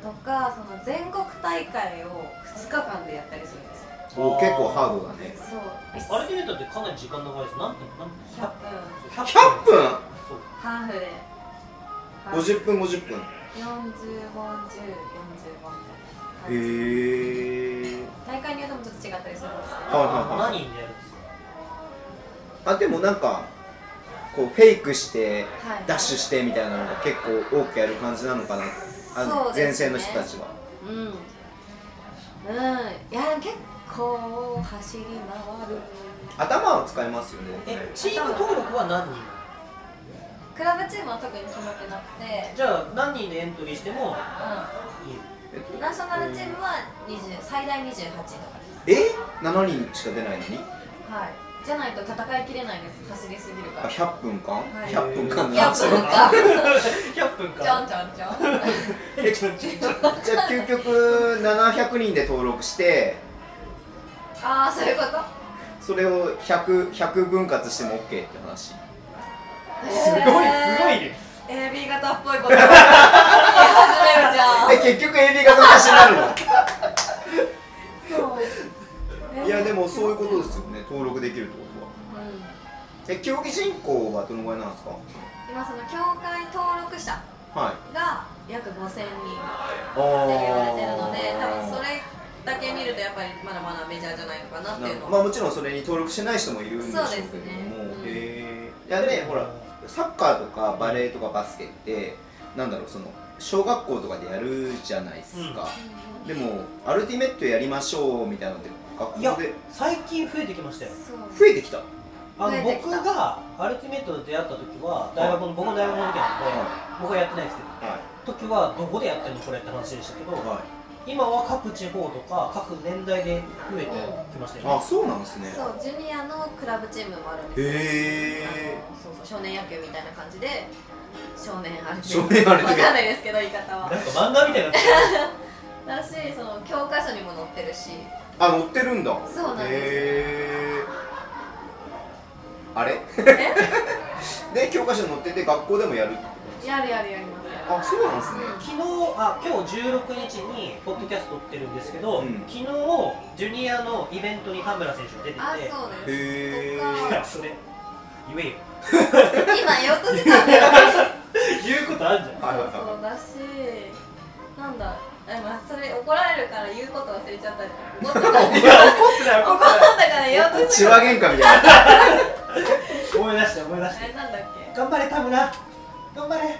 S8: とかその全国大会を2日間でやったりするんですよ
S2: お結構ハードだね
S4: そう
S5: アルティメットってかなり時間長いです何分何分
S4: 100分
S2: 100分
S5: そう
S4: ハーフで
S2: 50分50分
S4: 405040みたいな感じ
S2: へえ
S4: 大会によってもちょっと違ったりするんですけ
S2: はいはいはい
S5: 何人でやるんですか
S2: あでもなんかこうフェイクして
S4: どはい
S2: ダッシュしてみたいなのが結構多くやる感じなのかなあ
S4: そ
S2: の
S4: う
S2: 前
S4: ですね
S2: 線の人たちは
S4: うんうんいや結構走り回る
S2: 頭を使いますよね
S5: えチーム登録は何人
S4: クラブチームは特に決まってなくて、
S5: じゃあ何人でエントリーしてもいい
S4: うん、ナショナルチームは20最大28とかです
S2: え7人しか出ないのに
S4: はいじゃないと戦いきれないです走りすぎるか
S2: あ
S4: ら
S2: 100分間、
S4: はい
S2: 100分間
S4: や
S2: だ
S4: っぱ
S5: 100分
S4: ちょ
S5: か
S4: んちょんちょん
S5: えちょちょちょ
S2: じゃあ究極700人で登録して
S4: ああそういうこと
S2: それを 100, 100分割しても OK って話
S5: すごいすごいね
S4: AB 型っぽいこと言い始めるじゃん
S2: え結局 AB 型の話になるの
S4: そう
S2: いやでもそういうことですよね登録できるってことは
S4: うん
S2: え競技人口はどのぐらいなんですか
S4: 今その協会登録者
S2: はい
S4: が約5000人って
S2: って
S4: 言われてるので多分それだけ見るとやっぱりまだまだメジャーじゃないのかなっていうの
S2: まあもちろんそれに登録してない人もいるんでしょうけれども
S4: そうですねう
S2: へ
S4: ん
S2: えいやねほらサッカーとかバレーとかバスケってなんだろうその小学校とかでやるじゃないですか、でもアルティメットやりましょうみたいなので
S5: い
S2: 学
S5: や
S2: 校で
S5: 最近増えてきましたよ
S4: そう
S2: 増えてきた、
S5: あの
S4: 増えて
S5: 僕
S4: きた
S5: がアルティメットで出会った時は大学の僕の大学の時なんで
S2: は
S5: 僕はやってないですけ
S2: い
S5: ど
S2: は
S5: 時はどこでやってんのこれって話でしたけど
S2: いは
S5: 今は各地方とか各年代で増えてきました
S2: い
S5: よ
S2: あ
S5: ね
S2: そうなんですね
S4: そうジュニアのクラブチームもあるんですよ
S2: へえ
S4: あのそうそう少年野球みたいな感じで少年ある
S2: 少年ある
S4: わかんないですけど言い方
S5: なん
S4: は
S5: か漫画みたいになってる
S4: だしその教科書にも載ってるし
S2: あ乗ってるんだ
S4: そうなんです
S2: へえあれ
S4: え
S2: で教科書に載ってて学校でもやる
S4: やるやるやりますやる
S2: あそうなんですね
S5: 昨日あ今日16日にポッドキャスト撮ってるんですけど、
S2: うん
S5: 昨日ジュニアのイベントに田村選手が出てて
S4: あそうです
S2: へえ
S5: いやそれ 言えよ
S4: 今言おうとしてたんだよ
S5: 言うことあるじゃん
S2: はいはい
S4: そう
S2: は
S4: そうだしなんだあまあそれ怒られるから言うこと忘れちゃったじゃん怒ったから
S2: いいや怒ってない
S4: 怒ったから言おうとして
S2: 血
S4: た
S2: は喧嘩みたいな
S5: 思い出した思い出し
S4: あれなんだっけ
S5: た頑張れ田村頑張れ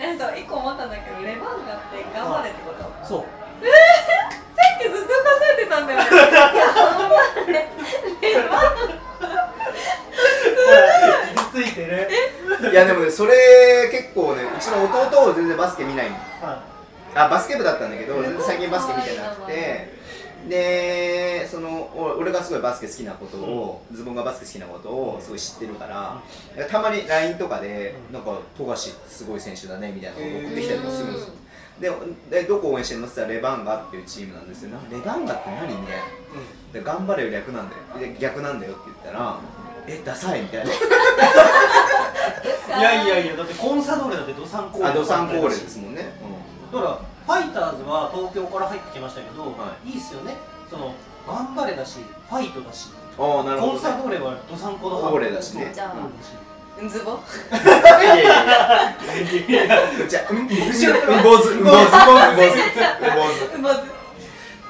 S4: えそう一個思ったんだけどレバンガって頑張れってことさ
S5: そう
S4: っきずっと数えてたんだよね頑張れレバン
S5: ついてる
S2: いやでもねそれ結構ねうちの弟は全然バスケ見ないの
S5: は
S2: あバスケ部だったんだけど全然最近バスケ見てなくてでそのお俺がすごいバスケ好きなことを、ズボンがバスケ好きなことをすごい知ってるから、たまに LINE とかで「なんか富樫ってすごい選手だね」みたいなのを送ってきたりもするんですよででどこ応援してるのって言ったらレバンガっていうチームなんですよなんかレバンガって何みたいなで頑張れよ略なんだよで逆なんだよって言ったらえダサいみたいな
S5: い、いやいやいやだってコンサドーレだってドサンコーレ
S2: あドサンコーレですもんね、
S5: だからファイターズは東京から入ってきましたけど、、
S2: はい
S5: いっすよねその頑張れだしファイトだし
S2: うん、ああなるほ
S5: コ
S2: ど、
S5: ンサドーレはドサンコの
S2: コーレだしね
S4: じゃあ
S5: うん
S4: うんズボ
S2: いやいやいやじゃあうんうんうんうん坊主うん坊主うん坊主うん坊
S4: うまず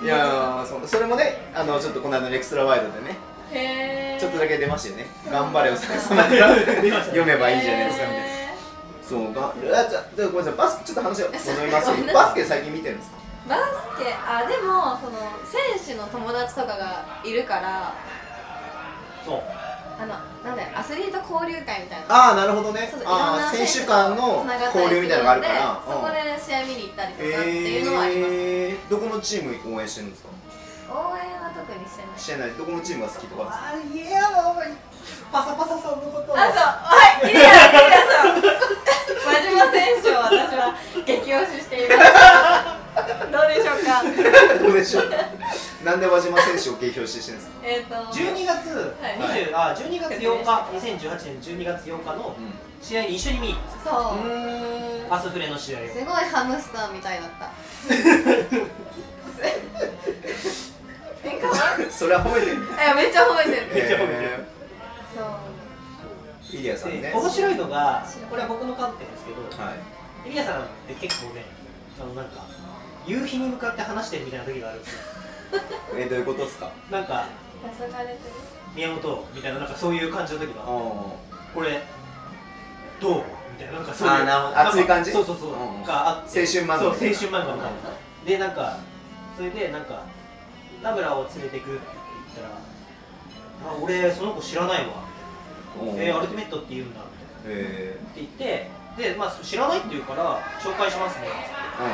S2: 主いやーそのそれもねあのちょっとこの間のエクストラワイドでね
S4: へえ
S2: ちょっとだけ出ましたよね頑張れお客様で読めばいいじゃないですかみたいな
S4: へ
S2: そうがあじゃあごめんなさいバスケちょっと話を戻りますけどバスケ最近見てるんですか
S4: ーバスケあでもその選手の友達とかがいるから
S5: そう
S4: あのなんだよアスリート交流会みたいな
S2: ああなるほどね
S4: そうそういろん
S2: あ
S4: な
S2: あ選手間の交流みたいなのがあるから
S4: そ
S2: う
S4: こ
S2: ん
S4: で試合見に行ったりとかっていうのはあります、
S2: えー、どこのチーム応援してるんですか
S4: 応援は特にしてない
S2: してないどこのチームが好きとか
S5: あいやパサパサさんのこと
S4: あ、そう、はい、いや、いや、そう真島選手を私は激推ししていますどうでしょうか
S2: どうでしょうなんで輪島選手を下表してしてるんですか、
S4: えっ、と
S5: 12月20、あ12月8日2018年12月8日の
S2: う
S5: 試合に一緒に見に行ったんです
S4: そう、
S2: ん
S5: アスフレの試合を
S4: すごいハムスターみたいだったえ、かわいい
S2: それは褒めてる
S4: いやめっちゃ褒めてる
S5: めっちゃ褒めてる
S4: そう
S2: イリアさんね
S5: で
S2: は
S5: 面白いのがこれは僕の観点ですけど
S2: い
S5: エリアさんって結構ねあのなんか夕日に向かって話してるみたいな時があるんですよ
S2: えどういうことですか
S5: なんか
S4: 黄昏れてる
S5: 宮本みたいななんかそういう感じの時
S2: あー
S5: がこれどうみたいななんかそういう
S2: あーなるほど
S5: んか
S2: 熱い感じ
S5: そうそうそう、
S2: うんうん
S5: があって
S2: 青春漫画
S5: そう青春漫画みたいなでなんかそれでなんかラブラを連れてくって言ったら「あ俺その子知らないわ」
S2: うん
S5: えーアルティメットって言うんだ」みたいな
S2: え
S5: って言ってでまあ知らないって言うから紹介しますねって
S2: ー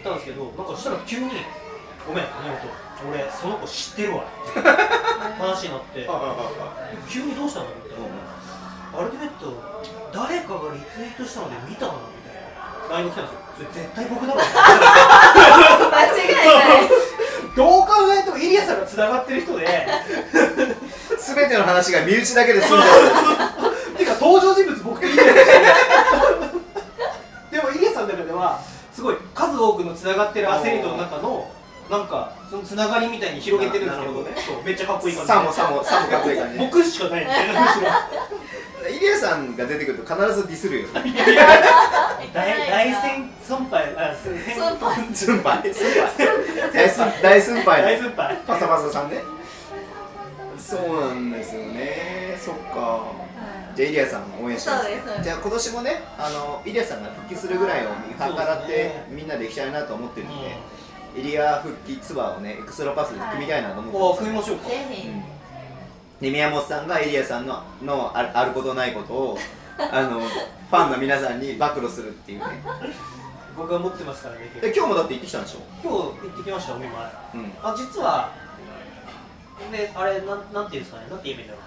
S5: 言ったんですけどなんかそしたら急に「ごめん宮本俺その子知ってるわ」って話になって
S2: うんああ
S5: 急にどうしたのみたいな
S2: あ
S5: アルティメット誰かがリツイートしたので見たのみたいな LINE が来たんですよそれ絶対僕だろ
S4: 間違いない
S5: どう考えてもイリアさんがつなが ってる人で
S2: すべての話が身内だけで済んだ
S5: てか登場人物僕とイリアさんで したよでもイリアさんの中ではすごい数多くのつながってるアセリートの中のなんかそのつながりみたいに広げてるんですけど
S2: ななるほどね
S5: そうめっちゃかっこいい感じで
S2: さもさもさもかっこいい感じ
S5: 僕しかないみたいな話が
S2: イリアさんが出てくると必ずディスるよね
S5: 大大先先輩あ先先
S4: そうパン
S2: 寸敗大寸大寸
S5: 大
S2: 敗
S5: 先輩
S2: パサパサさんねそうなんですよねそっかじゃあイリアさん応援します
S4: そうですそうです
S2: じゃあ今年もねあのイリアさんが復帰するぐらいを見計らっ
S5: そう
S2: て、
S5: ですね
S2: みんなで行きたいなと思ってるんで、
S5: うん
S2: イリア復帰ツアーをねエクストラパスで組みたいなと思って
S5: お
S2: ま
S5: ー
S2: す、
S5: 組みましょうか
S4: ぜひ
S2: うんで宮本さんがイリアさんののああることないことをあのファンの皆さんに暴露するっていうね
S5: 僕は持ってますからね結構
S2: で今日もだって行ってきたんでしょ、
S5: 今日行ってきましたお見舞い
S2: うん、
S5: あ実はねあれなんなんていうんですかねなんて言えばいいんだろう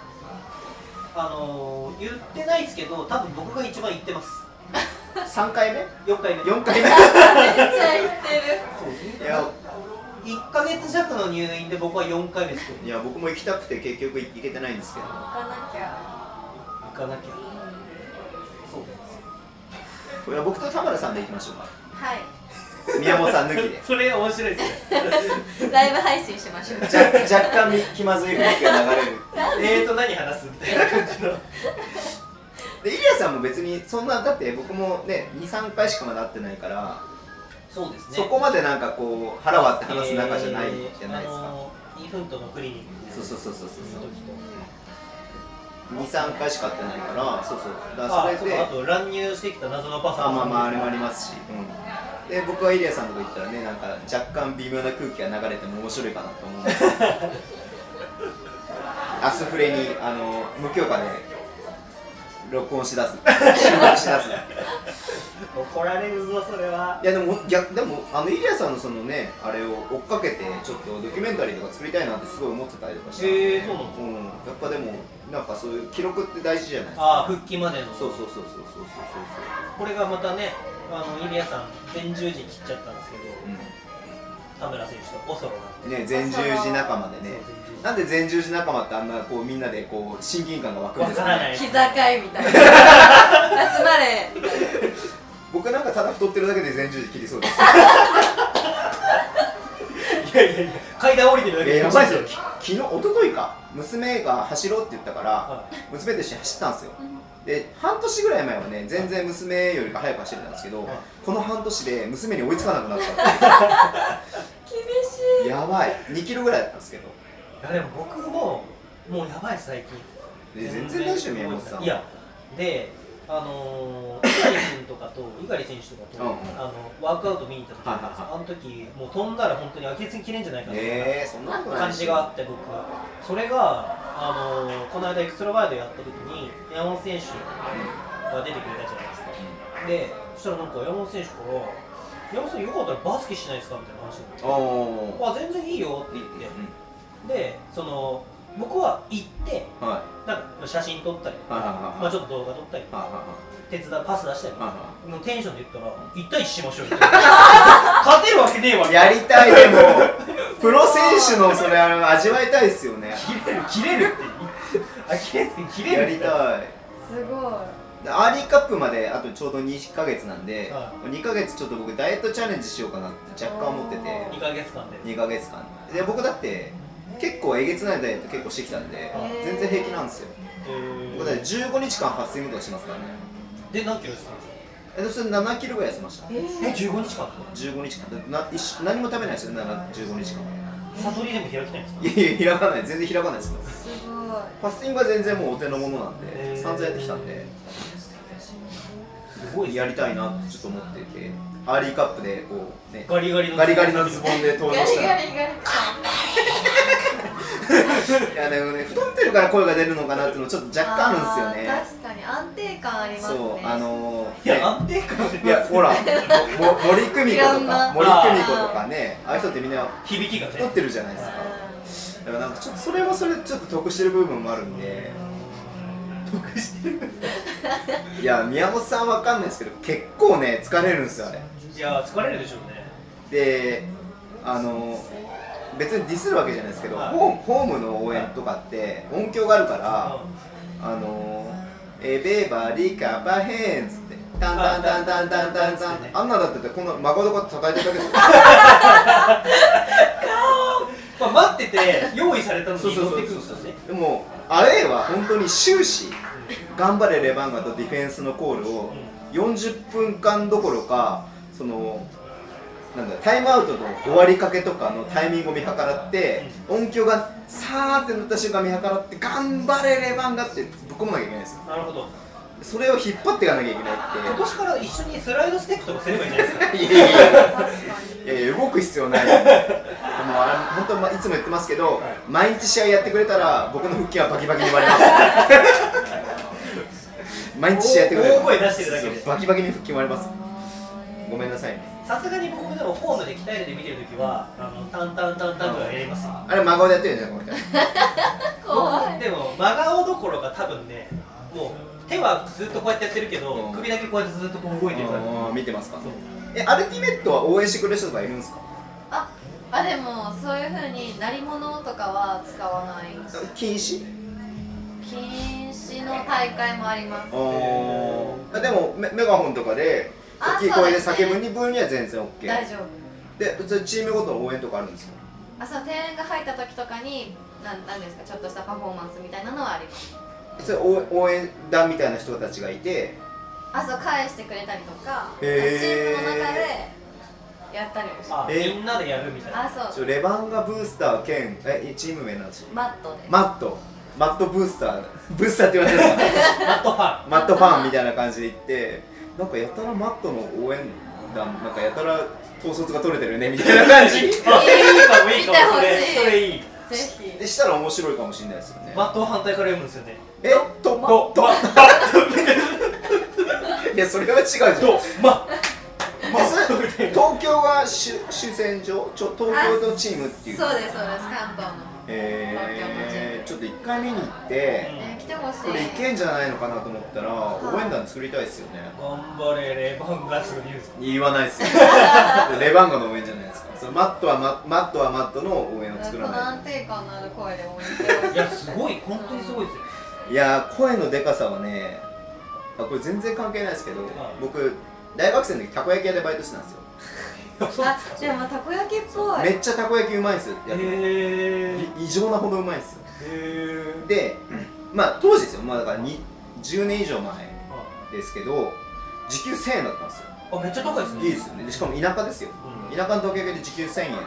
S5: あのー、言ってないですけど多分僕が一番行ってます
S2: 3回目
S5: 4回目
S2: 4回目
S4: めっちゃ言ってる
S2: いや
S5: 1か月弱の入院で僕は4回目です
S2: いや僕も行きたくて結局行けてないんですけど
S4: 行かなきゃ
S5: 行かなきゃそう
S2: これは僕と田村さんで行きましょうか
S4: はい
S2: 宮本さん抜きで
S5: それ面白いですね
S4: ライブ配信しましょう
S2: じゃ若干み気まずい雰囲気が流れる
S5: えーと何話すみたいな感じの
S2: でイリアさんも別にそんなだって僕もね23回しかまだ会ってないから、
S5: そうですね
S2: そこまでなんかこう腹割って話す仲じゃないじゃないです
S5: えーあ
S2: か、
S5: のー、インフントのクリニック
S2: そうそうそうそうそう
S5: の時と
S2: 23回しか会ってないからそうそうだか
S5: あ
S2: らそ
S5: そ
S2: れ
S5: う
S2: で
S5: かあと乱入してきた謎のパサ
S2: あまあまああれもありますし、うん、で僕はイリアさんのとこ行ったらねなんか若干微妙な空気が流れても面白いかなと思うん ですけどアスフレにあの無許可で録音しだす収録しだすい
S5: 怒られるぞそれは
S2: やでも逆でもあのイリアさんのそのねあれを追っかけてちょっとドキュメンタリーとか作りたいなってすごい思ってたりとかして、
S5: へえそうなの
S2: うん、やっぱでもなんかそういう記録って大事じゃないですか
S5: ああ復帰までの
S2: そうそうそうそうそうそうそ
S5: これがまたねあのイリアさん前十字切っちゃったんですけど
S2: う、
S5: 田村選手とオソロな
S2: う
S5: ん
S2: ん、ね前十字仲間でね
S5: そう前十字
S2: なんで前十字仲間ってあんなこうみんなでこう親近感が湧くん
S5: わ
S2: です
S5: か
S2: から
S5: ない
S4: 膝会みたいな集まれ
S2: 僕なんかただ太ってるだけで前十字切りそうです
S5: いやいやいや階段降りてるだけ
S2: いやや
S5: や
S2: ば
S5: ば
S2: い
S5: い
S2: で
S5: ですす
S2: よ
S5: よ
S2: き昨日一昨日か娘が走ろうって言ったから、
S5: は
S2: 娘と一緒に走ったんですよで半年ぐらい前はね全然娘よりか早く走れたんですけど、
S5: はい
S2: この半年で娘に追いつかなくなった
S4: 厳し
S2: やばい2キロぐらいだったんですけど
S5: いやでも僕ももうやばい最近
S2: で全然大丈夫宮本さん
S5: いやであのー、猪狩君とか と猪狩選手とかと、
S2: うんうん
S5: あのワークアウト見に行った時なんですよ
S2: は
S5: あの時もう飛んだら本当に明らかに切れんじゃないかっていうぐらい
S2: えー、そんなことない
S5: 感じがあって僕それがあのこの間エクストラワイドやった時に山本選手が出てくれたじゃないですかでそしたらなんか山本選手から「山本さんよかったらバスケしないですか?」みたいな話になっ
S2: お
S5: て
S2: お
S5: あ全然いいよ」って言ってでその僕は行って
S2: はい
S5: なんか写真撮ったり
S2: はいはい
S5: まあちょっと動画撮ったり
S2: はいはい
S5: 手伝いパス出したり
S2: はいはい
S5: のテンションで言ったら「1対1しましょうよ」 って勝てるわけねえわ
S2: やりたいでもプロ選手のそれあの味わいたいですよ ね
S5: 切れる切れるって あ切れるって切れる
S2: やりたい
S4: いすごい
S2: でアーリーカップまであとちょうど2ヶ月なんで、
S5: は
S2: 2ヶ月ちょっと僕ダイエットチャレンジしようかなって若干思ってて
S5: 2ヶ月間で
S2: 2ヶ月間で僕だって結構えげつないダイエット結構してきたんで全然平気なんですよ僕だって15日間発生とかしますからね
S5: で何キロですか
S2: えそれ7キロぐらい痩せました
S5: え15日間とか
S2: 15日間だってな一緒何も食べないですよ7 15日間
S5: 悟りでも開きたいんですか
S2: いやいや開かない全然開かないですよ
S4: すごい
S2: ファスティングは全然もうお手の物なん
S5: へ
S2: で
S5: ー
S2: 散々やってきたんですすごいやりたいなってちょっと思っててアーリーカップでこうね
S5: ガリガリの
S2: ガリガリのズボンで登場
S4: ガリ
S2: した
S4: ガ
S2: ら
S4: リガリ
S2: いやでもね太ってるから声が出るのかなっていうのちょっと若干あるんですよ
S4: あー
S2: ね
S4: 確かに安定感ありますね
S2: そうあのー、
S5: いや安定感
S2: いやほらもも森久美子
S4: いろ
S2: と
S4: ん
S2: か
S4: な
S2: 森久美子とかねああいう人ってみんな
S5: 響きがね
S2: 太ってるじゃないですかだからなんかちょっとそれはそれでちょっと得してる部分もあるんで得してる部分いや宮本さんわかんないですけど結構ね疲れるんですよあれ
S5: いや疲れるでしょうね
S2: であの別にディスるわけじゃないですけど、
S5: はい
S2: ホームホームの応援とかって音響があるから、あのエベーバリカバヘーンズってタンタンタンタンタンタンタンあんなだってこの孫のこと叩いてるだけですよ
S5: まあ、待ってて用意されたのに
S2: そうそう
S5: 乗っ
S2: そ
S5: て
S2: う
S5: くるん
S2: そう
S5: ですよね
S2: でもアウェーは本当に終始頑張れレバンガとディフェンスのコールを40分間どころかそのなんだタイムアウトの終わりかけとかのタイミングを見計らって音響がさーってなった瞬間見計らって頑張れレバンガってぶっ込まなきゃいけないんですよ
S5: なるほど
S2: それを引っ張っていかなきゃいけない
S5: 今
S2: っ
S5: 年から一緒にスライドステップとかすればいいんじゃないですか
S2: ていやいやいやいやいや動く必要 ないよでもあれ本当まあいつも言ってますけど、毎日試合やってくれたら僕の腹筋はバキバキに割れます 毎日試合やってくれたら
S5: 大声出してるだけで
S2: そうバキバキに腹筋割れますごめんなさいね
S5: さすがに僕でもホームで鍛えるで見てるときはあのタンタンタンタンとかやりますよ
S2: あれ真顔でやってるよねこれ
S4: 怖い
S5: でも真顔どころか多分ねもう手はずっとこうやってやってるけど、
S2: うん
S5: 首だけこうやってずっとこう動いてるから、
S2: あー見てますか
S5: そう
S2: えアルティメットは応援してくれる人とかいるんですか
S4: ああでもそういう風に鳴り物とかは使わない
S2: 禁止
S4: 禁止の大会もあります
S2: あーでもメメガホンとかで
S4: あ
S2: 大きい声で
S4: そうですね
S2: 叫ぶに分には全然 OK
S4: 大丈夫
S2: でそれチームごとの応援とかあるんですか
S4: あそう庭園が入った時とかになんなんですかちょっとしたパフォーマンスみたいなのはあります
S2: それ応応援団みたいな人たちがいて
S4: あそう返してくれたりとかチ
S2: へー
S4: ームの中でやったりもしま
S5: あ
S2: えー
S5: みんなでやるみたいな
S4: すあ
S2: ち
S4: そう
S2: ょレバンガブースター兼えチーム名なんですよ
S4: マットで
S2: マットマットブースターブースターって言われてるんですか
S5: マットファン
S2: マットファンみたいな感じで行ってなんかやたらマットの応援団なんかやたら統率が取れてるねみたいな感じ
S5: あそれいいかもいいかもそれ
S4: 見てほしい
S5: それいい
S4: ぜひ
S2: でしたら面白いかもしれないですよね
S5: マットを反対から読むんですよね
S2: えととといやそれは違うじゃん
S5: どうま
S2: まず東京が主主戦場ちょ東京のチームっていう
S4: そうですそうです関東の、
S2: えー、ちょっと1回見に行って、
S4: えー来てほしい
S2: これいけんじゃないのかなと思ったら、応援団作りたいですよね
S5: 頑張れレバンガスのニュース
S2: 言わない ですよレバンガの応援じゃないですかそのマットはママットはマットの応援を作
S4: こ
S2: ら
S4: の
S2: な
S4: 安定感のある声で応援してほしい
S5: いやすごい本当にすごいですよ
S2: いいやー声のでかさはねあこれ全然関係ないですけど僕大学生の時たこ焼き屋でバイトしてたんですよ
S4: あでもたこ焼きっぽい
S2: めっちゃたこ焼きうまいんですよやっぱ
S5: へー
S2: 異常なほどうまいんですよ
S5: へ
S2: でまあ当時ですよまあだからに10年以上前
S5: ー
S2: ですけど時給1000円だったんですよ
S5: あめっちゃ高いですね
S2: いいですよねでしかも田舎ですよ
S5: うん
S2: 田舎の東京で時給1000円なんで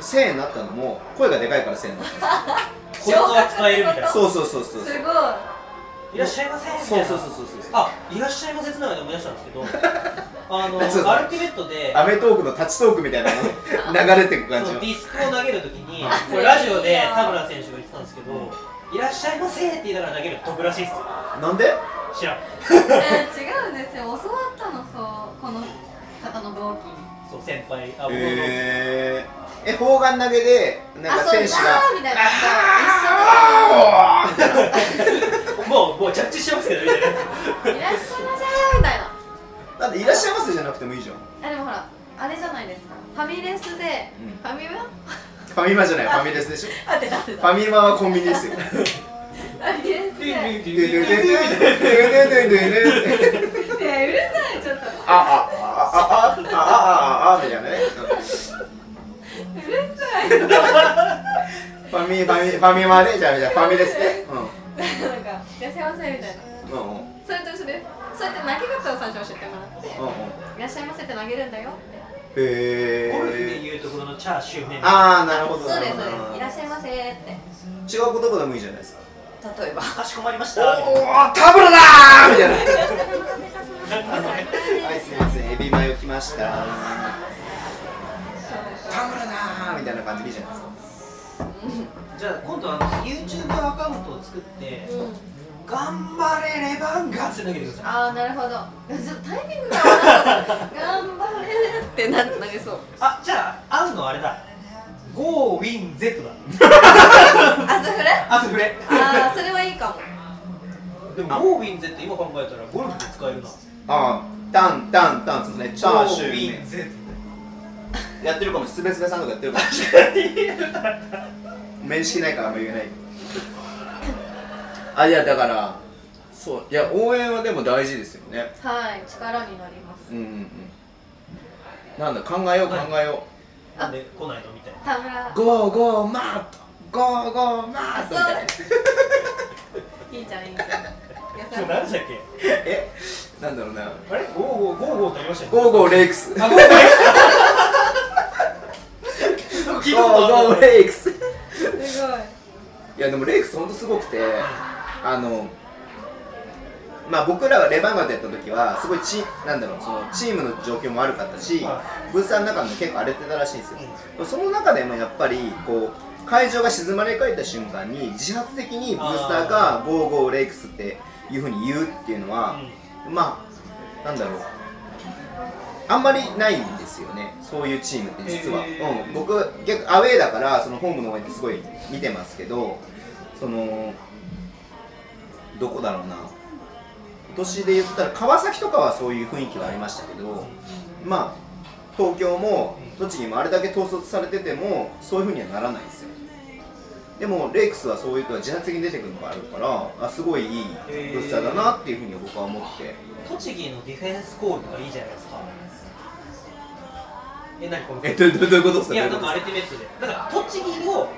S2: 1000円になったのも声がでかいから1000円になったんで
S5: こいつは使えるみたいな
S2: すよそうそうそうそう
S4: すごい
S5: いらっしゃいませみたいな
S2: そうそうそうそうそう
S5: あいらっしゃいませつながりで思い出したんですけ どあの
S2: そうそう
S5: アルティメットで
S2: アメトークの立ちトークみたいなの流れてく感じ
S5: そ
S2: の
S5: のディスクを投げるときにこれラジオで田村選手が言ってたんですけどいらっしゃいませって言いながら投げると飛ぶらしいっすよ
S2: なんで
S5: 知らん
S4: えー違うんですよ教わったのそうこの方の同期に
S5: そう先輩あ僕の
S2: えー、え砲丸投げでなんか
S4: あそう
S2: 選手
S4: あー
S2: が
S4: みたいなそう
S5: もうもうジャッジしてますけどみたいなや
S4: 一緒にいらっしゃいませみたいな
S2: だっていらっしゃいませじゃなくてもいいじゃん
S4: あでもほらあれじゃないですかファミレスで、
S2: うん
S4: ファミマ
S2: ファミマじゃないファミレスでしょ
S4: あてたて
S2: ファミマはコンビニですよ
S4: ファミレスで
S2: ドゥドゥド
S4: ね
S2: ゥドゥドゥドゥドゥドゥドゥドゥドゥ
S4: えうるさいちょっ
S2: あ
S4: と
S2: あああああああああみたいなね
S4: うるさい
S2: ファミミ、ファミ、ファミマで、じゃあ、じゃあ、ファミレスね。う。
S4: なんか「いらっしゃいませ」みたいなん
S2: うん、うん、うん、
S4: それと一緒ですそうやって投げ方を最初教えてもらって
S2: うん。
S4: 「いらっしゃいませ」って投げるんだよ
S2: へえ
S5: ゴルフで言うところのチャーシュー麺
S2: ああ、なるほど。
S4: そうです
S2: なる
S4: そう
S2: ほ
S4: です
S2: ど
S4: 「いらっしゃいませ」って
S2: 違う言葉でもいいじゃないですか。
S4: 例えば
S5: かしこまりまし
S2: お
S5: た
S2: お、タブロだーみたいな。はい、すみません、エビマヨ来ました。タブロだーみたいな感じでいいじゃないですか。
S5: じゃあ今度あの YouTube アカウントを作って
S4: うん
S5: 「頑張れレバンガ」って投げてください
S4: ああなるほどちょっとタイミングが合わなかった頑張れるってななりそう
S5: あじゃああんのあれだ GO WIN Z だ
S4: あそれ
S5: あそれ
S4: ああそれはいいかも
S5: でも GO WIN Z 今考えたらゴルフで使えるな
S2: あー、タン、タン、タン、そうですね、チャーシュ
S5: Go
S2: ー
S5: Win
S2: 麺。
S5: Z
S2: やってるかもしれない、すべすべさんとかやってるかもしれない。面識ないから、あんま言えない。あ、いや、だから。そう、いや、応援はでも大事ですよね。
S4: はい力になります
S2: うん、うん、うん。なんだ、考えよう、考えよう。
S5: なんで来ないのみたいな
S4: 田村
S2: ゴーゴーマートゴーゴーマートみたいない
S4: いじゃんいいじゃん
S5: そ れ何でしたっけ
S2: えなんだろうな
S5: あれ ?GO GO GO GO ってありましたよね
S2: ゴーゴーレイクスゴー
S5: 聞いたことある
S2: ゴーレイクスい
S4: すごい
S2: やでもレイクスほんとすごくてあのまあ僕らがレバンガでやった時はすごいチなんだろうそのチームの状況も悪かったし
S5: は
S2: ブースターの中も結構荒れてたらしいんですよその中でもやっぱりこう会場が静まり返った瞬間に自発的にブースターがゴーゴーレイクスっていうふうに言うっていうのは、まあなんだろうあんまりないんですよねそういうチームって実は、
S5: へー
S2: うん、僕逆アウェーだからそのホームの応援ってすごい見てますけどそのどこだろうな今年で言ったら川崎とかはそういう雰囲気はありましたけどまあ東京も栃木もあれだけ統率されててもそういうふうにはならないんですよでもレイクスはそういう人は自発的に出てくるのがあるからあすごいいいブースターだなっていうふうに僕は思って
S5: 栃木のディフェンスコールとかいいじゃないですかえ何この
S2: えどどどういうことですか
S5: いやなんかあ
S2: れ
S5: れってネットでだから栃木を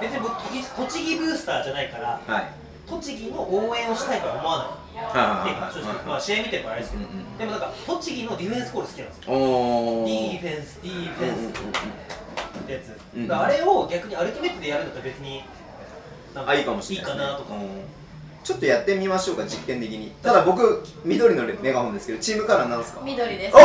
S5: 別に僕栃木ブースターじゃないから
S2: はい
S5: 栃木の応援をしたいとは思わないっていうか正直まあ
S2: は
S5: 試合見てるからあれですけど、
S2: うんうん
S5: でもなんか栃木のディフェンスコール好きなんですよ
S2: いおお
S5: ディフェンスディフェンスってやつ、
S2: うん
S5: だからあれを逆にアルティメットでやるんだったら別になん
S2: あいいかもしれない
S5: いかなとか、
S2: うんちょっとやってみましょうか実験的にただ僕緑のメガホンですけどチームカラーなんですか
S4: 緑です
S2: おお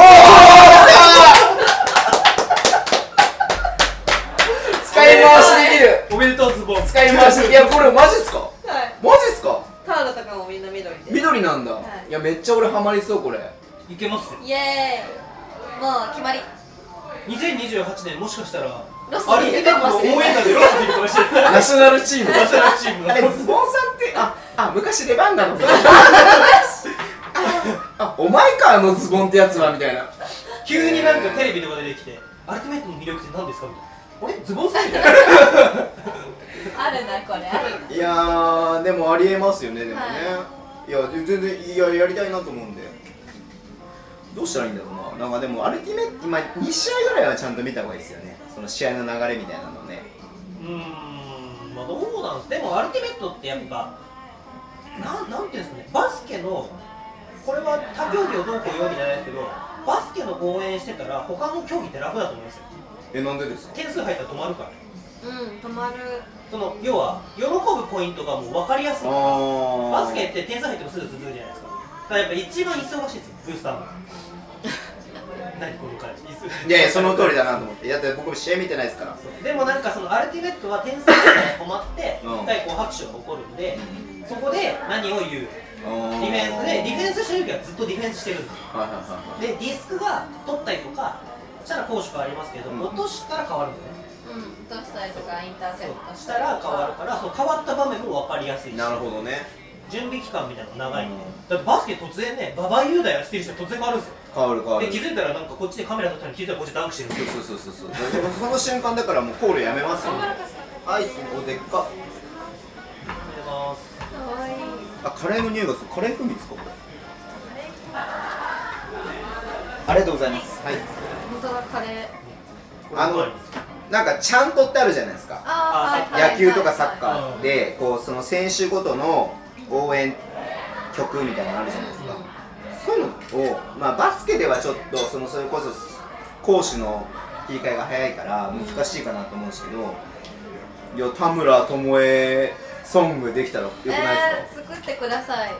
S2: 使い回しできる
S5: おめでとうズボン
S2: 使い回しできるいやこれマジっすか
S4: はい
S2: マジっすか
S4: タオルとかもみんな緑です
S2: 緑なんだ、
S4: はい
S2: い、やめっちゃ俺ハマりそうこれ
S5: いけますよ
S4: イエーイもう決まり
S5: 2028年もしかしたら
S4: ロス
S5: アル
S4: に
S5: テ
S4: い
S5: ィメ
S4: る
S5: ット
S4: かもしれ
S5: の応
S4: ない
S5: 援団でロスにいるかもし れない
S2: ナショナルチーム
S5: ナショナルチーム
S2: あれ
S5: の
S2: ズボンさんってああ昔出番なのあお前かあのズボンってやつはみたいな
S5: 急になんかテレビとかで出てきてアルティメットの魅力って何ですかみたいなあれズボンさん みたいな
S4: あるなこれある
S2: いやーでもありえますよねでもね、、
S4: はい
S2: や全然いややりたいなと思うんでどうしたらいいんだろうななんかでもアルティメット今2試合ぐらいはちゃんと見た方がいいですよねその試合の流れみたいなのね
S5: うーん、まあ、どうなんですでもアルティメットってやっぱ、なんなんていうんですかね、バスケの、これは他競技をどうこう言うわけじゃないですけど、バスケの応援してたら、他の競技って楽だと思いますよ、
S2: えなんでですか
S5: 点数入ったら止まるから、
S4: うん止まる
S5: その要は、喜ぶポイントがもう分かりやすい、
S2: あ
S5: バスケって点数入ってもすぐ続くじゃないですか、だからやっぱ一番忙しいですよ、ブー スターも。何この感じ、忙しい
S2: いやいやその通りだなと思っていやだって僕も試合見てないですから
S5: でもなんかそのアルティメットは点数が止まって、
S2: うん
S5: 一回こう拍手が起こるんで、そこで何を言う。
S2: ディ
S5: ディフェンスで、ディフェンスしてる時はずっとディフェンスしてるんです
S2: はいはいはい
S5: で、ディスクが取ったりとかしたら攻守変わりますけど、
S2: うん
S5: 落としたら変わるんだよね。
S4: うんどうしたりとかインターセプ
S5: そう
S4: ト
S5: したら変わるから、その変わった場面も分かりやすいし、
S2: なるほどね
S5: 準備期間みたいなの長いんで、
S2: うん
S5: だってバスケ突然ね、馬場雄大やってる人突然変わるんですよ。
S2: 変わる変わる
S5: で、気づいたらなんかこっちでカメラ撮ったのに気づいたらこっちでダンクしてるんですよ。
S2: そうそうそうそうその瞬間だからもうコールやめますよはいおでっか
S5: お願いします。
S4: かわいい
S2: あカレーの匂いがするカレー風味ですかこれありがとうございますはい
S4: 本当だカレー
S5: これうまいです
S2: なんかちゃんとってあるじゃないですか
S4: あーはい
S2: 野球とかサッカ
S4: はい
S2: ーでこうその選手ごとの応援曲みたいなのあるじゃないですかそういうのを、まあ、バスケではちょっとそのそれこそ攻守の切り替えが早いから難しいかなと思うんですけどいや田村智恵ソングできたらよくない
S4: はい
S2: です
S4: えー、作ってください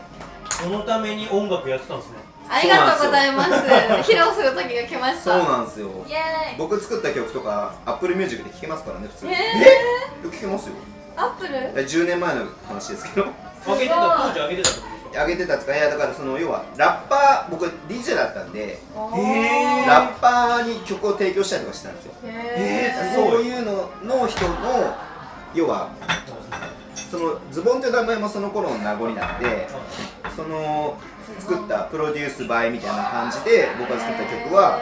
S5: そのために音楽やってたんですね
S4: ありがとうございます披露する時が来まし
S2: か、
S4: た
S2: そうなんですよ
S4: イエーイ
S2: 僕作った曲とか Apple Music で聴けますからね普通に
S4: え
S2: え聴けますよ
S4: アップル
S2: え10年前の話ですけど
S5: 上げてた当時上げてたってことですか
S2: 上げてたんですかいやだからその要はラッパー僕 DJ だったんで
S5: へー
S2: ラッパーに曲を提供したりとかしてたんですよ
S4: へ
S5: ーすごい
S2: そういうのの人の要はそのズボンという名前もその頃の名残なんでその作ったプロデュースバイみたいな感じで僕が作った曲は、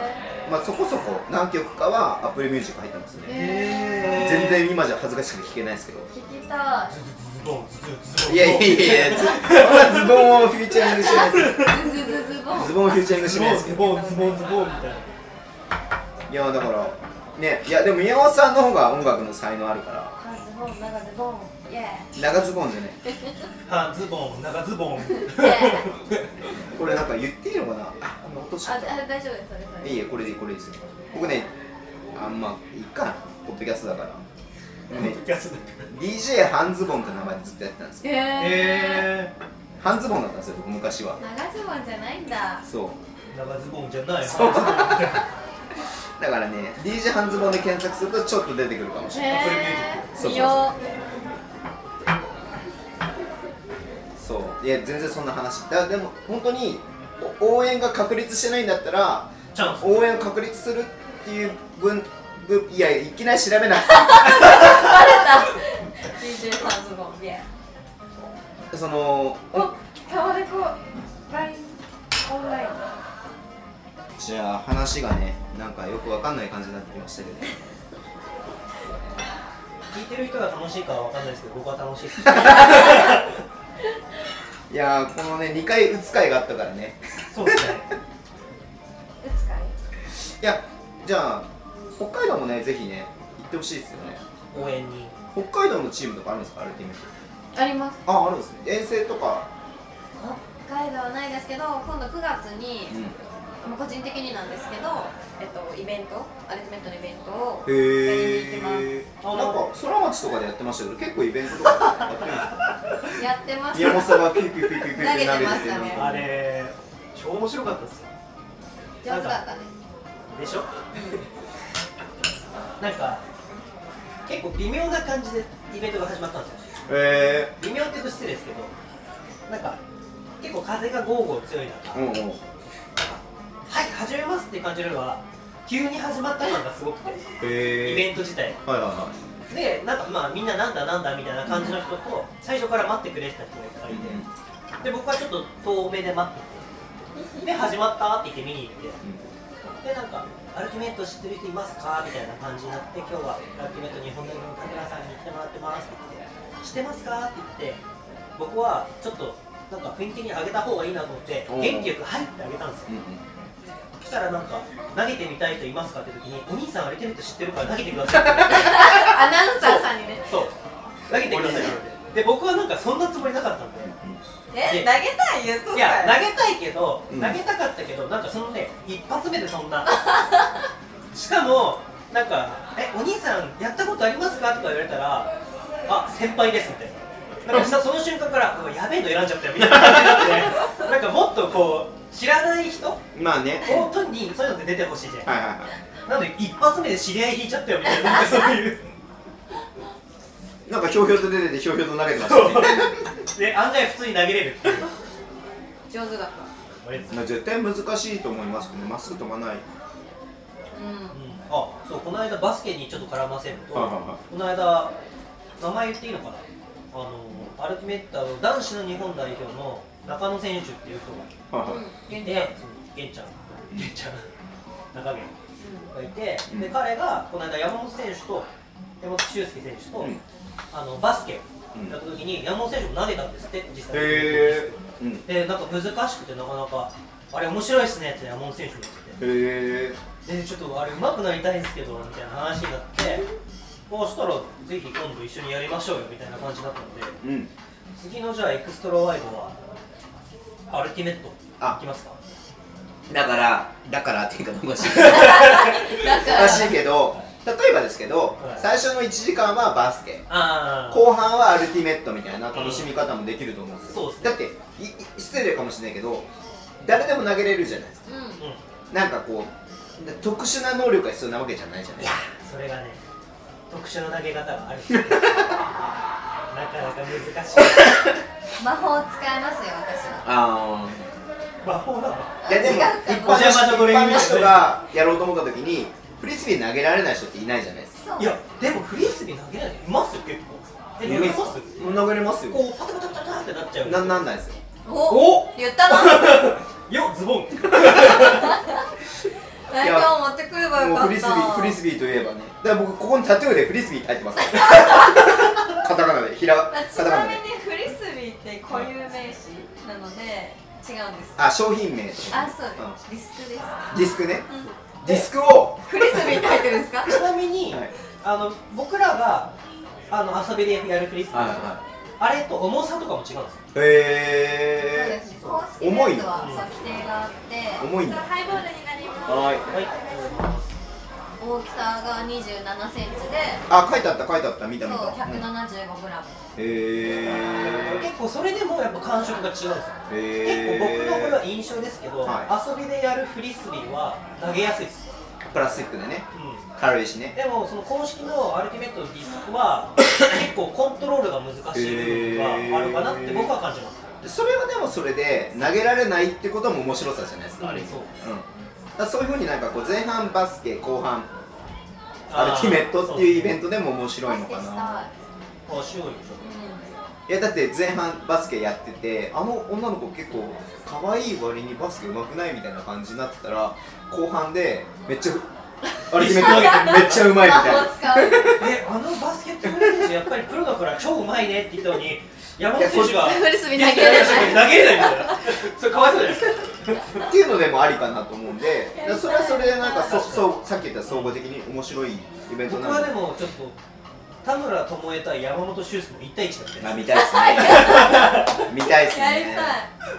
S2: まあ、そこそこ何曲かは Apple Music 入ってますね全然今じゃ恥ずかしくて聴けないですけど
S4: 聞きた
S5: ズズズボンズズズボン
S2: いやいやいやいや、ずそんなズボンをフューチャリングしてないで
S4: いズズズズボン
S2: す。ズボンをフューチャリングし
S5: ズ
S2: てないで
S5: ボン
S2: すけ
S5: ズ
S2: ど。
S5: ボンズボンズボンみたいな い
S2: や、だから、ね、いや、でも宮本さんの方が音楽の才能あるから、
S4: あズボン長ズボンイエ
S2: 長ズボンでね、
S5: 半ズボン長ズボン
S4: ーイイエーイ
S2: これなんか言っていいのかなあ、この落としち
S4: あ
S2: ゃっ
S4: あ
S2: た。
S4: 大丈夫ですそれそ
S2: い
S4: れ
S2: いえ、これでいい、これですよ。僕ね、あんま、いいかな、ポッドキャストだから。僕ね、
S5: やつだ
S2: DJ 半ズボンって名前でずっとやってたんですよ。
S4: え
S5: え
S2: 半ズボンだったんですよ、僕昔は
S4: ー、。長ズボンじゃないんだ
S2: そう。
S5: ー長ズボンじゃない
S2: そう
S5: 半ズボン
S2: だからね、DJ 半ズボンで検索するとちょっと出てくるかもしれない。
S4: へ
S2: そうそうそう
S4: ーいいよ
S2: そういや全然そんな話だでも本当にお応援が確立してないんだったら
S5: チャンス
S2: 応援を確立するっていう分分いやいきなり調べない
S4: バレた DJ さんズボンイエ
S2: その
S1: おタワレコラインオンライン
S2: じゃあ話がねなんかよくわかんない感じになってきましたけど
S5: 聞いてる人が楽しいかは分かんないですけど僕は楽しいです
S2: いやーこのね2回打つ会があったからね
S5: そうですね
S4: ーイ打つかい
S2: いやじゃあ北海道もねぜひね行ってほしいですよね
S5: 応援に
S2: 北海道のチームとかあるんですかアルティメット
S4: あります
S2: ああるんですね遠征とか
S4: 北海道はないですけど今度9月に
S2: うん
S4: まあ個人的になんですけど、えっと、イベントアルティメットのイベントを
S2: へえ
S5: あ
S2: なんか空町とかでやってましたけど結構イベントとかやってるんですか
S4: やってます
S2: 宮本さんがピュピュピュピュピュ
S4: 投げてま
S2: 投げ
S4: してたね
S5: あれ超面白かったですよ
S4: 上手だったね
S5: でしょなんか結構微妙な感じでイベントが始まったんですよ
S2: え
S5: 微妙って言うと失礼ですけどなんか結構風がゴーゴー強い中、
S2: うんうん
S5: はい始めますって感じよりは急に始まった感がすごくてイベ
S2: え
S5: ント自体
S2: ー、はいはいは
S5: でなんかまあみんななんだなんだみたいな感じの人と最初から待ってくれてた人がいっぱいいて、
S2: い
S5: で僕はちょっと遠目で待っててで始まったって言って見に行ってでなんかアルティメット知ってる人いますかみたいな感じになって今日はアルティメット日本代表の武田さんに来てもらってますって言って知ってますかって言って僕はちょっとなんか雰囲気的に上げた方がいいなと思って
S2: おう
S5: 元気よく「はい」ってあげたんです
S2: う
S5: よ
S2: ん
S5: そしたらなんか投げてみたい人いますかって時にお兄さんアルティメット知ってるから投げてくださいって言われて
S4: アナウンサーさんにね
S5: そう投げてくださいって言われてで僕はなんかそんなつもりなかったんで
S8: え投げたい言うとっ
S5: い
S8: た
S5: や
S8: や
S5: 投げたいけど、
S2: うん
S5: 投げたかったけどなんかそのね一発目でそ んなしかもなんか「えお兄さんやったことありますか?」とか言われたら「あ先輩です」みたい ななんかしたその瞬間から「うわやべえの選んじゃったよ」みたいな感じにな ってなんかもっとこう知らない人
S2: うんまあね
S5: 本当にそういうのって出てほしいじゃん、
S2: はいはいは
S5: なので一発目で知り合い引いちゃったよみたいななんかそういう
S2: いなんかひょうひょうと出ててひょうひょうと投げてましたね
S5: で案外普通に投げれるって いう
S4: 上手だっ
S5: あれです
S2: まあ絶対難しいと思いますけどねまっすぐ飛ばない
S4: たうん
S5: あそうこの間バスケにちょっと絡ませると、
S2: はいはいは
S5: この間名前言っていいのかなあのアルティメッタの男子の日本代表の中野選手っていう人が
S2: はいはい
S5: いて源ちゃん源ちゃん中源がいて、
S2: うん
S5: で彼がこの間山本選手と山本修介選手と、
S2: うん
S5: あのバスケをやった時に山本選手も投げたんですって実際に
S2: へえうんへ
S5: でなんか難しくてなかなかあれ面白いっすねって山本選手も言ってて
S2: え
S5: でちょっとあれ上手くなりたいんですけどみたいな話になってこうしたらぜひ今度一緒にやりましょうよみたいな感じだったので
S2: うん
S5: 次のじゃあエクストラワイドはアルティメット
S2: あ
S5: いきますか
S2: だからだからっていうかおかしいお
S4: だか
S2: からしいけど例えばですけど、
S5: はい
S2: 最初の1時間はバスケ
S5: ああ
S2: 後半はアルティメットみたいな楽しみ方もできると思うんですよ、
S5: うんそうですね
S2: だっていい失礼かもしれないけど誰でも投げれるじゃないですか
S4: うん
S5: うん
S2: なんかこう特殊な能力が必要なわけじゃないじゃない
S5: い
S2: で
S5: や
S2: すか
S5: それがね特殊な投げ方があるんですよなかなか難しい
S8: 魔法を使えますよ私は
S2: あ
S5: 魔法なの
S2: あいやでも
S8: 違う
S2: 一
S8: かな
S2: 般の人
S5: お邪魔女ド
S2: 一
S5: レ
S2: 般の
S5: ミみたいな
S2: 人がやろうと思った時にフリスビー投げられない人っていないじゃないですか
S8: そう
S5: いやでもフリスビー投げないでいますよ結構え
S2: い
S5: い
S2: ま
S5: ますす
S2: うん投げれますよ
S5: こうパタパタパタパタってなっちゃう
S2: なんなんないですよ
S4: お言ったな
S5: よ ズボン
S4: 何かを持ってくればよ
S2: もう
S4: かった
S2: フリスビーフリスビーといえばねだから僕ここにタトゥーでフリスビーって入ってます からカタカナでひら
S4: あち
S2: カタカ
S4: な
S2: ナ
S4: み
S2: で
S4: にフリスビーって固有名詞なので違うんです
S2: あ商品名とか
S4: あそうディスクです
S2: ディスクねディスクを
S4: フリスビーって入ってるんですか
S5: ちなみに、
S2: はい
S5: あの僕らがあの遊びでやるフリスビー、あれと重さとかも違うんですよ
S2: いへ
S8: ですね公
S2: ー
S8: 式の
S2: 重い
S8: やつ
S2: の
S8: は
S2: は
S8: そう規定があって
S2: 重いんだ
S8: それハイボールになります
S2: ーい
S5: はい
S8: 大きさが2 7ンチで
S2: あ書いてあった書いてあった見
S8: そう
S2: た見た
S8: 1 7 5
S2: うん
S8: ム
S2: へー
S5: 結構それでもやっぱ感触が違うんですよ結構僕のこれは
S2: へ
S5: 印象ですけど、
S2: は
S5: 遊びでやるフリスビーは投げやすいです、
S2: ープラスチックでね
S5: うん、
S2: 軽いしね
S5: でもその公式のアルティメットのディスク は結構コントロールが難しい部分があるかなって僕は感じます、
S2: それはでもそれで投げられないってことも面白さじゃないですか
S5: あれそう
S2: うん、だからそういうふうになんかこう前半バスケ後半アルティメットっていうイベン
S5: ト
S2: トでも面白いの
S8: バス
S2: か
S8: ケし
S2: な
S8: た
S5: あしようよ
S2: いやだって前半バスケやっててあの女の子結構可愛い割にバスケ上手くないみたいな感じになってたら後半でめっちゃアルティメット上 げてめっちゃうまいみたい
S8: 魔
S2: な
S8: 法使う
S5: えあのバスケットボール選手やっぱりプロだから超うまいねって言ったのに山本選手が
S4: フリスビー
S5: 投
S4: 投
S5: げ
S4: げ
S5: れ
S4: れ
S5: ない
S4: る
S5: みたいなそれかわいそうじゃないですか
S2: っていうのでもありかなと思うんで
S8: やりたい
S2: それはそれでなんかそ
S5: 確かに
S2: そうさっき言った総合的に面白いイベント
S5: 僕
S2: な
S5: は
S2: んで
S5: でもちょっと田村智恵対山本修介の1対1だった
S2: あ
S5: んで
S2: 見たいっすね見たいっすね
S4: やりたい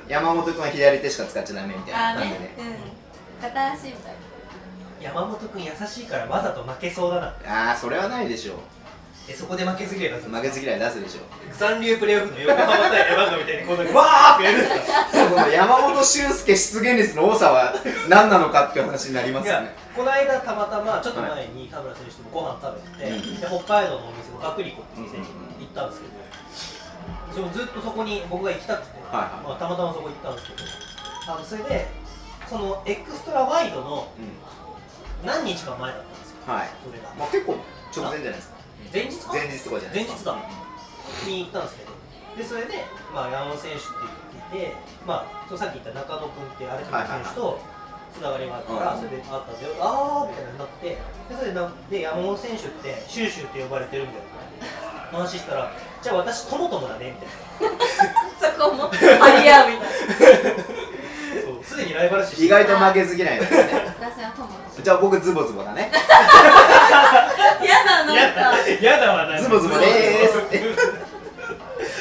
S2: 山本君は左手しか使っちゃダメみたい
S4: あ
S2: な感
S4: ー
S2: じ
S4: ね
S2: でね
S4: うん片足みたい
S5: 山本君優しいからわざと負けそうだな
S2: ああそれはないでしょ
S5: えそこで負けず嫌いだぞ
S2: 負けず嫌い出すでしょ
S5: 残留プレーオフの横浜対山形みたいにこの わーってやるんですか
S2: この山本俊介出現率の多さは何なのかっていう話になりま
S5: い
S2: すよ
S5: や
S2: ね
S5: この間たまたまちょっと前に田村選手とご飯食べて、
S2: うん
S5: で北海道のお店のガクリコっていう店に行ったんですけど、そうずっとそこに僕が行きたくて、
S2: はい
S5: まあ、たまたまそこ行ったんですけどあのそれでそのエクストラワイドの
S2: うん
S5: 何日か前だったんですよ
S2: はい
S5: それが
S2: まあ結構直前じゃないですか
S5: 前日か
S2: 前日とかじゃないですか
S5: 前に行ったんですけどでそれで、まあ、山本選手っていう人がいて、まあ、そうさっき言った中野君ってアルティメット選手とつながりがあったから、
S2: うん
S5: それであったんだよあーみたいなになってでそれでなで山本選手ってシューシューって呼ばれてるみたいな話したらじゃあ私ともともだねみたいな
S4: なそこも張り合うみたいな
S5: そうすでにライバル視して
S2: 意外と負けず嫌いなんですね
S8: 私は友達
S2: じゃあ僕ズボズボだね
S4: 嫌だなん
S5: や
S4: か
S5: だやだわなんか
S2: ズボズボでーすって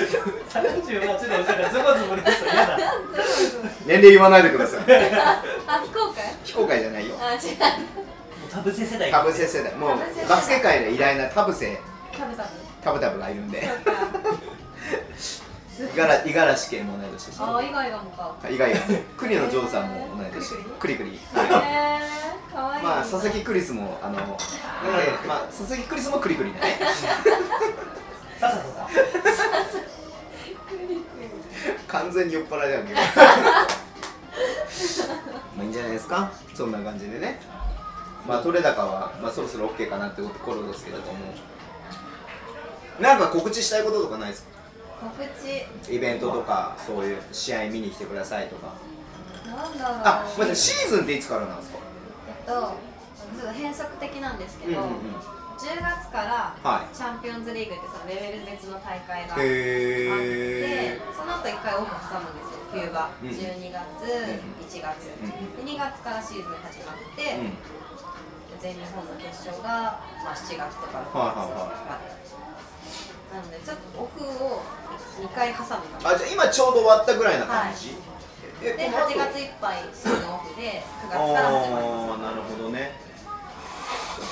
S5: 38年したらズボズボですやだ
S2: 年齢言わないでください
S4: あ非公開
S2: 非公開じゃないよ
S4: あ違
S5: も
S4: う
S5: う田臥世代
S2: 田臥世代もうバスケ界で偉大な田臥
S4: 食べたの
S2: タブタブがいるんで
S4: そう
S2: 五
S4: か
S2: 十嵐五十嵐系も同い年でし
S4: あ
S2: ょ
S4: ー以外がもか
S2: 意外や栗野ジョーさんも同い年クリクリ
S4: へーかわいい
S2: まあ佐々木クリスもあの、えーまあ佐々木クリスもクリ クリだね。
S5: さささ
S2: 完全に酔っ払い だよね。まあいいんじゃないですか。そんな感じでね。まあ取れ高はまあそろそろ OK かなってところですけれども。なんか告知したいこととかないですか。
S8: 告知
S2: イベントとかそういう試合見に来てくださいとか。
S8: なんだろう
S2: あ、まずシーズンっていつからなんですか。
S8: えっとちょっと変則的なんですけど、
S2: は
S8: 10月から
S2: い。
S8: チャンピオンズリーグってそのレベル別の大会があって、
S2: へえ。
S8: その後一回オフ挟むんですよ冬が、
S2: うん
S8: 12月、1月、
S2: うん
S8: で2月からシーズン始まって、
S2: うん
S8: 全日本の決勝が、まあ、7月とか6月まで、なのでちょっとオフを2回挟むか
S2: あじゃあ今ちょうど終わったぐらいな感じ、え
S8: で
S2: この後
S8: 8月いっぱいシーズンオフで9月から始まり
S2: あ
S8: ま
S2: あなるほどね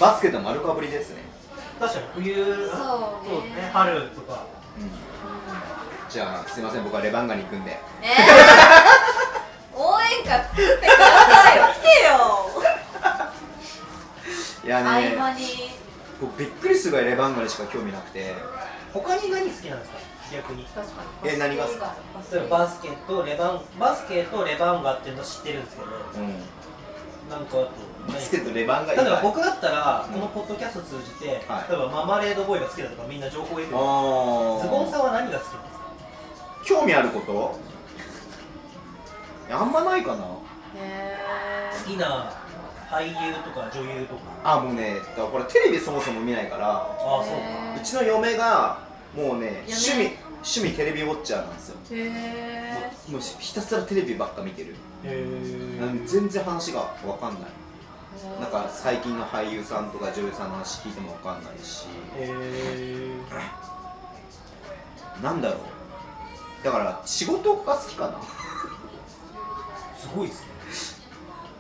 S2: バスケット丸かぶりですね、
S5: 確かに冬
S8: そうね
S5: ね春とか
S2: うん、じゃあすいません僕はレバンガに行くんです
S8: えー 応援歌作ってくださいよ来てよ
S2: いや
S8: 合
S2: ね
S8: 間に
S2: 僕びっくりするぐらいレバンガにしか興味なくて
S5: 他に何好きなんですか逆に
S8: 確かに
S2: え何がっすか
S5: 例えばバスケとレバンバスケとレバンガっていうの知ってるんですけど
S2: うん
S5: なんかあと
S2: バスケットレバンガ以
S5: 例えば
S2: 外
S5: 僕だったら
S2: うん
S5: このポッドキャスト通じて、例え
S2: はい
S5: ばママレードボーイが好きだとかみんな情報を得てる
S2: あ
S5: ズボンさんは何が好きなんですか
S2: ー興味あることいやあんまないかな
S5: 好きな俳優とか女優とか
S2: あもうねだからこれテレビそもそも見ないから
S5: ああそうか
S2: うちの嫁がもうね
S8: 嫁
S2: 趣味趣味テレビウォッチャーなんですよ
S8: へえ
S2: もうひたすらテレビばっか見てる
S5: へえ
S2: なんで全然話が分かんないなんか最近の俳優さんとか女優さんの話聞いても分かんないし
S5: へ
S2: なんだろうだから仕事が好きかな
S5: ーすごいですね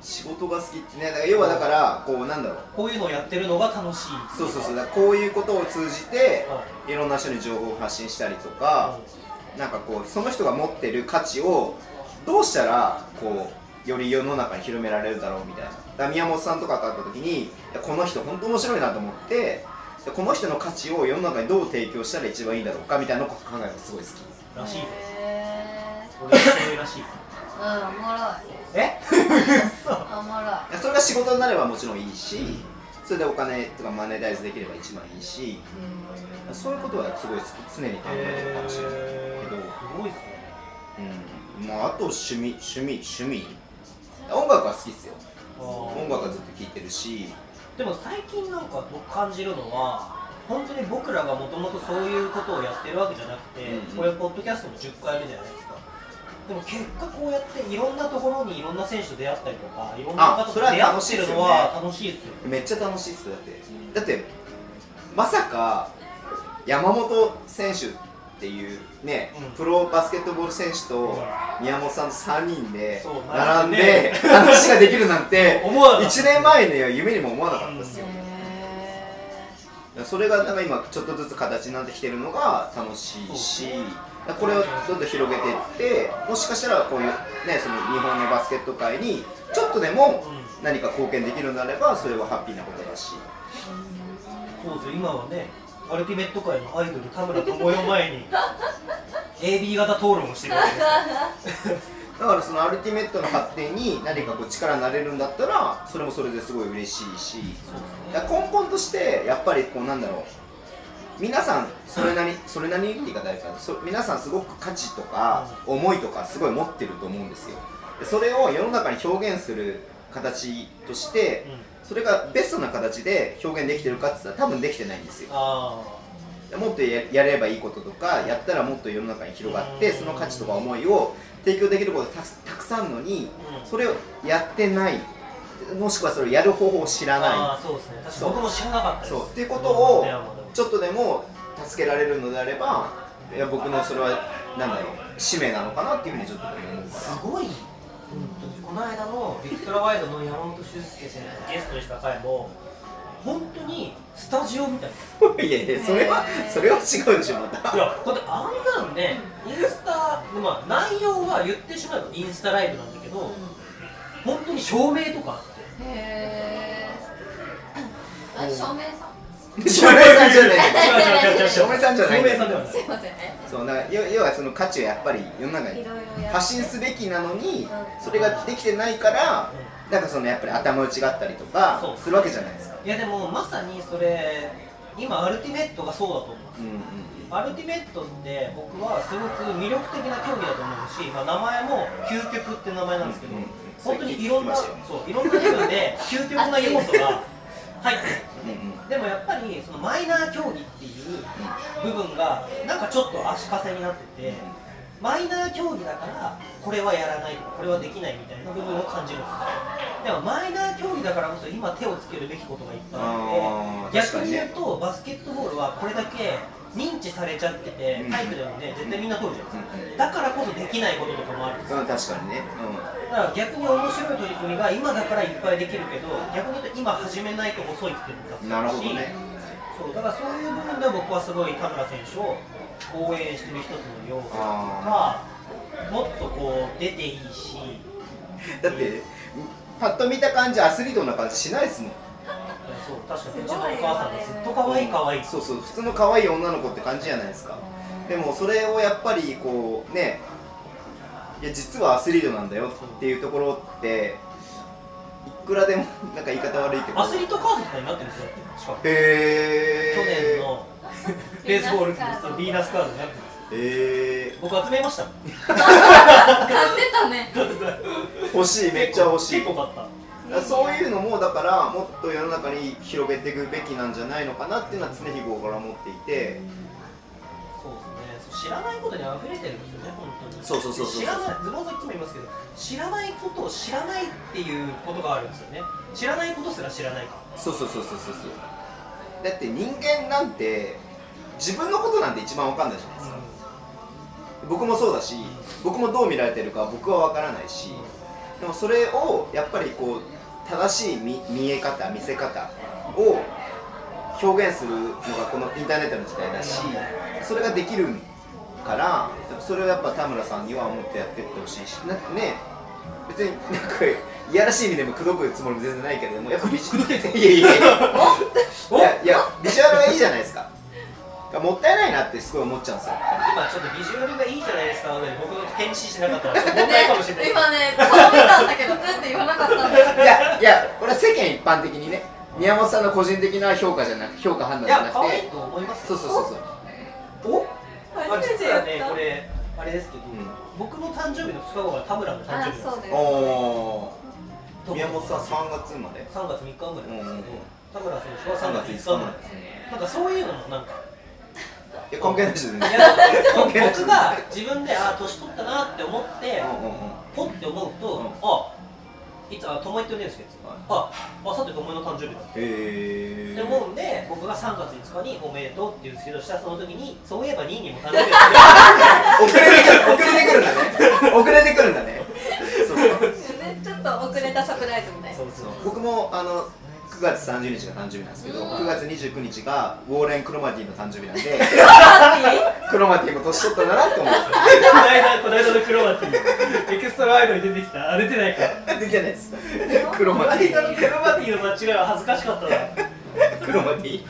S2: 仕事が好きってねだから要はだからこうなんだろう
S5: こういうのをやってるのが楽しい
S2: そうそうそうだからこういうことを通じて
S5: はい
S2: ろんな人に情報を発信したりとかなんかこうその人が持ってる価値をどうしたらこうより世の中に広められるだろうみたいなだから宮本さんとかと会った時にいやこの人本当面白いなと思ってでこの人の価値を世の中にどう提供したら一番いいんだろうかみたいなのを考えるのがすごい好き
S5: らしいです
S8: へ
S5: 俺はそういうらし
S8: ー
S5: い
S8: うんおもろい
S5: え
S8: おもろい
S2: いやそれが仕事になればもちろんいいしそれでお金とかマネタイズできれば一番いいしそういうことはすごい好き常に考えてるかもしれないけど、
S5: すごいですね
S2: うん、まああと趣味趣味趣味音楽は好きっすよ
S5: あ
S2: 音
S5: ー
S2: 楽はずっと聴いてるし
S5: でも最近なんか僕感じるのは本当に僕らがもともとそういうことをやってるわけじゃなくて、
S2: うんうん
S5: これポッドキャストも10回目じゃないですかでも結果こうやっていろんなところにいろんな選手と出会ったりとかいろんな
S2: あ
S5: 方
S2: そ
S5: と
S2: れは
S5: 出会
S2: 楽
S5: っ
S2: しい
S5: て
S2: ですよね
S5: るのは楽しいですよ
S2: めっちゃ楽しいっすよだってだってまさか山本選手っていうね、
S5: うん
S2: プロバスケットボール選手と宮本さんと3人で
S5: そう
S2: 並んで
S5: 並んで
S2: 話ができるなんて
S5: 思わなかった
S2: 1年前には夢にも思わなかったっすよ、
S8: へ
S2: それがなんか今ちょっとずつ形になってきてるのが楽しいしこれをどんどん広げていってもしかしたらこういうねその日本のバスケット界にちょっとでも
S5: う
S2: 何か貢献できるのであればそれはハッピーなことだし
S5: そうですよ今はねアルティメット界のアイドル田村智代前に AB 型討論をしてるわけですよ
S2: だからそのアルティメットの発展に何かこう力になれるんだったらそれもそれですごい嬉しいしだから根本としてやっぱりこうなんだろう皆さんそれなりそれなりにって言い方あれかなそ皆さんすごく価値とか思いとかすごい持ってると思うんですよでそれを世の中に表現する形として
S5: うん
S2: それがベストな形で表現できてるかって言ったら多分できてないんですよ
S5: あ
S2: もっとややればいいこととかやったらもっと世の中に広がってその価値とか思いを提供できることたすたくさんあるのに
S5: ー、うん
S2: それをやってないもしくはそれをやる方法を知らない
S5: あーそうですね確かに僕も知らなかったです
S2: そうっていうことを
S5: 出会うまでも
S2: ちょっとでも助けられるのであればいや僕のそれはなんだろう使命なのかなっていうふうにちょっと思うか
S5: すごい本当にこの間のビクトラワイドの山本修介選手がゲストにした回も本当にスタジオみたいな
S2: らいやいやそれは それは違うでしょま
S5: い
S2: た
S5: やだってあんなんねインスタまあ内容は言ってしまえばインスタライブなんだけど本当に照明とかあって
S8: ーへーあ照明さん
S2: 照明さんじゃない
S5: 違う違う違う違う
S2: 照明さんじゃない
S5: 照明さんではない
S8: すいませんね
S2: そうだから要要はその価値をやっぱり世の中
S8: い
S2: に
S8: ろいろや
S2: 発信すべきなのにそれができてないからなんかそのやっぱり頭打ちがあったりと
S5: そ
S2: か
S5: う
S2: するわけじゃないですか
S5: いやでもまさにそれ今アルティメットがそうだと思うんです
S2: うんうん
S5: アルティメットって僕はすごく魅力的な競技だと思うし、まあ、名前も究極って名前なんですけど、
S2: うんうん
S5: 本当にいろんな
S2: そ
S5: そう
S2: 聞きま
S5: ういろんな部分で究極な要素 が入って
S2: うんう
S5: るん
S2: ん
S5: ですよねでもやっぱりそのマイナー競技っていう部分がなんかちょっと足かせになっててマイナー競技だからこれはやらないとかこれはできないみたいな部分を感じるんですよでもマイナー競技だからこそ今手をつけるべきことがいっぱいあ
S2: あー
S5: って
S2: 確
S5: 逆
S2: か
S5: に
S2: に
S5: 言う
S2: ね
S5: とバスケットボールはこれだけ認知されちゃってて
S2: うん
S5: 体育でもね絶対みんな通るじゃないです
S2: う
S5: かだからこそできないこととかもあるんですよ
S2: うん、確かにね。
S5: だから逆に面白い取り組みが今だからいっぱいできるけど逆に言うと今始めないと遅いっていうのが
S2: うん、なるほどね。
S5: そうだからそういう部分では僕はすごい田村選手を応援してる一つの要素とかもっとこう出ていいし
S2: だって、パッと見た感じ、アスリートな感じしないですもん。
S5: そう確かにうちのお母さんがずっと可愛い可愛い
S2: そうそう、普通の可愛い女の子って感じじゃないですか。でも、それをやっぱり、こう、ね。いや、実はアスリートなんだよっていうところって。いくらでも、なんか言い方悪いけど。
S5: アスリートカードとかになってるんですよしかも
S2: へ
S5: 去年
S2: ー。
S5: のベースボールそうビーナスカードになってるんです
S2: へー。
S5: 僕集めましたもん
S8: 買ってたね
S2: 欲しい、めっちゃ欲しい
S5: 結。構買った
S2: だからそういうのもだからもっと世の中に広げていくべきなんじゃないのかなっていうのは常日頃から思っていて、
S5: そうですねそう知らないことに溢れてるんですよね本当に
S2: そうそうそうそう
S5: 知らないズボンさんいつも言いますけど知らないことを知らないっていうことがあるんですよね知らないことすら知らないから
S2: そうそうそうそうそうそうだって人間なんて自分のことなんて一番わかんないじゃないですか、僕もそうだし僕もどう見られてるか僕はわからないしでもそれをやっぱりこう正しい見見え方見せ方を表現するのがこのインターネットの時代だしそれができるからそれをやっぱ田村さんにはもっとやってってほしいしなね別になんかいやらしい意味でも口説くつもりも全然ないけれどもやっぱビジュいやいや いやいやいやビジュアルがいいじゃないですかがもったいないなってすごい思っちゃうんですよ
S5: 今ちょっとビジュアルがいいじゃないですか僕が返信しなかったらちょっと問題かもしれないです
S8: 今ね顔見たんだけどうんって言わなかったんだよ
S2: いやいやこれは世間一般的にね宮本さんの個人的な評価じゃなく評価判断
S5: い
S2: じゃ
S5: や
S2: な
S5: 可
S2: く
S5: 愛い
S2: て
S5: と思います
S2: そうそうそうそう
S5: おあ
S8: 初めて
S5: 実
S8: やっ
S5: は
S8: た
S5: ねこれあれですけ
S2: ん
S5: ど、僕の誕生日の2日後が田村の誕生
S8: あ
S5: 日
S8: そ
S5: なん
S8: う
S5: です
S8: です
S2: おおー宮本さん3月生まれ
S5: 3月3日生まれなんですけ
S2: う
S5: ど、
S2: ん
S5: 田村選手は3月5日生まれですなんかそういうのもなんか
S2: いや関係ないですよね
S5: いや
S2: 関係ない
S5: 僕が自分でああ年取ったなって思って
S2: うんうんうん
S5: ポッて思うと、
S2: うん
S5: あいつあ友達とねんですけど
S2: はい
S5: ああさて友達の誕生日だっ
S2: へ
S5: て
S2: え
S5: 思うんで僕が3月5日に「おめでとう」って言うんですけどしたらその時にそういえばニーニーも誕 生日だ
S2: 遅れてくる遅れてくるんだね 遅れてくるんだねそう
S8: ねちょっと遅れたサプライズみたいな
S5: そうそう
S2: 僕もあの9月30日が誕生日なんですけど、9月29日がウォーレン・クロマティの誕生日なんで、 クロマティも年取ったなって思う。
S5: この間この間のクロマティエクストラアイドに出てきたあ出てないか
S2: 出てないです。 クロ
S5: この
S2: マテ
S5: 間の
S2: ィ。
S5: クロマティの間違いは恥ずかしかったな
S2: クロマティ。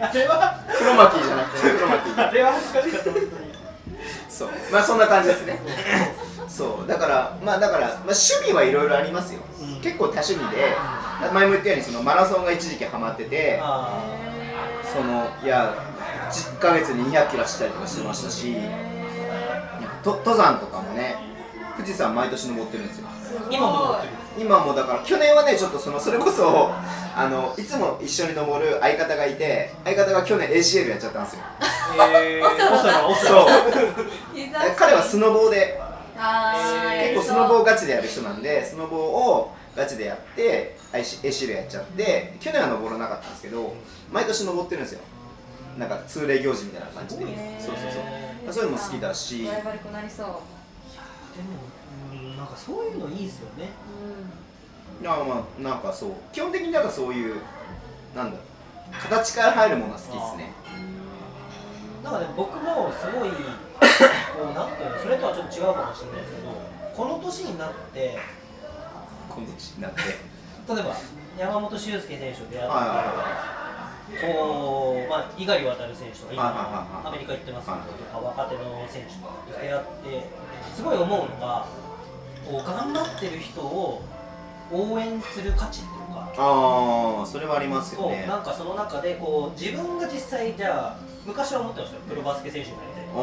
S5: あれは
S2: クロマティじゃなくてクロマティ
S5: あれは恥ずかしかった本当に
S2: そうまあそんな感じですねそうだからまあだから、まあ、趣味はいろいろありますよ、
S5: うん
S2: 結構多趣味で前も言ったようにそのマラソンが一時期ハマってて
S5: あ
S2: そのいや10ヶ月に200キロ走ったりとかしてましたしと登山とかもね富士山毎年登ってるんですよ
S5: ー今も残ってる
S2: 今もだから去年はねちょっとそのそれこそあのいつも一緒に登る相方がいて相方が去年 ACL やっちゃったんですよ
S5: えー、オサラオサラ
S2: そう
S8: 膝
S2: 彼はスノボーで
S8: あー
S2: 結構スノボをガチでやる人なんでスノボをガチでやってアイシエシルやっちゃって去年は登らなかったんですけど毎年登ってるんですよなんか通例行事みたいな感じでそうそうそうそういうのも好きだし
S8: ライバルくなりそう
S5: でも、うん、なんかそういうのいいですよね。
S2: まあまあなんかそう基本的になんかそういうなんだろう形から入るものが好きですね
S5: なんかね、僕もすごい、こう、なんていうの、それとはちょっと違うかもしれないですけど、この年になって、例え
S2: 今年になって
S5: ば、山本修介選手と出会っ
S2: はい
S5: て、
S2: はい
S5: こう、まあ、猪狩渡選手とか、
S2: はいはいはい
S5: 今、アメリカ行ってますけど、とか、若手の選手とかと出会って、すごい思うのが、こう、頑張ってる人を応援する価値っていうか、
S2: ああそれはありますよ
S5: そう
S2: ね
S5: なんかその中でこう自分が実際じゃあ昔は思ってましたよプロバスケ選手になりたい
S2: お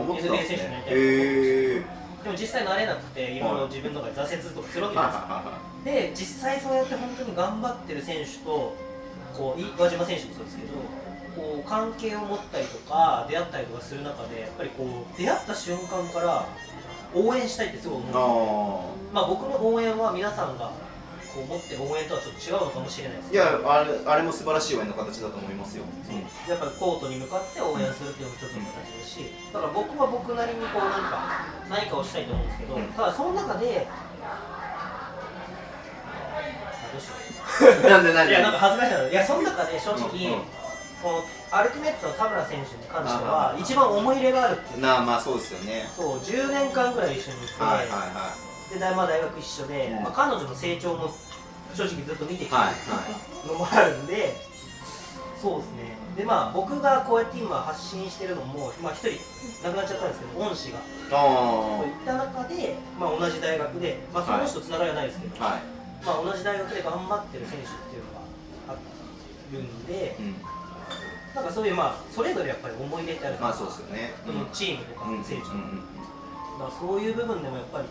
S2: お思ってたんです
S5: 水泳選手になり
S2: ね
S5: たい
S2: へえ
S5: でも実際なれなくていろいろ自分の中で挫折とかするわけじゃないですかで実際そうやって本当に頑張ってる選手とこうい輪島選手もそうですけどこう関係を持ったりとか出会ったりとかする中でやっぱりこう出会った瞬間から応援したいってすごい思うんですよ
S2: あ
S5: まあ僕の応援は皆さんがこう持ってる応援とはちょっと違うのかもしれないです
S2: ーい
S5: けど
S2: やあれあれも素晴らしい応援の形だと思いますよ、
S5: やっぱコートに向かって応援するっていうのも一つの形だし、だから僕は僕なりにこうなんか何かをしたいと思うんですけど、
S2: うん
S5: ただその中で、あどうしよ
S2: なんでなん
S5: うい
S2: で
S5: やなんか恥ずかしいな。いやその中で正直、
S2: うんうん
S5: このアルティメットの田村選手に関して
S2: あ
S5: は
S2: あ
S5: 一番思い入れがあるっていう。
S2: なあまあそうですよね
S5: そう10年間ぐらい一緒にいて、
S2: はいはいはい
S5: で大,、まあ、大学一緒で、
S2: うん
S5: まあ、彼女の成長も正直ずっと見てきて、
S2: はいはい
S5: のもあるんで、そうですね、でまあ、僕がこうやって今、発信してるのも、まあ、一人亡くなっちゃったんですけど、恩師が、
S2: あ
S5: そういった中で、まあ、同じ大学で、まあ、その人とつながりはないですけど、
S2: あはい
S5: まあ、同じ大学で頑張ってる選手っていうのがあるんで、
S2: うん
S5: なんかそういう、まあ、それぞれやっぱり思い入れってある
S2: まあそうですよね
S5: うんチームとか
S2: うんうん
S5: 選手とか、
S2: うん
S5: だからそういう部分でもやっぱり、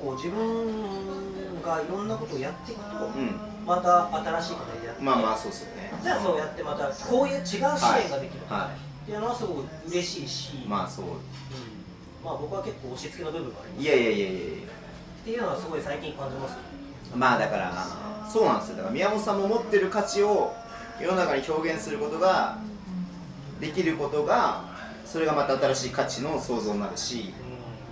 S5: こう自分がいろんなことをやっていくと、
S2: うんうん
S5: また新しいことに出会って。
S2: まあまあそうですよね
S5: じゃあそうやってまたこういう違う支援ができる
S2: は
S5: っていうのはすごく嬉しいし、
S2: いまあそう
S5: うんまあ僕は結構押し付けの部分があります
S2: いやいやいやいやいや
S5: っていうのはすごい最近感じますね
S2: まあだからそうなんですよだから宮本さんも持ってる価値を世の中に表現することができることがそれがまた新しい価値の創造になるし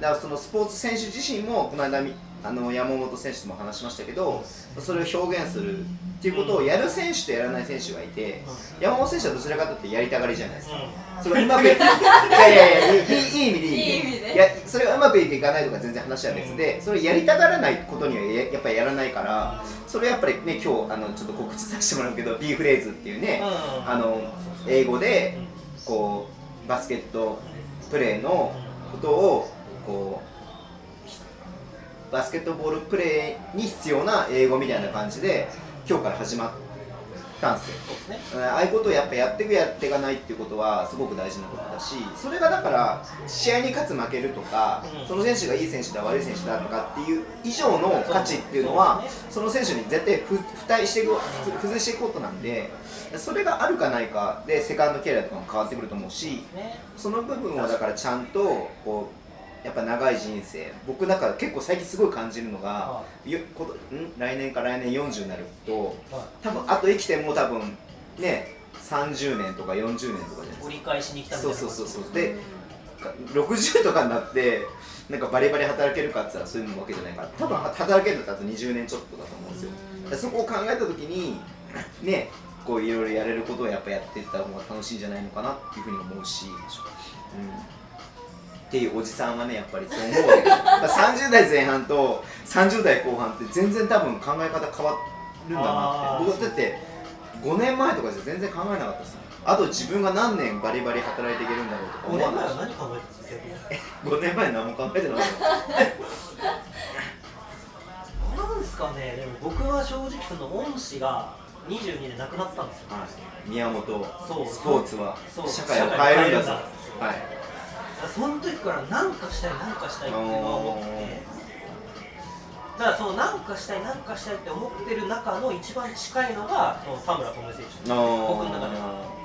S2: だからそのスポーツ選手自身もこの間みあの山本選手とも話しましたけどそれを表現するっていうことをやる選手とやらない選手がいて山本選手はどちらかというとやりたがりじゃないですかそれがうまくい いやいやいやいいいい意味でいい意味でいやそれがうまくいくいかないとか全然話は別でそれをやりたがらないことにはややっぱりやらないからそれやっぱりね今日あのちょっと告知させてもらうけど B フレーズっていうねあの英語でこうバスケットプレーのことをこうひバスケットボールプレーに必要な英語みたいな感じで今日から始まったんですよ
S5: そうです
S2: う
S5: ね
S2: んああいうことをやっぱやっていくやっていかないっていうことはすごく大事なことだしそれがだから試合に勝つ負けるとか、
S5: うん
S2: その選手がいい選手だ悪い選手だとかっていう以上の価値っていうのはその選手に絶対ふ付帯していく崩していくことなんでそれがあるかないかでセカンドキャリアとかも変わってくると思うし
S5: ね
S2: その部分をだからちゃんとこうやっぱ長い人生僕なんか結構最近すごい感じるのが
S5: は
S2: よことん来年か来年40になると。
S5: は
S2: 多分あと生きても多分ね30年とか40年とかじゃない
S5: い
S2: ですか
S5: 折り返しに来たみたい
S2: そう
S5: な
S2: そうそうそうでか60とかになってなんかバリバリ働けるかっつったらそういうわけじゃないから多分働けるのってあと20年ちょっとだと思うんですよでそこを考えた時にねこういろいろやれることをやっぱやっていった方が楽しいんじゃないのかなっていうふうに思うし、うん、っていうおじさんはねやっぱりそう思う わけですよまあ30代前半と30代後半って全然多分考え方変わるんだな
S5: あ
S2: って
S5: ー
S2: 僕だって5年前とかじゃ全然考えなかったですねあと自分が何年バリバリ働いていけるんだろうとか
S5: 5
S2: 思わ
S5: 年
S2: な
S5: 前
S2: い
S5: は何考えてたんですか
S2: 5年前何も考え てなかった
S5: 逆になんですかねでも僕は正直その恩師が22で亡くなったんですよ、
S2: はい、宮本
S5: そう
S2: スポーツは
S5: そう
S2: 社会を変えるんだぞ
S5: 社会を変えるんだ
S2: はい
S5: その時から何かしたい何かしたいっていうのは思っててだからその何かしたい何かしたいって思ってる中の一番近いのがその田村智恵選手僕の中で
S2: あ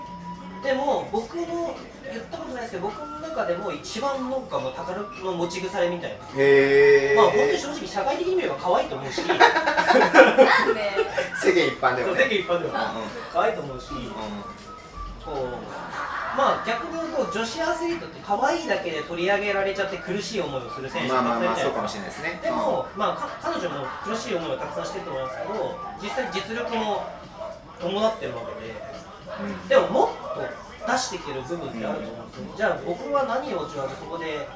S5: でも僕も言ったことないですけど僕の中でも一番なんかもう宝の持ち腐れみたいな、
S2: ーへえ、
S5: まあ本当に正直社会的に見れば可愛いと思 うし世間
S4: なんで
S2: 世間一般ではね
S5: 一般で
S2: うん
S5: は可愛いと思うしこうまあ逆に言うと女子アスリートって可愛いだけで取り上げられちゃって苦しい思いをする選
S2: うん
S5: 手
S2: まあ
S5: が
S2: まあ
S5: たくさんいるじ
S2: まあそ
S5: ゃないです
S2: う
S5: か
S2: かもしれないですね
S5: でも、まあ、か彼女も苦しい思いをたくさんしてると思いますけど、実際、実力も伴ってるわけ
S2: うんうん
S5: で、でも、もっと出していける部分ってあると思うんですよ、じゃあ、僕は何をじゃあそこで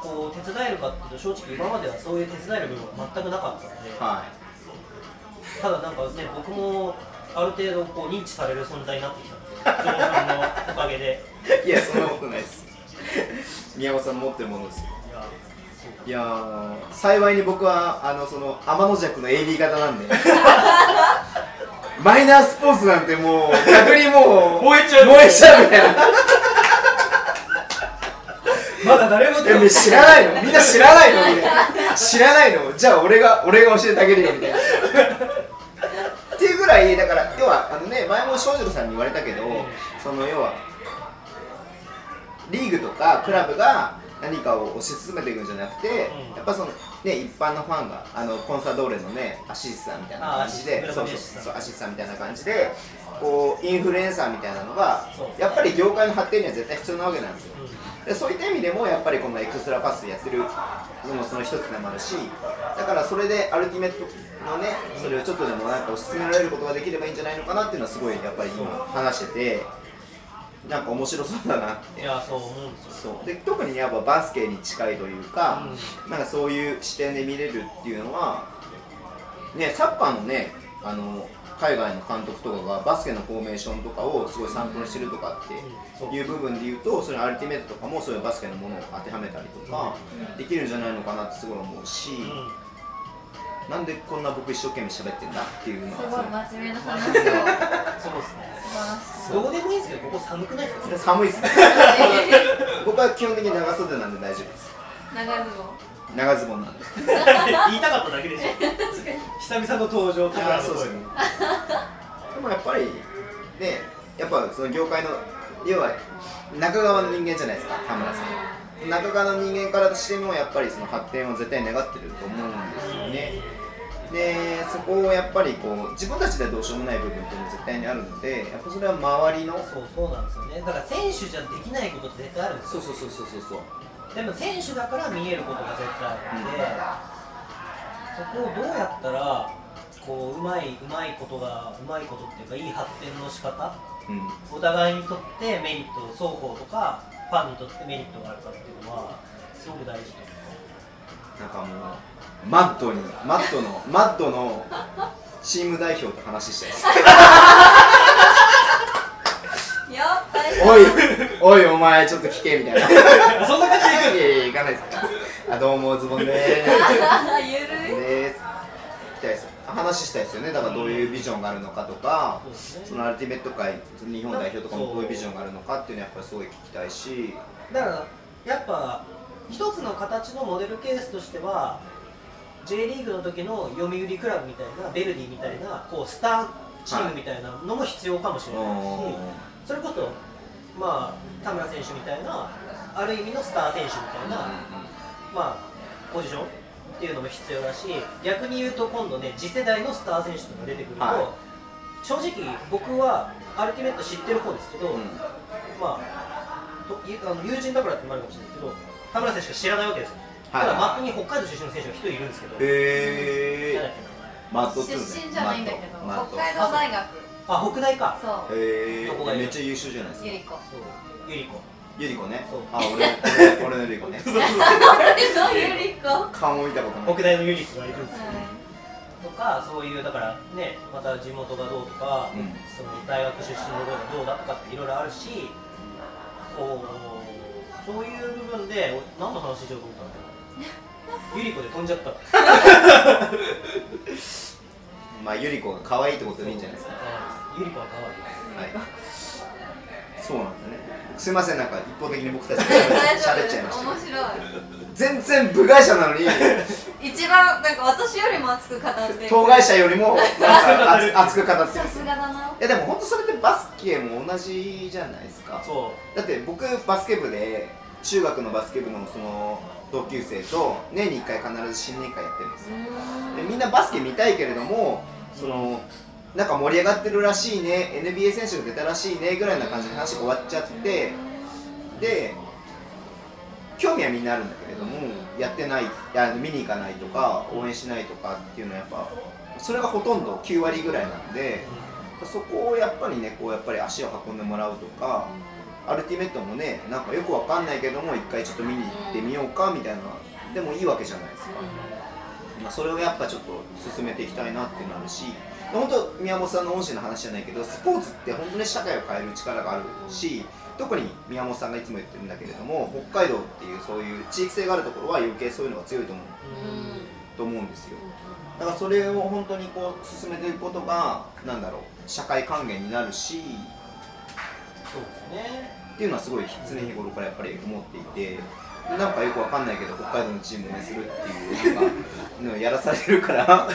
S5: こう手伝えるかっていうと、正直、今まではそういう手伝える部分は全くなかったので、
S2: は
S5: ただ、なんかね、僕もある程度こう認知される存在になってきたんですよ、ゾウさんのおかげで。
S2: いいやそんなことないです 宮本さんの持ってるものですよ
S5: いや
S2: いやー幸いに僕はあのその天の弱の AB 型なん でマイナースポーツなんてもう逆にもう 燃えちゃう燃えちゃうみたいな
S5: まだ誰も
S2: いやみんな知らないのみんな知らないのみたいな知らないのじゃあ俺が俺が教えてあげるよみたいなっていうぐらいだから要はあのね前も庄司郎さんに言われたけどその要はリーグとかクラブが何かを推し進めていくんじゃなくて、
S5: うん
S2: やっぱその、ね、一般のファンがあのコンサドーレのねアシスターみたいな感じで
S5: あアシス
S2: そうそう
S5: 村上アシスター
S2: そうアシスターみたいな感じでこうインフルエンサーみたいなのが
S5: そう
S2: やっぱり業界の発展には絶対必要なわけなんですよ、
S5: う
S2: でそういった意味でもやっぱりこのエクストラパスやってるのもその一つでもあるしだからそれでアルティメットのねそれをちょっとでもなんか推し進められることができればいいんじゃないのかなっていうのはすごいやっぱり今話しててなんか面白そうだなって
S5: いやそう思うんですよ
S2: そうで特にやっぱバスケに近いというか、なんかそういう視点で見れるっていうのは、ね、サッカーのねあの海外の監督とかがバスケのフォーメーションとかをすごい参考にしてるとかっていう部分で言うとそれアルティメットとかもそういうバスケのものを当てはめたりとかできるんじゃないのかなってすごい思うし、
S5: う
S2: なんでこんな僕一生懸命喋ってんだっていうの
S8: すごい
S2: は
S8: 真面目な話を素晴
S5: んそうですね
S8: らしい
S5: どうでもいいんですけどここ寒くないですか
S2: それ寒い ですね僕は基本的に長袖なんで大丈夫です
S8: 長ズボン
S2: 長ズボンなんで
S5: 言いたかっただけでしょ久々の登場
S2: い
S5: と
S2: や
S5: か
S2: ーそうですねでもやっぱりねやっぱその業界の要は中川の人間じゃないですか田村さん中川の人間からしてもやっぱりその発展を絶対願ってると思うんですよねでそこをやっぱりこう自分たちではどうしようもない部分っていうのは絶対にあるのでやっぱそれは周りの
S5: そうそうなんですよねだから選手じゃできないことって絶対あるんですよ
S2: そうそうそうそうそうそう
S5: でも選手だから見えることが絶対あって、そこをどうやったらこううまいうまいことがうまいことっていうかいい発展の仕方
S2: うん
S5: お互いにとってメリット双方とかファンにとってメリットがあるかっていうのはすごく大事だ
S2: なんかもうマッドにマッドの マッドのチーム代表と話したいです
S8: やっぱり
S2: おいおいお前ちょっと聞けみたいな
S5: と思 うそんな感じ
S2: いやいや行かないですあどうもズボンで
S8: ゆ
S2: ー
S8: るい
S2: すです聞きたいです話したいですよねだからどういうビジョンがあるのかとか
S5: そうですね
S2: そのアルティメット界日本代表とかもどういうビジョンがあるのかっていうのはやっぱりすごい聞きたいし
S5: だからやっぱ一つの形のモデルケースとしては J リーグの時の読売クラブみたいなベルディみたいなこうスターチームみたいなのも必要かもし
S2: う
S5: れないし、
S2: ん
S5: それこそ、まあ、田村選手みたいなある意味のスター選手みたいな、まあ、ポジションっていうのも必要だし逆に言うと今度ね次世代のスター選手とか出てくると、
S2: は
S5: 正直僕はアルティメット知ってる方ですけど、まあ、といあの友人だからってのもあるかもしれないけど、田村選手しか知らないわけですよ、
S2: はい
S5: ただマップに北海道出身の選手が一人いるんですけど、
S2: へ
S5: 誰
S2: え
S5: だっけ名
S2: マ
S5: 前
S2: ッド
S8: 出身じゃないんだけど北海道大学
S5: あ北大か、
S8: そう
S2: へ
S5: どこが
S2: え
S5: いい
S2: めっちゃ優秀じゃないです
S8: ゆ
S2: か
S8: り子
S5: そうゆり子、
S2: ゆり子ね
S5: そう
S2: あ俺俺のゆり子 ね
S8: えどうゆり子
S2: 顔見たことない
S5: 北大のゆり子がいるんですよ、とか、そういう、だからね、また地元がどうとか、
S2: うん
S5: その大学出身の方がどうだとかっていろいろあるし、こうそういう部分で、お何の話しようと思ったんだろうゆり子で飛んじゃった。
S2: まあゆり子が可愛いってことでいいんじゃないですか
S5: ゆり子は可愛い。
S2: はい。そうなんですね。すみません、なんか一方的に僕たちが
S8: 大丈
S2: 喋っちゃいまし
S8: 夫
S2: た
S8: 面
S2: けど。
S8: 白
S2: 全然部外者なのに、
S8: い一番なんか私よりも熱く語って
S2: 当該者よりもなんか熱熱く語ってる
S8: さ。すがだない
S2: やでも本当それってバスケも同じじゃないですか。
S5: そ
S2: だって僕バスケ部で中学のバスケ部のその同級生と年に1回必ず新年会やってるんですよ。でみんなバスケ見たいけれどもその。なんか盛り上がってるらしいね NBA 選手が出たらしいねぐらいな感じで話が終わっちゃってで興味はみんなあるんだけれどもやってないいや見に行かないとか応援しないとかっていうのはやっぱそれがほとんど9割ぐらいなんでそこをやっぱりねこうやっぱり足を運んでもらうとかアルティメットもねなんかよくわかんないけども一回ちょっと見に行ってみようかみたいなでもいいわけじゃないですか。まあ、それをやっぱちょっと進めていきたいなっていうのあるし本当宮本さんの恩師の話じゃないけどスポーツって本当に社会を変える力があるし特に宮本さんがいつも言ってるんだけれども北海道っていうそういう地域性があるところは余計そういうのが強いと思うと思うんですよだからそれを本当にこう進めていくことがなんだろう社会還元になるし
S5: う、そうですね。
S2: っていうのはすごい常日頃からやっぱり思っていてでなんかよくわかんないけど北海道のチームを応援するって いうなんかのをやらされるから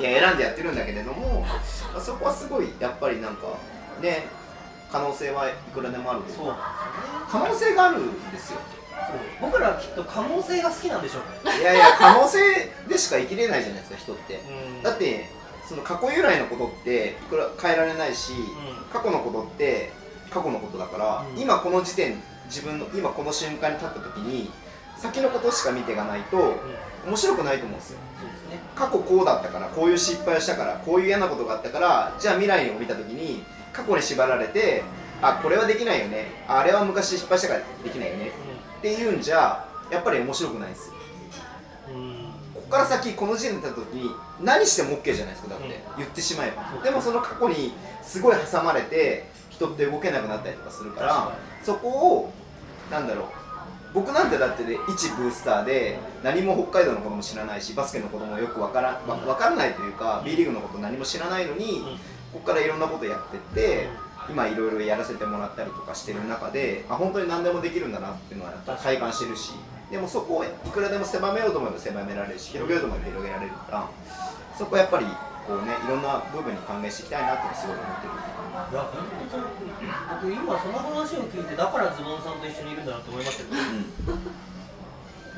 S2: いや選んでやってるんだけれどもかそこはすごいやっぱりなんかね可能性はいくらでもあるという
S5: そうなん
S2: 可能性があるんですよ
S5: ですよそう僕らはきっと可能性が好きなんでしょうね
S2: いやいや可能性でしか生きれないじゃないですか人って
S5: うん
S2: だってその過去由来のことっていくら変えられないし、
S5: う
S2: 過去のことって過去のことだから、
S5: うん
S2: 今この時点自分の今この瞬間に立った時に先のことしか見ていかないと、
S5: んうん
S2: 面白くないと思うんですよ
S5: そうですね
S2: 過去こうだったからこういう失敗をしたからこういう嫌なことがあったからじゃあ未来を見た時に過去に縛られてあこれはできないよねああれは昔失敗したからできないよねっていうんじゃやっぱり面白くないんですよ
S5: うん
S2: ここから先この時点で立った時に何しても OK じゃないですかだって、
S5: うん
S2: 言ってしまえ
S5: そう
S2: ばでもその過去にすごい挟まれて人って動けなくなったりとかするから
S5: 確か
S2: そこをなんだろう僕なんてだってね一ブースターで何も北海道のことも知らないしバスケのこともよくわから,、わわからないというか B リーグのこと何も知らないのに、
S5: うん
S2: ここからいろんなことやってって、今いろいろやらせてもらったりとかしてる中であ本当に何でもできるんだなっていうのはやっぱ体感してるしでもそこをいくらでも狭めようと思えば狭められるし広げようと思えば広げられるからそこはやっぱりこうねいろんな部分に還元していきたいなってすごい思ってる
S5: いや本当その僕今その話を聞いてだからズボンさんと一緒にいるんだなって思いましたけ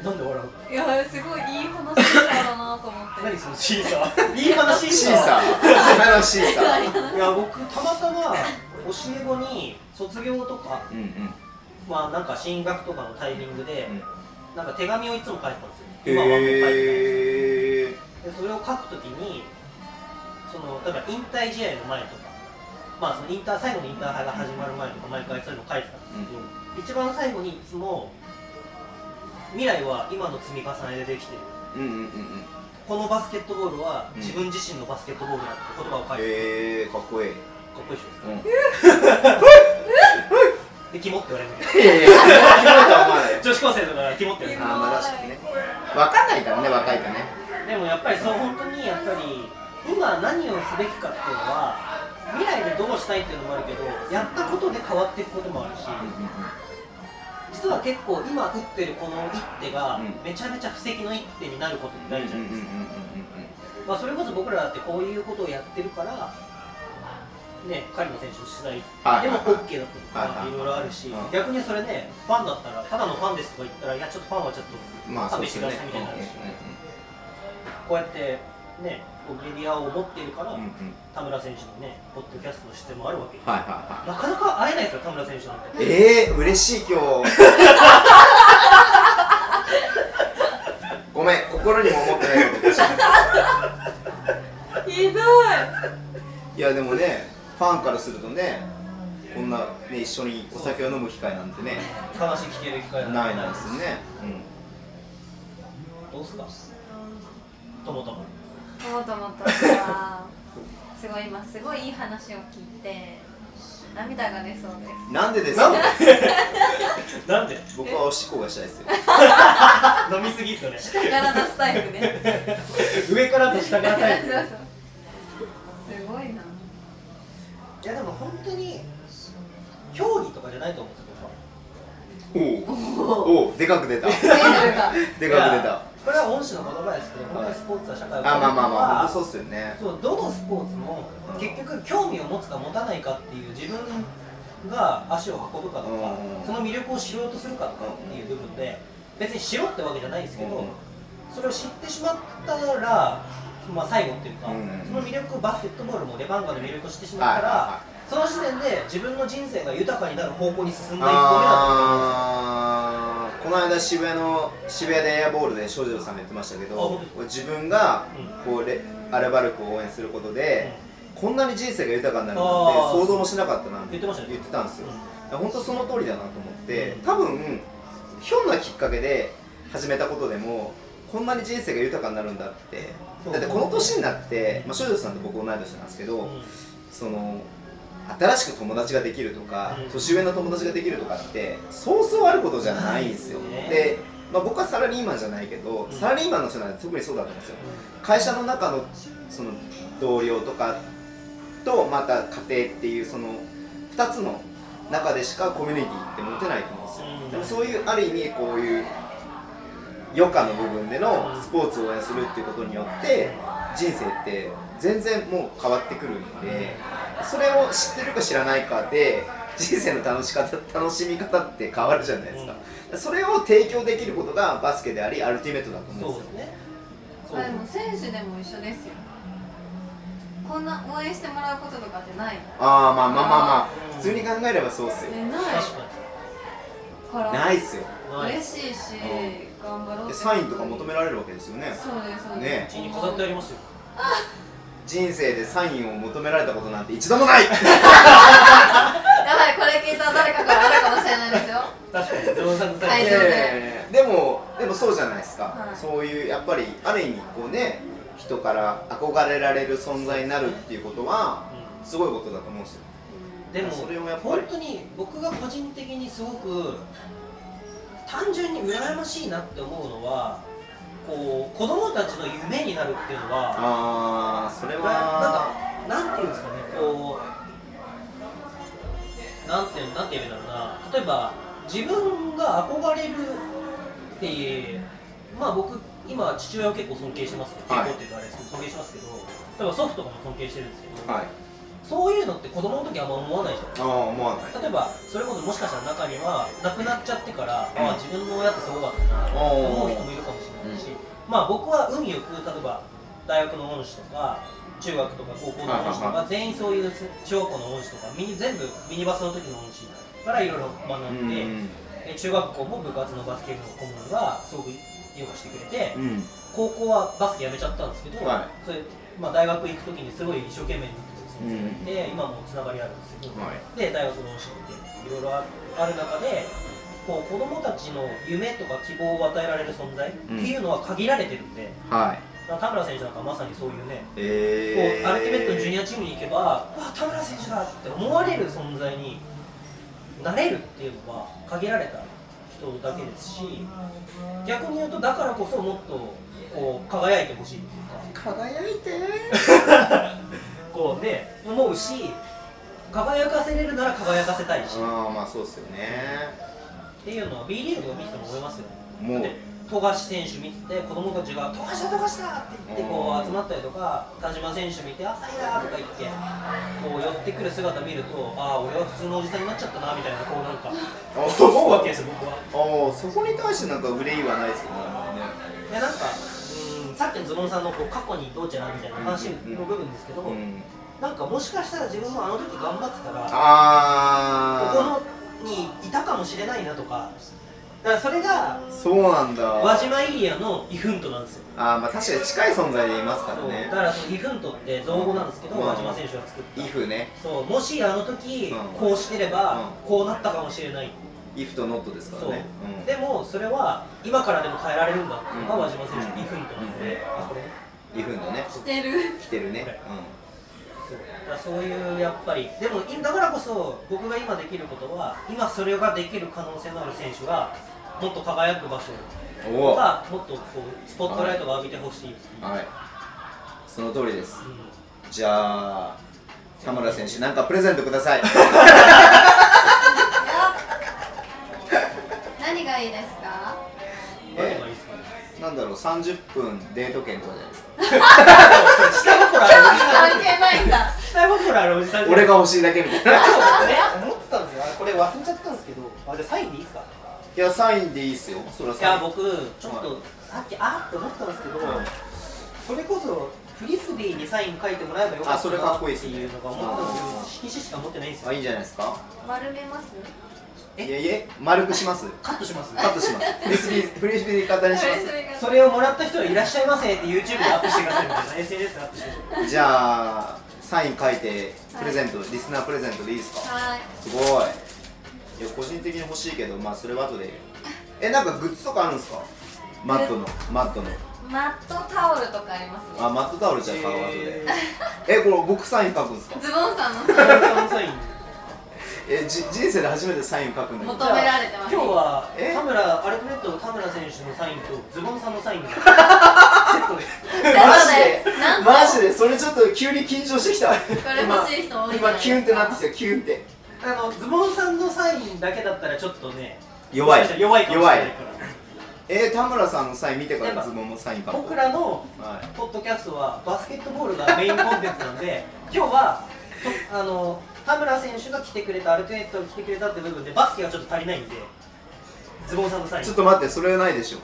S5: どなんで笑う
S4: いやすごいいい話だなと思って
S5: 何そのシーサーいい話
S2: シーサー今のシーサー
S5: いや僕たまたま教え子に卒業とか
S2: うんうん
S5: まあなんか進学とかのタイミングで、なんか手紙をいつも書いてたんですよ今はもう書いてないです
S2: へえ
S5: でそれを書くときにそのだから引退試合の前とかまあそのインター最後のインターハイが始まる前とか毎回そういうの書いてたんですけど、一番最後にいつも未来は今の積み重ねでできてい
S2: うんうん
S5: る
S2: うんうん
S5: このバスケットボールは
S2: うん
S5: 自分自身のバスケットボールだって言葉を書いてる、
S2: へえかっこいい
S5: かっこいいでしょ
S2: うん
S5: でキモって言われるんだけど
S2: いやいやいや決めた思わないよ
S5: 女子高生だからキモって言われる
S2: あーまあ確かにねわかんないからね若いとね
S5: でもやっぱりそう本当にやっぱり今何をすべきかっていうのは未来でどうしたいっていうのもあるけどやったことで変わっていくこともあるし実は結構今打ってるこの一手が
S2: うん
S5: めちゃめちゃ布石の一手になることってないじゃないですか、
S2: う
S5: まあ、それこそ僕らだってこういうことをやってるからね狩野選手の取
S2: は
S5: 材
S2: い
S5: でも OK だったりと
S2: はいは
S5: か
S2: い
S5: いろいろあるし
S2: うん
S5: 逆にそれねファンだったらただのファンですとか言ったらいやちょっとファンはちょっ
S2: んまあ
S5: と
S2: そう
S5: 勘
S2: で
S5: 弁
S2: す
S5: してく
S2: よ
S5: だ
S2: ね
S5: さいみたいになるしこうやってねこうメディアを持っているから、
S2: うんうん
S5: 田村選手のね、ポッドキャストの出演もあるわけよ
S2: はいは
S5: なかなか会えないですよ、田村選手なんて。
S2: いはいえー、嬉しい 今日ごめん心にも思ってないことでした
S4: ひどい
S2: いやでもねファンからするとねこんなね一緒にお酒を飲む機会なんてね
S5: 話聞ける機会んて
S2: ないなんですよね、
S5: どうすかともとも。
S4: もともとさすごい今すごいいい話を聞いて涙が出そうです
S2: うん、なんでですか
S5: なんで
S2: 僕はおしっこがしたいですよ
S5: 飲みすぎっすよね。
S4: 柄のスタイルね
S5: 上からと下からタイ
S4: そ
S5: プ
S4: うそうすごいない
S5: や、でも本当に、競技とかじゃないと思うんですよ、僕は。
S2: おお おおでかく出た
S4: 涙が
S2: でかく出
S5: い
S2: た
S5: やこれは恩師の言葉ですけど、本当にスポーツは社会を
S2: あ
S5: 変える
S2: まあまあまあ本
S5: とか
S2: 当そうっすよね
S5: そうどのスポーツも結局興味を持つか持たないかっていう自分が足を運ぶかとか
S2: うん
S5: その魅力を知ろうとするかとかっていう部分で別に知ろうってわけじゃないですけ
S2: うん
S5: どそれを知ってしまったら、まあ、最後っていうか
S2: うん
S5: その魅力をバスケットボールもレバンガの魅力を知ってしまったらその時点で自分の人生が豊かになる方向に進んでいくようだ
S2: あーこの間渋谷の渋谷でエアボールで少女さんがやってましたけ
S5: あ本
S2: ど
S5: 当です
S2: 自分が
S5: う
S2: こうレアルバルクを応援することで、こんなに人生が豊かになるなんて
S5: あー
S2: 想像もしなかったなんて
S5: 言ってましたね
S2: 言ってたんです
S5: と
S2: よ
S5: 思います
S2: 本当その通りだなと思って多分ひょんなきっかけで始めたことでもこんなに人生が豊かになるんだって
S5: そう
S2: だってこの年になって、まあ、少女さんと僕同い年なんですけど、
S5: うんうん
S2: その新しく友達ができるとか、
S5: うん
S2: 年上の友達ができるとかってそうそうあることじゃないんですよ、
S5: ないですね
S2: で、まあ、僕はサラリーマンじゃないけど、
S5: ん
S2: サラリーマンの人なんて特にそうだと思うんですよ会社の中のその同僚とかとまた家庭っていうその2つの中でしかコミュニティって持てないと思うんですよ、
S5: うん
S2: でもそういうある意味こういう余暇の部分でのスポーツを応援するっていうことによって人生って全然もう変わってくるんでそれを知ってるか知らないかで人生の楽し方楽しみ方って変わるじゃないですか、それを提供できることがバスケでありアルティメットだと思
S5: そううん
S2: で
S5: で
S2: すす
S8: ま
S2: よ
S5: ね
S8: あでも選手でも一緒ですよこんな応援してもらうこととかってない
S2: ああまあまあまあまあ普通に考えればそうっすよ
S8: ねない
S5: 確か
S8: から
S2: ないっすよ
S5: にない
S8: 嬉しいし
S2: う
S8: 頑張ろうっ
S2: で
S8: て
S2: サインとか求められるわけですよね
S8: そうですそうです、
S2: ね
S5: うちに飾ってありますよ
S2: 人生でサインを求められたことなんて一度もない
S8: やばいこれ聞いたら誰かからあるかもしれないです よ
S5: 確かにゾウさんの
S8: は
S5: サイ
S8: い
S5: ン
S8: そうね
S2: え えでもでもそうじゃないですか、
S8: はい
S2: そういうやっぱりある意味こうね人から憧れられる存在になるっていうことはすごいことだと思うんですよ
S5: でも
S2: それをやっぱり
S5: 本当に僕が個人的にすごく単純に羨ましいなって思うのはこう子供たちの夢になるっていうのは
S2: ああそれ
S5: なん
S2: は
S5: かなんていうんですかねこうなんていうなんて言えばいいんだろうな例えば自分が憧れるっていうまあ僕今父親を結構尊敬してますけど、
S2: はい
S5: 結構っていうとあれですけど尊敬してますけど例えば祖父とかも尊敬してるんですけど、
S2: はい
S5: そういうのって子供の時あんま思わないじゃない
S2: ああ思わない
S5: 例えばそれこそもしかしたら中には亡くなっちゃってから、
S2: うん
S5: ああ自分の親ってすごかったなと思う人もいるかもしれないし、まあ僕は海を食う例えば大学の恩師とか中学とか高校の恩師と
S2: はいはい
S5: か全員そういう小学校の恩師とかミニ全部ミニバスの時の恩師からいろいろ学んで、
S2: うん
S5: え中学校も部活のバスケ部の顧問がすごく良くしてくれて、
S2: うん
S5: 高校はバスケやめちゃったんですけど、
S2: は
S5: それまあ、大学行く時にすごい一生懸命になってた先生がいて、
S2: うん
S5: 今もつながりあるんですけど、
S2: はい
S5: で大学の教えていろいろあある中でこう子どもたちの夢とか希望を与えられる存在って
S2: うん
S5: いうのは限られてるんで、
S2: はい
S5: だから田村選手なんかまさにそういうね、
S2: ええ
S5: こうアルティメットのジュニアチームに行けばわあ田村選手だって思われる存在になれるっていうのは限られた人だけですし逆に言うとだからこそもっとこう輝いてほしいっていうか。
S2: 輝いて
S5: こうね思うし輝かせれるなら輝かせたいしっ
S2: ああまあそうっすよね
S5: ていうのは B リーグを見てても思いますよ
S2: もう
S5: で富樫選手見てて子供たちが「富樫だ富樫だ!」って言って
S2: う
S5: こ
S2: ん
S5: う集まったりとか田島選手見て「あはいだ!」とか言ってこう寄ってくる姿見るとああ俺は普通のおじさんになっちゃったなみたいなこうなんか
S2: あそう
S5: 思うわ
S2: そ
S5: け
S2: う
S5: ですよ僕は。
S2: ああそこに対してなんか憂いはないですよねあ
S5: でなんかうんさっきのズボンさんのこう過去にどうじゃなみたいな話の部分ですけど、
S2: んまりねうん
S5: なんかもしかしたら自分もあの時頑張ってたらここ
S2: あ
S5: のにいたかもしれないなとかだからそれが
S2: あそうなんだ
S5: 輪
S2: あ
S5: 島エリアのイフントなんですよ
S2: あまあ確かに近い存在でいますから
S5: そう
S2: ね
S5: だからそのイフントって造語なんですけど
S2: うん
S5: 輪島選手が作った
S2: イフね
S5: そうもしあの時
S2: うん
S5: こうしてれば
S2: う
S5: こうなったかもしれない
S2: イフとノットですからね
S5: そうでもそれは今からでも変えられるんだっていうのが
S2: うん
S5: 輪島選手のイフントなのであこれね
S2: うんイフのね
S8: してる
S2: 来てるね
S5: これそうだからそういうやっぱりでもいだからこそ僕が今できることは今それができる可能性のある選手がもっと輝く場所
S2: う
S5: を
S2: んおおは
S5: がもっとこうスポットライトを浴びてほしいっていう、
S2: いその通りです
S5: うん
S2: じゃあ田村選手なんかプレゼントくだ さい
S8: 何がいいですか
S5: 何がいいで すかね
S2: なんだろう30分デート券とかじゃないですか
S5: 下心あるおじさ
S8: 関係ないんだ
S5: ん下心あるおじさん
S2: 俺
S5: が
S2: が欲しいだけみたいない
S5: 思ってたんですよあれこれ忘れちゃったんですけどあれサインでいいですか
S2: やサインでいいっすよそれはいサイ
S5: や
S2: ン
S5: 僕ちょっとさっきあーって思ったんですけど、それこそフリスビーにサイン書いてもらえばよか
S2: あ
S5: っ
S2: そ
S5: た
S2: れか
S5: な
S2: っ
S5: っ
S2: こいいっす
S5: て
S2: ね
S5: いうのが思ったんですけど色紙しか持ってないんですよ
S2: あいいんじゃないですか
S8: 丸めます
S2: い
S5: え
S2: えいえ丸くします
S5: カットします
S2: カットします フリスビーフリスビーで型にします
S5: それをもらった人はいらっしゃいませって YouTube でアップしてくださいみたいな SNS でアップしてください
S2: じゃあサイン書いてプレゼント、リスナープレゼントでいいですか
S8: はい
S2: すごいいや個人的に欲しいけどまあそれは後でえなんかグッズとかあるんですかマットのマットの
S8: マットタオルとかありますね
S2: あマットタオルじゃ買う後でえこれ僕サイン書くんですか
S8: ズボンさんの
S5: 田村さんのサイン
S2: えじ人生で初めてサイン書くんだけど
S8: 求められてます
S5: 今日は
S2: え
S5: 田村アルティメットの田村選手のサインとズボンさんのサイン がセットで
S2: マジで
S8: なんと
S2: マジでそれちょっと急に緊張してきた
S8: これ欲しい人多いんじゃ
S2: 今
S8: ないですか
S2: キュンってなってきたキュンって
S5: あのズボンさんのサインだけだったらちょっとね
S2: 弱い
S5: もしかしたら弱いかもしれないから
S2: えー、田村さんのサイン見てからズボンもサインパ
S5: 僕らの
S2: はい
S5: ポッドキャストはバスケットボールがメインコンテンツなんで 今日はとあの田村選手が来てくれたアルティメットが来てくれたって部分でバスケがちょっと足りないんでズボンさんのサイン
S2: ちょっと待ってそれはないでしょ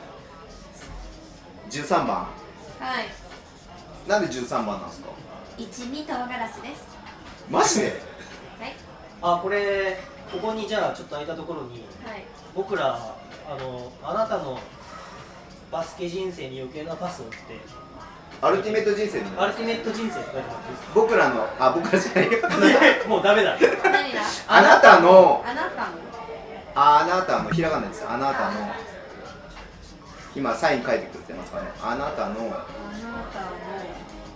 S2: 13番
S4: はい
S2: なんで13番なんですか
S4: 一味唐辛子です
S2: マジで
S4: はい
S5: あこれここにじゃあちょっと空いたところに
S4: はい
S5: 僕らあのあなたのバスケ人生に余計なパスを打って
S2: アルティメット人生
S5: アル
S2: の
S5: ティメット人生って書いてもらっていいです
S2: 僕らのあ僕らじゃないよ
S5: かもうダメだ
S4: 何だ
S2: あなたの
S4: あなたの
S2: あなたのひらがなですあなたの今サイン書いてくれてますかねあなたの
S4: あなたの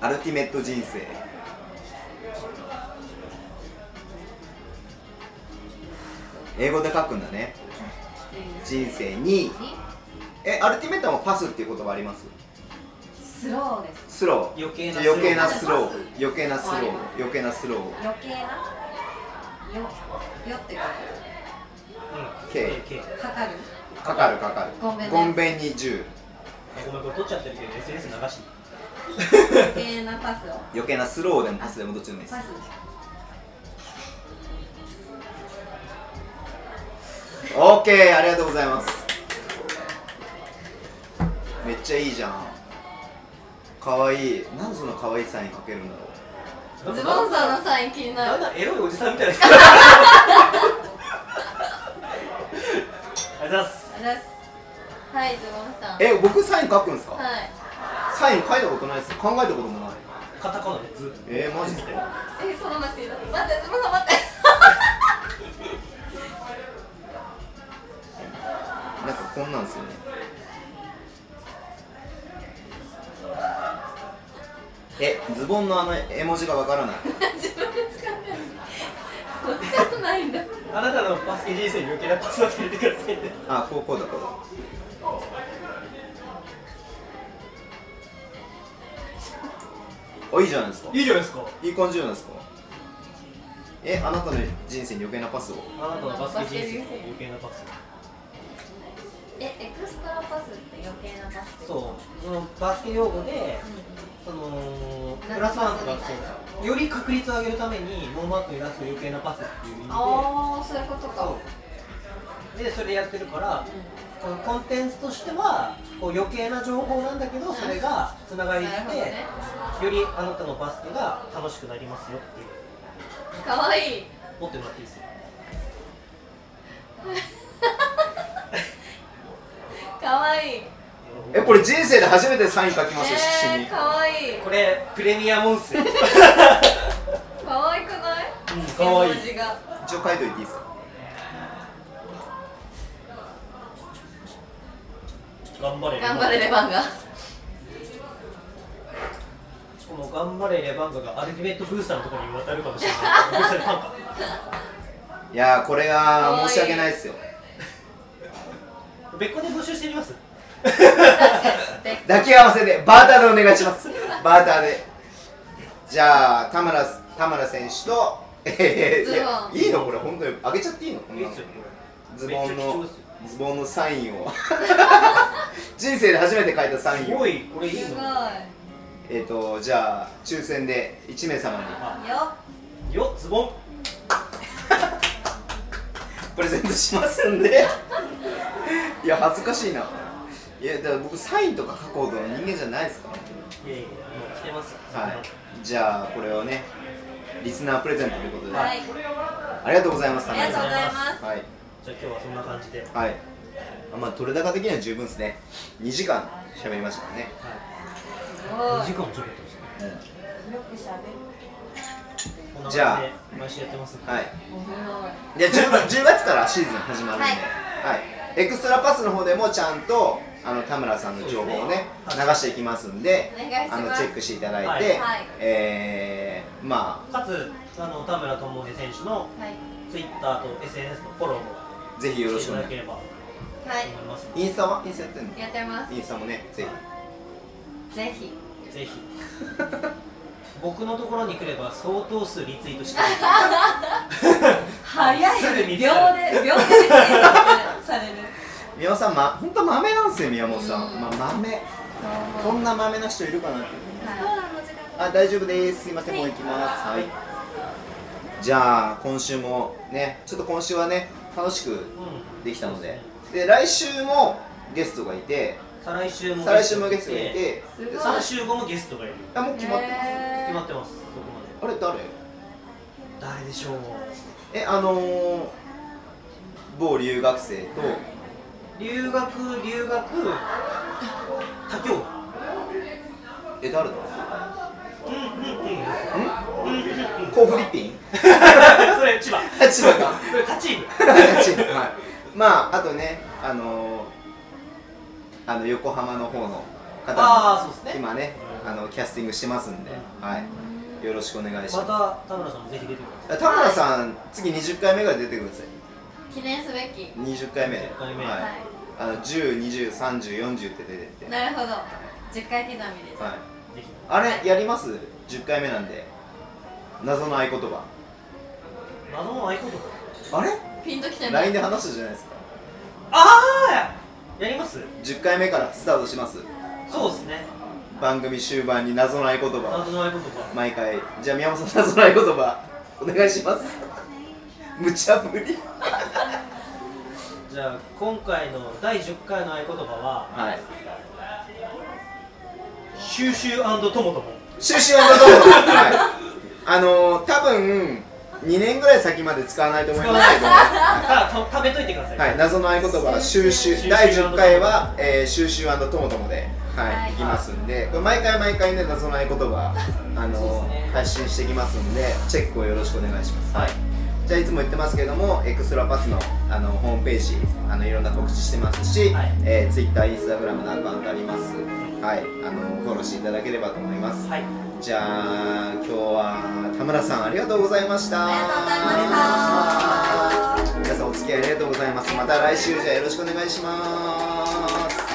S2: アルティメット人生英語で書くんだね人生にえアルティメットもパスっていう言葉あります
S4: スローです
S2: スロー
S5: 余計なスロー
S2: 余計なスロー余計なスロ
S4: あり
S2: ー
S4: ます
S2: 余計なスロー
S4: 余計なよよってこ
S5: うん
S2: K
S5: K
S4: とかかる
S2: かかるかかる
S4: ごめんね
S2: ごんべんに10
S5: あごめんこれ取っちゃってるけど SNS 流していい
S4: 余計なパスを
S2: 余計なスローでもパスでもどっちでもいいです
S4: パス
S2: オーケーありがとうございますめっちゃいいじゃんかわいいなんでそんなかわいいサイン書けるんだろう
S4: ズボンさんのサイン気にな
S5: だん
S4: る
S5: だんエロいおじさんみたいなありがとうございます
S4: あざっすはいズボンさん
S2: え僕サイン書くんですか、
S4: はい
S2: サイン書いたことないです考えたこともない
S5: カタカナでず
S2: えー、マジで
S4: えその待って待ってズボンさん待って
S2: なんかこんなんですよねえズボンのあの絵文字がわからない
S4: 自分で使ってるわかんないんだ
S5: あなたのバスケ人生に余計なパスを入れてくださいね
S2: あこうこうだこうだおいいじゃないですか
S5: いいじゃないですか
S2: いい感じじゃないですかえあなたの人生に余計なパスを
S5: あなたのバスケ人生に余計なパス
S4: えエクストラパスって余計なパスってこ
S5: そ
S4: と
S5: うそのバスケ用語でその
S4: なんか
S5: プラスワンとかそうより確率を上げるためにノーマークに出す余計なパスっていう意味で
S4: ああそういうことか
S5: そうでそれやってるから、このコンテンツとしてはこう余計な情報なんだけどそれがつながり
S4: なる
S5: し
S4: ほ
S5: て、
S4: どね
S5: よりあなたのバスケが楽しくなりますよっていう
S4: かわいい
S5: 持ってもらっていいですよ
S4: かわいい
S2: えこれ人生で初めてサイン書きましたよ色紙
S4: え
S2: に
S4: ー、かわいい
S5: これプレミアム音声うん
S4: かわいくない
S5: かわいい
S4: 絵文字が
S2: 一応書いといていいですか
S5: 頑張れ
S4: 頑張れレバンが
S5: この頑張れレバンガがアルティメットブースターのところに渡るかもしれないブースターにファンか
S2: いやーこれ
S4: かわい
S2: はい申し訳ないですよ
S5: 別個で募集してみます
S4: で
S2: 抱き合わせでバーターでお願いしますバーターでじゃあ田村田村選手とえー、いや
S4: ズボン
S2: いいのこれ本当にあげちゃっていいのこん
S5: いい
S2: な
S5: っ
S2: の
S5: すよ
S2: ズボン
S5: めっちゃ貴重
S2: の
S5: ですよ
S2: ズボンのサインを 人生で初めて書いたサイ
S5: す
S2: ンを
S5: ごいこれいい
S4: すご
S5: の
S4: い
S2: えっ、とじゃあ抽選で1名様に
S4: よ
S5: よズボン
S2: プレゼントしますんで いや恥ずかしいないやだから僕サインとか書くほどの人間じゃないですから
S5: いやいやもう来てますよ
S2: はいじゃあこれをねリスナープレゼントということで、
S4: はい
S2: ありがとうございます
S4: ありがとうござい
S5: あ
S4: ます
S2: はい
S5: じゃあ今日はそんな感じで、はい、
S2: はいあまあ取れ高的には十分ですね2時間喋りましたからね、
S4: すご
S5: 2時
S4: い
S5: 間もちょっとやってますね
S4: よくしゃべる
S5: こんな
S2: じゃあ
S5: 感じで毎週やってますんで
S2: はい
S4: 面白い
S2: で 10, 10月からシーズン始まるんで、は
S4: はいい
S2: エクストラパスの方でもちゃんとあの田村さんの情報をね流
S5: そうですね
S2: していきますんで
S4: お願いし
S2: あの
S4: ま
S2: チ
S4: す
S2: ェックしていただい
S5: はい
S2: て、
S4: はい
S2: えー、ま
S5: かつあの田村智恵選手の
S4: はい
S5: ツイッターと SNS のフォローも
S2: あぜひよろ
S5: して
S2: し
S5: い
S2: くお願
S5: ただ
S2: い
S5: ければと思い
S4: は
S5: ますので、
S2: インスタはインスタやってんの
S4: いやってます
S2: インスタもねぜ
S4: ぜひ
S5: ぜひ 僕のところに来れば相当数リツイートして
S4: 早い
S5: すぐ見つ
S4: 秒
S5: かる
S4: で秒でできてるされる
S2: ひ宮本さん、ま、本当豆なんですよ宮本さん、まあ、豆こんな豆な人いるかなってあ大丈夫ですすいませんもう行きますはいじゃあ今週もねちょっと今週はね楽しくできたのでで来週もゲストがいて
S5: 再来週も
S2: 再来週もゲストがいてで
S5: 3週後もゲストがいる
S2: あもう決まってます、
S5: 決まってますそこまで
S2: あれ誰
S5: 誰でしょう
S2: えあのー、某留学生と
S5: 留学留学他教
S2: え誰だ
S5: うんうんうん
S2: コーフリッ ピン
S5: それ千葉
S2: 千葉か
S5: それ他チーム
S2: はい、まああとねあのー、あの横浜の方の方
S5: あーそうですね
S2: 今ねあのキャスティングしてますんで、はい、よろしくお願いし
S5: ま
S2: ま
S5: た田村さんもぜひ出てくださ
S2: す田村さん次20回目ぐらい出てください
S8: 記念すべき
S2: 20回目で
S5: 20回目
S2: はい
S8: は
S2: あの10203040って出てって
S8: い
S2: はい
S8: なるほど10回刻みです
S5: いぜひ
S2: あれやります10回目なんで謎の合言葉
S5: 謎の合言葉
S2: あれ
S8: ピンときてない
S2: LINE で話したじゃないですか
S5: ああやります
S2: 10回目からスタートします
S5: そうですね
S2: 番組終盤に謎の合言葉を
S5: 謎の合言葉
S2: 毎回じゃあ宮本さん謎の合言葉お願いします無茶ぶり
S5: じゃあ今回の第10回の合言葉は
S2: はい
S5: 収集トモトモ
S2: シュシュアンドドームはいあのー、多分2年ぐらい先まで使わないと思いますけど
S5: からと食べといてください、
S2: はい、謎の合言葉は収集第10回は、えー、収集ともともで、はい
S8: はい
S2: い、きますんでこれ毎回毎回ね謎の合言葉あの、
S5: そうですね
S2: 発信してきますんでチェックをよろしくお願いします、はい、じゃあいつも言ってますけどもエクストラパスのあのホームページあのいろんな告知してますし、
S5: はい
S2: えー、Twitter、Instagram のアカウントありますはい、あのフォローしていただければと思います、
S5: はい
S2: じゃあ今日は田村さんありがとうございました
S8: ありがとうございました
S2: 皆さんお付き合いありがとうございますまた来週じゃあよろしくお願いします